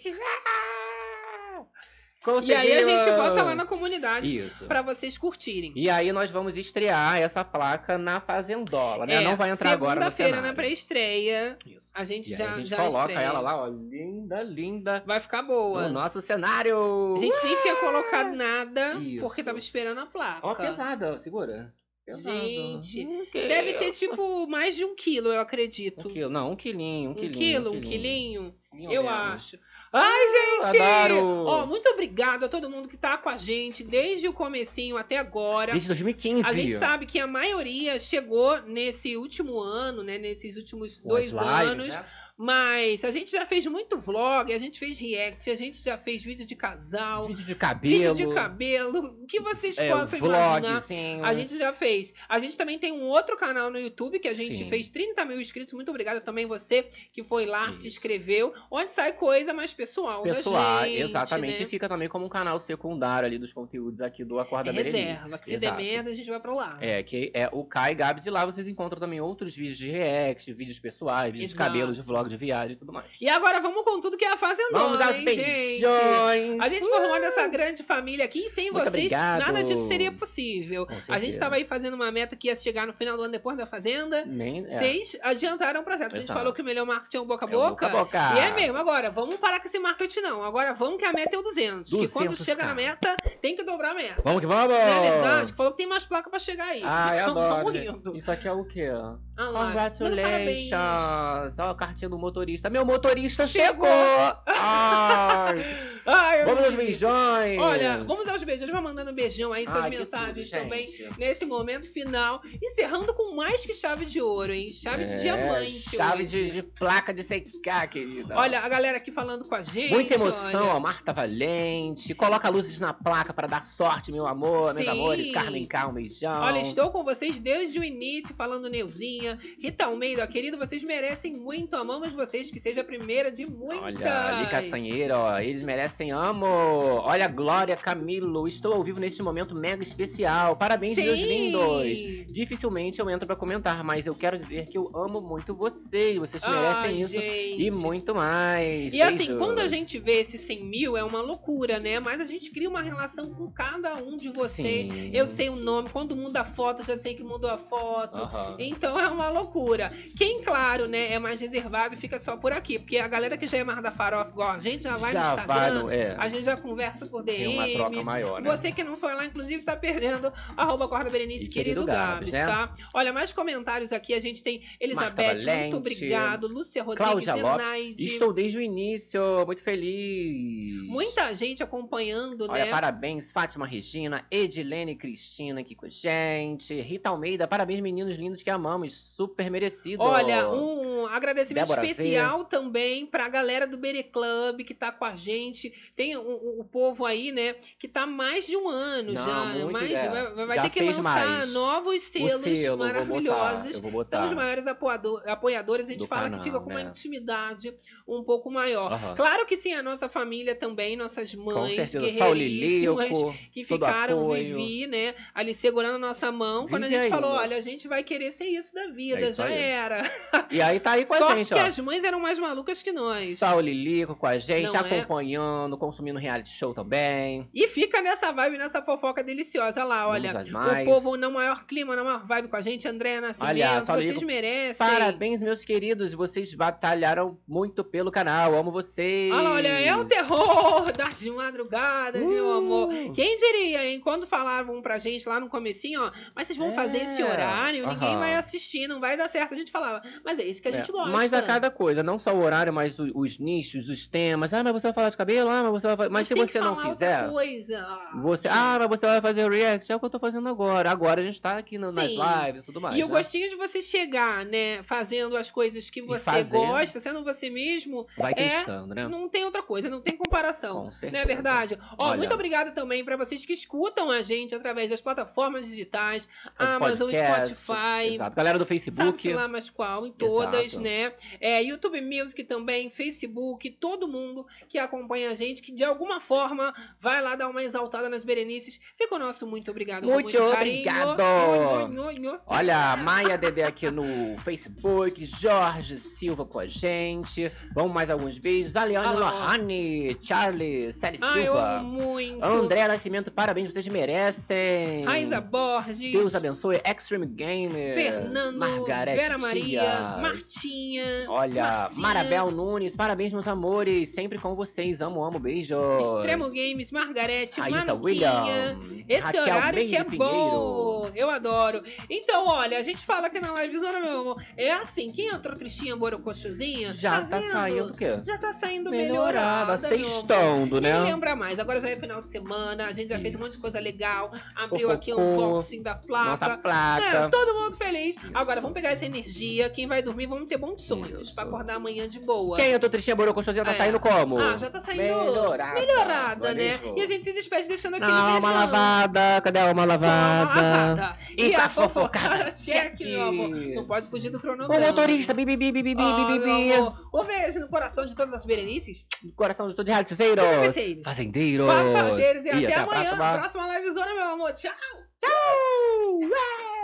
[SPEAKER 1] E
[SPEAKER 2] Conseguiu!
[SPEAKER 1] aí a gente bota lá na comunidade
[SPEAKER 2] Isso.
[SPEAKER 1] pra vocês curtirem.
[SPEAKER 2] E aí nós vamos estrear essa placa na Fazendola, né?
[SPEAKER 1] É,
[SPEAKER 2] Não vai entrar agora no
[SPEAKER 1] Segunda-feira
[SPEAKER 2] cenário.
[SPEAKER 1] na pré-estreia. A gente
[SPEAKER 2] E aí
[SPEAKER 1] já,
[SPEAKER 2] a gente
[SPEAKER 1] já
[SPEAKER 2] coloca
[SPEAKER 1] estreia.
[SPEAKER 2] ela lá, ó, linda, linda.
[SPEAKER 1] Vai ficar boa.
[SPEAKER 2] No nosso cenário.
[SPEAKER 1] A gente nem tinha colocado nada,
[SPEAKER 2] Isso.
[SPEAKER 1] porque tava esperando a placa.
[SPEAKER 2] Ó, pesada, ó, segura. Pesada.
[SPEAKER 1] Gente,
[SPEAKER 2] que-
[SPEAKER 1] deve ter tipo mais de um quilo, eu acredito.
[SPEAKER 2] Um quilo, não, um quilinho, um
[SPEAKER 1] Um
[SPEAKER 2] quilinho. Ah,
[SPEAKER 1] quilo, um quilinho,
[SPEAKER 2] Quilinho
[SPEAKER 1] eu
[SPEAKER 2] mesmo.
[SPEAKER 1] acho. Ai, gente!
[SPEAKER 2] adoro!
[SPEAKER 1] Ó, muito obrigado a todo mundo que tá com a gente desde o comecinho até agora.
[SPEAKER 2] Desde 2015.
[SPEAKER 1] A gente sabe que a maioria chegou nesse último ano, né? Nesses últimos
[SPEAKER 2] Com
[SPEAKER 1] dois
[SPEAKER 2] as lives,
[SPEAKER 1] anos.
[SPEAKER 2] né?
[SPEAKER 1] Mas a gente já fez muito vlog, a gente fez react, a gente já fez vídeo de casal,
[SPEAKER 2] Vídeo de cabelo.
[SPEAKER 1] vídeo de cabelo, o que vocês
[SPEAKER 2] É,
[SPEAKER 1] possam
[SPEAKER 2] vlog, assim, um
[SPEAKER 1] imaginar.
[SPEAKER 2] sim. né?
[SPEAKER 1] A gente já fez. A gente também tem um outro canal no YouTube que a gente
[SPEAKER 2] Sim.
[SPEAKER 1] fez 30 mil inscritos. Muito obrigada também você que foi lá, se inscreveu. Onde sai coisa mais pessoal,
[SPEAKER 2] Pessoal, ah,
[SPEAKER 1] da gente.
[SPEAKER 2] exatamente.
[SPEAKER 1] né?
[SPEAKER 2] E fica também como um canal secundário ali dos conteúdos aqui do Acorda
[SPEAKER 1] É
[SPEAKER 2] Berenice.
[SPEAKER 1] reserva, que se
[SPEAKER 2] Exato.
[SPEAKER 1] der merda, a gente vai pra lá.
[SPEAKER 2] É, que é o Kai Gabs e lá vocês encontram também outros vídeos de react, vídeos pessoais, vídeos
[SPEAKER 1] Exato.
[SPEAKER 2] de cabelo, de vlog, de viagem e tudo mais.
[SPEAKER 1] E agora vamos com tudo que é a Fazendona,
[SPEAKER 2] Vamos aos
[SPEAKER 1] hein,
[SPEAKER 2] beijões.
[SPEAKER 1] gente? A gente formando essa grande família aqui e sem
[SPEAKER 2] Muito
[SPEAKER 1] vocês,
[SPEAKER 2] obrigado.
[SPEAKER 1] nada disso seria possível. A gente
[SPEAKER 2] certeza.
[SPEAKER 1] tava aí fazendo uma meta que ia chegar no final do ano depois da Fazenda.
[SPEAKER 2] Nem- é.
[SPEAKER 1] Vocês adiantaram o processo. A gente
[SPEAKER 2] Exato.
[SPEAKER 1] falou que o melhor marketing é o boca a
[SPEAKER 2] É o
[SPEAKER 1] boca.
[SPEAKER 2] boca a boca.
[SPEAKER 1] E é mesmo. Agora, vamos parar com esse marketing não. Agora vamos que a meta é o 200. que quando
[SPEAKER 2] 200K.
[SPEAKER 1] chega na meta, tem que dobrar a meta.
[SPEAKER 2] Vamos que vamos!
[SPEAKER 1] Não é verdade? Que falou que tem mais placa pra chegar aí.
[SPEAKER 2] Ai,
[SPEAKER 1] então
[SPEAKER 2] adoro.
[SPEAKER 1] vamos indo.
[SPEAKER 2] Isso aqui é o quê?
[SPEAKER 1] Ah lá, dando parabéns.
[SPEAKER 2] Congratulations! Olha a cartinha do motorista. Meu motorista
[SPEAKER 1] é Chegou.
[SPEAKER 2] chegou! Ai.
[SPEAKER 1] Ai, eu
[SPEAKER 2] vamos
[SPEAKER 1] não
[SPEAKER 2] aos beijões!
[SPEAKER 1] Olha, vamos aos beijos, vai mandando um beijão aí, suas
[SPEAKER 2] Ai, que
[SPEAKER 1] mensagens
[SPEAKER 2] tudo,
[SPEAKER 1] também
[SPEAKER 2] gente.
[SPEAKER 1] nesse momento final. Encerrando com mais que chave de ouro, hein? Chave de
[SPEAKER 2] É,
[SPEAKER 1] diamante.
[SPEAKER 2] Chave
[SPEAKER 1] hoje.
[SPEAKER 2] de, de placa de secar, querida.
[SPEAKER 1] Olha, a galera aqui falando com a gente.
[SPEAKER 2] Muita emoção,
[SPEAKER 1] olha.
[SPEAKER 2] ó, Marta Valente. Coloca luzes na placa pra dar sorte, meu amor, meus
[SPEAKER 1] Sim.
[SPEAKER 2] amores. Carmen Cal, um beijão.
[SPEAKER 1] Olha, estou com vocês desde o início, falando Neuzinha, Rita Almeida, ó, querido, vocês merecem muito, amamos vocês, que seja a primeira de muitas.
[SPEAKER 2] Olha, ali Castanheiro, ó, eles merecem amo. Olha, Glória, Camilo, estou ao vivo neste momento mega especial. Parabéns,
[SPEAKER 1] Sim.
[SPEAKER 2] meus lindos. Dificilmente eu entro pra comentar, mas eu quero dizer que eu amo muito vocês. Vocês
[SPEAKER 1] Ai,
[SPEAKER 2] merecem isso
[SPEAKER 1] Ah, gente.
[SPEAKER 2] e muito mais.
[SPEAKER 1] E assim,
[SPEAKER 2] Beijos.
[SPEAKER 1] quando a gente vê esses 100 mil, é uma loucura, né? Mas a gente cria uma relação com cada um de vocês.
[SPEAKER 2] Sim.
[SPEAKER 1] Eu sei o nome, quando muda a foto, eu já sei que mudou a foto.
[SPEAKER 2] Aham.
[SPEAKER 1] Então é uma loucura. Quem, claro, né, é mais reservado e fica só por aqui. Porque a galera que já é mais da farofa igual a gente, já vai
[SPEAKER 2] Já
[SPEAKER 1] no Instagram.
[SPEAKER 2] vai no- é.
[SPEAKER 1] A gente já conversa por DM.
[SPEAKER 2] Tem uma troca maior, né?
[SPEAKER 1] Você que não foi lá, inclusive, tá perdendo. Arroba Corda Berenice,
[SPEAKER 2] E querido
[SPEAKER 1] querido, Gabs,
[SPEAKER 2] Gabs, né?
[SPEAKER 1] tá? Olha, mais comentários aqui. A gente tem Elizabeth, muito
[SPEAKER 2] Valente.
[SPEAKER 1] obrigado. Lúcia Rodrigues,
[SPEAKER 2] Cláudia Lopes,
[SPEAKER 1] Zenaide.
[SPEAKER 2] estou desde o início, muito feliz.
[SPEAKER 1] Muita gente acompanhando,
[SPEAKER 2] Olha,
[SPEAKER 1] né?
[SPEAKER 2] parabéns, Fátima Regina, Edilene Cristina aqui com a gente, Rita Almeida, parabéns, meninos lindos que amamos, super merecido.
[SPEAKER 1] Olha, um agradecimento
[SPEAKER 2] Débora V.
[SPEAKER 1] especial também pra galera do Bere Club que tá com a gente. Tem o, o- o povo aí, né, que tá mais de um ano
[SPEAKER 2] Não,
[SPEAKER 1] já.
[SPEAKER 2] muito,
[SPEAKER 1] mais,
[SPEAKER 2] é.
[SPEAKER 1] vai vai
[SPEAKER 2] Já
[SPEAKER 1] ter que
[SPEAKER 2] fez
[SPEAKER 1] lançar
[SPEAKER 2] mais.
[SPEAKER 1] novos selos
[SPEAKER 2] selo, vou
[SPEAKER 1] maravilhosos.
[SPEAKER 2] botar, eu vou botar.
[SPEAKER 1] São os maiores apoiado- apoiadores. A gente
[SPEAKER 2] Tá. Do
[SPEAKER 1] fala que
[SPEAKER 2] canal,
[SPEAKER 1] fica com uma
[SPEAKER 2] né?
[SPEAKER 1] intimidade um pouco maior.
[SPEAKER 2] Aham.
[SPEAKER 1] Claro que sim, a nossa família também, nossas mães
[SPEAKER 2] certeza, Saul
[SPEAKER 1] guerreiríssimas
[SPEAKER 2] Lilico,
[SPEAKER 1] que
[SPEAKER 2] todo
[SPEAKER 1] ficaram,
[SPEAKER 2] apoio.
[SPEAKER 1] Vivi, né, ali segurando a nossa mão. Quando a
[SPEAKER 2] Vivi
[SPEAKER 1] gente
[SPEAKER 2] ainda.
[SPEAKER 1] falou, olha, a gente vai querer ser isso da vida,
[SPEAKER 2] É isso
[SPEAKER 1] já
[SPEAKER 2] aí.
[SPEAKER 1] era.
[SPEAKER 2] E aí tá aí com
[SPEAKER 1] Sorte
[SPEAKER 2] a gente,
[SPEAKER 1] que
[SPEAKER 2] ó.
[SPEAKER 1] as mães eram mais malucas que nós.
[SPEAKER 2] Saul Lilico com a gente,
[SPEAKER 1] Não é?
[SPEAKER 2] acompanhando, consumindo reality show também.
[SPEAKER 1] E fica nessa vibe, nessa fofoca deliciosa lá, olha.
[SPEAKER 2] Vamos às
[SPEAKER 1] O
[SPEAKER 2] mais.
[SPEAKER 1] povo no maior clima, na maior vibe com a gente, Andréa Nascimento,
[SPEAKER 2] Olha, Saul
[SPEAKER 1] vocês
[SPEAKER 2] Lilico,
[SPEAKER 1] merecem.
[SPEAKER 2] Parabéns, meus queridos, vocês batalharam muito pelo canal. Amo vocês.
[SPEAKER 1] Olha, lá, olha, é o terror das madrugadas,
[SPEAKER 2] Uh!
[SPEAKER 1] meu amor. Quem diria, hein? Quando falavam pra gente lá no comecinho, ó, mas vocês vão fazer esse horário, ninguém
[SPEAKER 2] É, Aham.
[SPEAKER 1] vai assistir, não vai dar certo. A gente falava, mas é isso que a gente
[SPEAKER 2] É,
[SPEAKER 1] gosta.
[SPEAKER 2] Mas a cada coisa, não só o horário, mas o- os nichos, os temas. Ah, mas você vai falar de cabelo? Ah, mas você vai fazer. Mas, se
[SPEAKER 1] tem que
[SPEAKER 2] você não
[SPEAKER 1] falar
[SPEAKER 2] quiser.
[SPEAKER 1] Outra coisa.
[SPEAKER 2] Você, ah, mas você vai fazer o react, é o que eu tô fazendo agora. Agora a gente tá aqui no- nas
[SPEAKER 1] Sim.
[SPEAKER 2] lives e tudo mais.
[SPEAKER 1] E o
[SPEAKER 2] né?
[SPEAKER 1] gostinho de você chegar, né, fazendo as coisas que você
[SPEAKER 2] fazendo.
[SPEAKER 1] gosta, sendo você mesmo,
[SPEAKER 2] Vai
[SPEAKER 1] é,
[SPEAKER 2] testando, né?
[SPEAKER 1] não tem outra coisa, não tem comparação. não é
[SPEAKER 2] certeza.
[SPEAKER 1] verdade? Ó,
[SPEAKER 2] Olha.
[SPEAKER 1] muito obrigada também para vocês que escutam a gente através das plataformas digitais,
[SPEAKER 2] Os
[SPEAKER 1] Amazon,
[SPEAKER 2] podcasts,
[SPEAKER 1] Ah, Spotify.
[SPEAKER 2] Exato. Galera do Facebook.
[SPEAKER 1] Sabe-se lá mais qual, em todas,
[SPEAKER 2] Exato.
[SPEAKER 1] né? É, YouTube Music também, Facebook, todo mundo que acompanha a gente, que de alguma forma vai lá dar uma exaltada nas Berenices. Fica o nosso muito obrigado. com
[SPEAKER 2] Muito
[SPEAKER 1] carinho.
[SPEAKER 2] obrigado.
[SPEAKER 1] Nho, nho, nho, nho.
[SPEAKER 2] Olha, a Maia Dedé aqui no Facebook, Jorge Silva com a gente. Vamos mais alguns beijos. Aliane
[SPEAKER 1] Olha lá, ó.
[SPEAKER 2] Lohane, Charlie, Sally
[SPEAKER 1] Ai, Ah, eu
[SPEAKER 2] Silva.
[SPEAKER 1] amo muito.
[SPEAKER 2] André Nascimento, parabéns, vocês merecem.
[SPEAKER 1] Raiza Borges.
[SPEAKER 2] Deus abençoe. Extreme Gamer.
[SPEAKER 1] Fernando,
[SPEAKER 2] Margarete
[SPEAKER 1] Vera Maria,
[SPEAKER 2] Dias.
[SPEAKER 1] Martinha.
[SPEAKER 2] Olha,
[SPEAKER 1] Marcinha,
[SPEAKER 2] Marabel Nunes, parabéns, meus amores. Sempre com vocês. Amo, amo. Beijo.
[SPEAKER 1] Extremo Games, Margarete,
[SPEAKER 2] Raíssa
[SPEAKER 1] Manuquinha.
[SPEAKER 2] William,
[SPEAKER 1] Esse
[SPEAKER 2] Raquel
[SPEAKER 1] horário que é
[SPEAKER 2] Meire
[SPEAKER 1] bom. Eu adoro. Então, olha, a gente fala aqui na livezona, meu amor. É assim, quem entrou tristinha, borocochuzinha,
[SPEAKER 2] Já tá
[SPEAKER 1] vendo?
[SPEAKER 2] saindo o quê?
[SPEAKER 1] Já tá saindo melhorada,
[SPEAKER 2] Melhorada,
[SPEAKER 1] meu amor.
[SPEAKER 2] sextando, né?
[SPEAKER 1] Quem lembra mais? Agora já é final de semana, a gente já fez um monte de coisa legal. Abriu aqui um
[SPEAKER 2] Fofocou.
[SPEAKER 1] unboxing da placa.
[SPEAKER 2] Nossa placa.
[SPEAKER 1] É, todo mundo feliz. Agora, vamos pegar essa energia. Quem vai dormir, vamos ter bons sonhos pra acordar amanhã de boa.
[SPEAKER 2] Quem é eu tô tristinha, borocochosinha, tá
[SPEAKER 1] É.
[SPEAKER 2] saindo como?
[SPEAKER 1] Ah, já tá saindo melhorada,
[SPEAKER 2] Melhorada.
[SPEAKER 1] né?
[SPEAKER 2] Valeu.
[SPEAKER 1] E a gente se despede deixando aquele
[SPEAKER 2] Alma
[SPEAKER 1] beijão.
[SPEAKER 2] Ah, lavada, cadê a alma lavada?
[SPEAKER 1] E,
[SPEAKER 2] E
[SPEAKER 1] a
[SPEAKER 2] a
[SPEAKER 1] fofocada check, meu amor. Não pode fugir do cronograma.
[SPEAKER 2] O motorista, bi, bi, bi, bi, bi, bi,
[SPEAKER 1] Ah,
[SPEAKER 2] bi, bi.
[SPEAKER 1] meu amor. Um beijo no coração de todas as berenices.
[SPEAKER 2] Do Coração de todo de Raticeiros.
[SPEAKER 1] Tudo bem, Seires.
[SPEAKER 2] Fazendeiros.
[SPEAKER 1] Papadeiros. E, até,
[SPEAKER 2] a
[SPEAKER 1] amanhã.
[SPEAKER 2] próxima.
[SPEAKER 1] Próxima livezona, meu amor. Tchau.
[SPEAKER 2] Tchau.